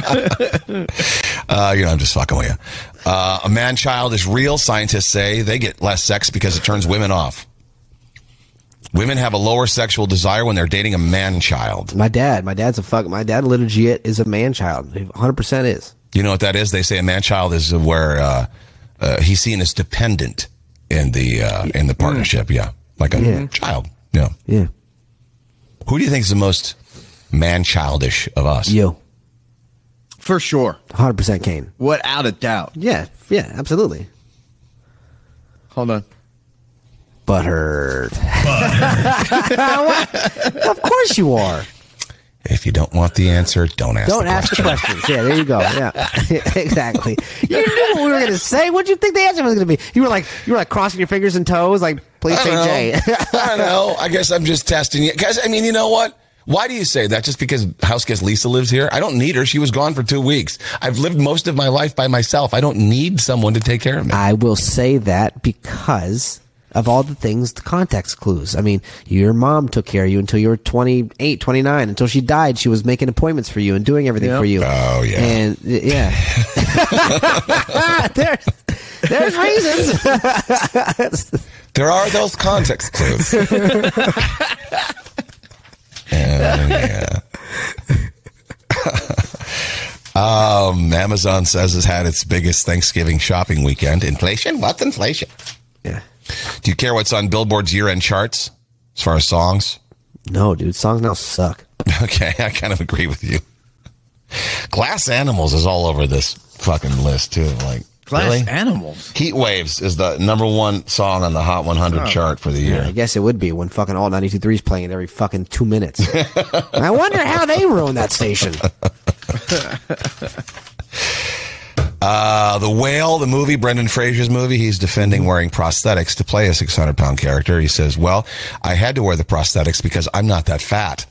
[SPEAKER 4] that.
[SPEAKER 3] <laughs> Uh, you know, I'm just fucking with you. Uh, a man child is real. Scientists say they get less sex because it turns women off. Women have a lower sexual desire when they're dating a man child.
[SPEAKER 4] my dad. My dad's a fuck. My dad legit is a man child. 100% is.
[SPEAKER 3] You know what that is? They say a man child is where uh, uh, he's seen as dependent in the uh, in the partnership. Yeah, like a
[SPEAKER 4] Yeah.
[SPEAKER 3] child. Yeah.
[SPEAKER 4] Yeah.
[SPEAKER 3] Who do you think is the most man childish of us?
[SPEAKER 4] You.
[SPEAKER 5] For sure.
[SPEAKER 4] 100% Kane.
[SPEAKER 5] Without a doubt.
[SPEAKER 4] Yeah. Yeah. Absolutely.
[SPEAKER 5] Hold on.
[SPEAKER 4] Butthurt. <laughs> of course you are.
[SPEAKER 3] If you don't want the answer, don't ask.
[SPEAKER 4] Don't
[SPEAKER 3] the
[SPEAKER 4] ask the questions. Yeah, there you go. Yeah, <laughs> exactly. You knew what we were gonna say. What did you think the answer was gonna be? You were like, you were like crossing your fingers and toes, like, please
[SPEAKER 3] I
[SPEAKER 4] say
[SPEAKER 3] don't
[SPEAKER 4] J.
[SPEAKER 3] know. I don't know. I guess I'm just testing you. Guys, I mean, you know what? Why do you say that? Just because house guest Lisa lives here? I don't need her. She was gone for two weeks. I've lived most of my life by myself. I don't need someone to take care of
[SPEAKER 4] <laughs>
[SPEAKER 3] me.
[SPEAKER 4] I will say that because of all the things, the context clues. I mean, your mom took care of you until you were 28, 29. Until she died, she was making appointments for you and doing everything
[SPEAKER 5] Yep.
[SPEAKER 4] for you.
[SPEAKER 3] Oh, yeah.
[SPEAKER 4] And
[SPEAKER 3] <laughs>
[SPEAKER 4] yeah. <laughs> there's, there's reasons.
[SPEAKER 3] There are those context clues. Oh, yeah. um, Amazon says it had its biggest Thanksgiving shopping weekend. Inflation? What's inflation?
[SPEAKER 4] Yeah.
[SPEAKER 3] Do you care what's on Billboard's year end charts as far as songs?
[SPEAKER 4] No, dude, songs now suck.
[SPEAKER 3] <laughs> Okay, I kind of agree with you. Glass Animals is all over this fucking list too. Like
[SPEAKER 5] Glass
[SPEAKER 3] really?
[SPEAKER 5] animals.
[SPEAKER 3] Heat Waves is the number one song on the Hot
[SPEAKER 4] Oh.
[SPEAKER 3] 100 chart for the
[SPEAKER 4] I
[SPEAKER 3] year.
[SPEAKER 4] guess it would be when fucking all 923 is playing it every fucking two minutes. I wonder how they ruined that station.
[SPEAKER 3] Uh, the Whale, the movie, Brendan Fraser's movie, he's defending wearing prosthetics to play a 600 pound character. He says, Well, I had to wear the prosthetics because I'm not that fat.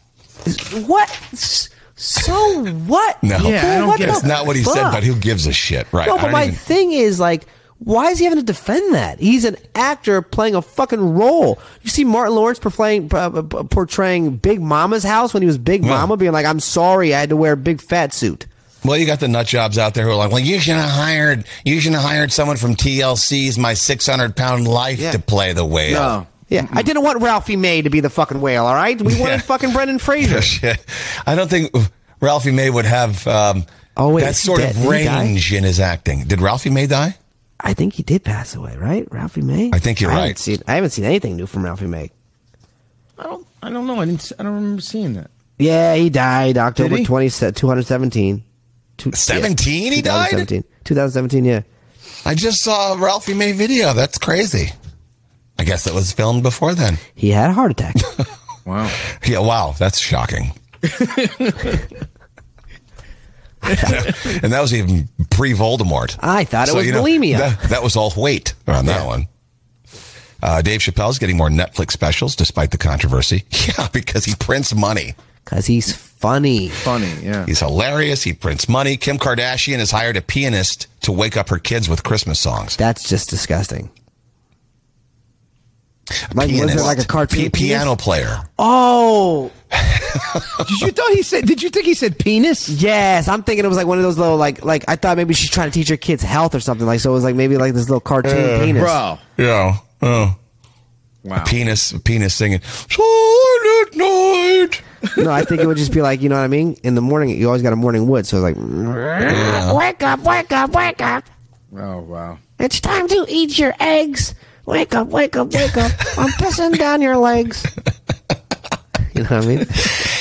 [SPEAKER 4] What? S- So what?
[SPEAKER 3] No,
[SPEAKER 4] Well, what the
[SPEAKER 3] it's not what he said,
[SPEAKER 4] fuck?
[SPEAKER 3] but who gives a shit, right?
[SPEAKER 4] No,
[SPEAKER 3] I
[SPEAKER 4] but
[SPEAKER 3] don't
[SPEAKER 4] my
[SPEAKER 3] even-
[SPEAKER 4] thing is like, why is he having to defend that? He's an actor playing a fucking role. You see Martin Lawrence portraying, uh, uh, portraying Big Mama's house when he was Big Mama, being like, "I'm sorry, I had to wear a big fat suit."
[SPEAKER 3] Well, you got the nut jobs out there who are like, well, you should have hired, you should have hired someone from TLC's My 600 Pound Life to play the whale.
[SPEAKER 4] No. Yeah, I didn't want Ralphie May to be the fucking whale. All right,
[SPEAKER 3] <laughs>
[SPEAKER 4] we wanted fucking Brendan Fraser.
[SPEAKER 3] Shit. I don't think Ralphie May would have um, that
[SPEAKER 4] he's
[SPEAKER 3] sort
[SPEAKER 4] dead.
[SPEAKER 3] of
[SPEAKER 4] Did Oh, he die?
[SPEAKER 3] range in his acting. Did Ralphie May die?
[SPEAKER 4] I think he did pass away, right, Ralphie May?
[SPEAKER 3] I think you're
[SPEAKER 4] haven't
[SPEAKER 3] right.
[SPEAKER 4] seen- I haven't seen anything new from Ralphie May.
[SPEAKER 5] I don't. I don't know. I didn't. s- I don't remember seeing that.
[SPEAKER 4] Yeah, he died October
[SPEAKER 5] he?
[SPEAKER 4] 20, 217. Two,
[SPEAKER 3] 17 he died?
[SPEAKER 4] 2017. 2017, yeah.
[SPEAKER 3] I just saw a Ralphie May video. That's crazy. I guess that was filmed before then.
[SPEAKER 4] He had a heart
[SPEAKER 3] <laughs>
[SPEAKER 4] attack.
[SPEAKER 3] wow. Yeah, wow. That's shocking. <laughs> and that was even pre Voldemort.
[SPEAKER 4] I thought it Ah, was
[SPEAKER 3] you know,
[SPEAKER 4] bulimia.
[SPEAKER 3] That, that was all weight on that one. Uh, Dave Chappelle's getting more Netflix specials despite the controversy. <laughs> Yeah, because he prints money.
[SPEAKER 4] Because he's funny.
[SPEAKER 5] Funny, yeah.
[SPEAKER 3] He's hilarious. He prints money. Kim Kardashian has hired a pianist to wake up her kids with Christmas songs.
[SPEAKER 4] That's just disgusting.
[SPEAKER 3] A
[SPEAKER 4] Like, was it
[SPEAKER 3] pianist.
[SPEAKER 4] like a cartoon
[SPEAKER 3] Pi- piano
[SPEAKER 4] pianist?
[SPEAKER 3] player?
[SPEAKER 4] Oh,
[SPEAKER 5] did you thought he said? Did you think he said penis?
[SPEAKER 4] Yes, I'm thinking it was like one of those little like like I thought maybe she's trying to teach her kids health or something like so it was like maybe like this little cartoon
[SPEAKER 3] Uh,
[SPEAKER 4] penis.
[SPEAKER 3] Yeah. Oh.
[SPEAKER 5] Wow.
[SPEAKER 3] penis, penis singing. Silent night.
[SPEAKER 4] no, I think it would just be like you know what I mean. In the morning, you always got a morning wood, so it's like
[SPEAKER 13] Wake up, wake up, wake up.
[SPEAKER 5] Oh wow.
[SPEAKER 13] It's time to eat your eggs. Wake up, wake up, wake up. I'm pissing down your legs.
[SPEAKER 4] you know what I mean.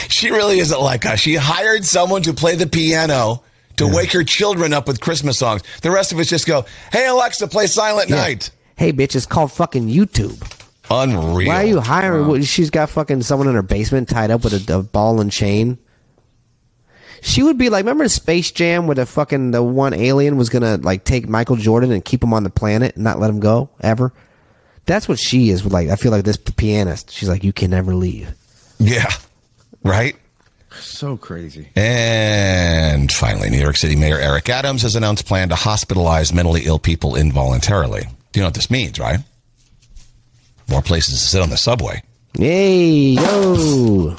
[SPEAKER 3] She really isn't like us. She hired someone to play the piano to wake her children up with Christmas songs. The rest of us just go, "Hey Alexa, play Silent Night."
[SPEAKER 4] Hey, bitch, it's called fucking YouTube.
[SPEAKER 3] Unreal.
[SPEAKER 4] Why are you hiring? what- She's got fucking someone in her basement tied up with a, a ball and chain. She would be like, remember Space Jam, where the fucking the one alien was gonna like take Michael Jordan and keep him on the planet and not let him go ever. That's what she is with, like. I feel like this pianist. She's like, you can never leave.
[SPEAKER 3] Yeah. Right.
[SPEAKER 5] So crazy.
[SPEAKER 3] And finally, New York City Mayor Eric Adams has announced plan to hospitalize mentally ill people involuntarily. Do you know what this means, right? More places to sit on the subway.
[SPEAKER 4] Hey <laughs> yo.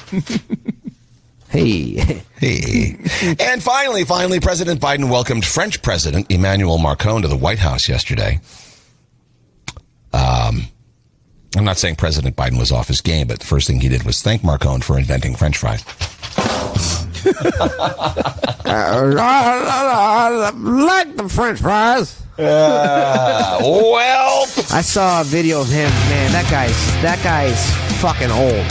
[SPEAKER 4] hey.
[SPEAKER 3] Hey. and finally, finally, President Biden welcomed French President Emmanuel Marcon to the White House yesterday. Um, I'm not saying President Biden was off his game, but the first thing he did was thank Marcon for inventing French
[SPEAKER 4] <laughs>
[SPEAKER 3] fries.
[SPEAKER 4] like the French fries.
[SPEAKER 3] well,
[SPEAKER 4] I saw a video of him. Man, that guy's that guy's fucking old.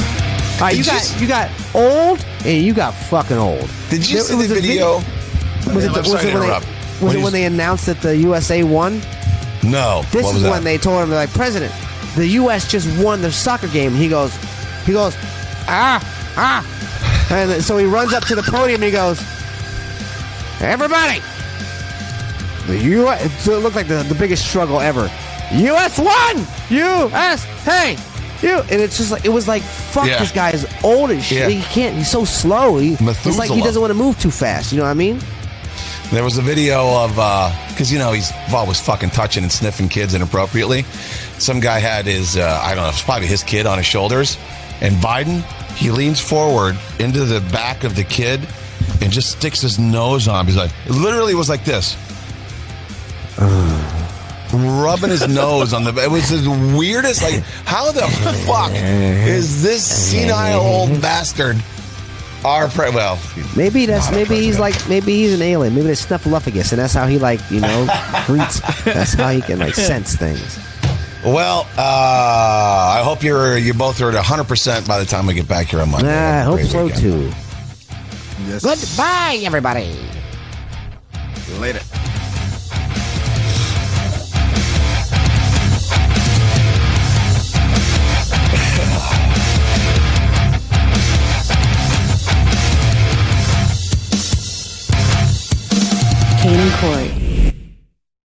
[SPEAKER 4] All right, you
[SPEAKER 3] Did you
[SPEAKER 4] got
[SPEAKER 3] s-
[SPEAKER 4] you got old and you got fucking old.
[SPEAKER 3] Did you
[SPEAKER 4] There-
[SPEAKER 3] see
[SPEAKER 4] was
[SPEAKER 3] the
[SPEAKER 4] a
[SPEAKER 3] video?
[SPEAKER 4] Was it,
[SPEAKER 3] I'm
[SPEAKER 4] the- was
[SPEAKER 3] sorry
[SPEAKER 4] it
[SPEAKER 3] to
[SPEAKER 4] when
[SPEAKER 3] interrupt.
[SPEAKER 4] they,
[SPEAKER 3] What
[SPEAKER 4] was it
[SPEAKER 3] do you-
[SPEAKER 4] when they announced that the USA won?
[SPEAKER 3] No.
[SPEAKER 4] This
[SPEAKER 3] what
[SPEAKER 4] is
[SPEAKER 3] was that?
[SPEAKER 4] when they told him they're like, President, the U.S. just won their soccer game. He goes, he goes, ah, ah, and then- so he runs up to the podium. and He goes, everybody, the U.S. So it looked like the, the biggest struggle ever. U.S. won. U.S. Hey, you, and it's just like it was like, fuck,
[SPEAKER 3] Yeah.
[SPEAKER 4] this guy is old as shit.
[SPEAKER 3] Yeah.
[SPEAKER 4] He can't. He's so slow. He, it's like he
[SPEAKER 3] Methuselah.
[SPEAKER 4] doesn't want to move too fast. You know what I mean?
[SPEAKER 3] There was a video of because you know he's always fucking touching and sniffing kids inappropriately. Some guy had his uh, I don't know, it's probably his kid on his shoulders, and Biden he leans forward into the back of the kid and just sticks his nose on. him. He's like, it literally was like this, rubbing his nose on the. It was the weirdest. Like, how the fuck is this senile old bastard? Our pre- well,
[SPEAKER 4] Maybe that's
[SPEAKER 3] Not a
[SPEAKER 4] maybe he's like maybe he's an alien. Maybe there's snuffleupagus, and that's how he like you
[SPEAKER 3] <laughs>
[SPEAKER 4] know reads. That's how he can like sense things.
[SPEAKER 3] Well, uh, I hope you're you both are at 100 percent by the time we get back here on Monday.
[SPEAKER 4] Nah, Ah, I
[SPEAKER 3] Have a
[SPEAKER 4] hope
[SPEAKER 3] great
[SPEAKER 4] so
[SPEAKER 3] weekend.
[SPEAKER 4] too. Goodbye, everybody.
[SPEAKER 5] Later.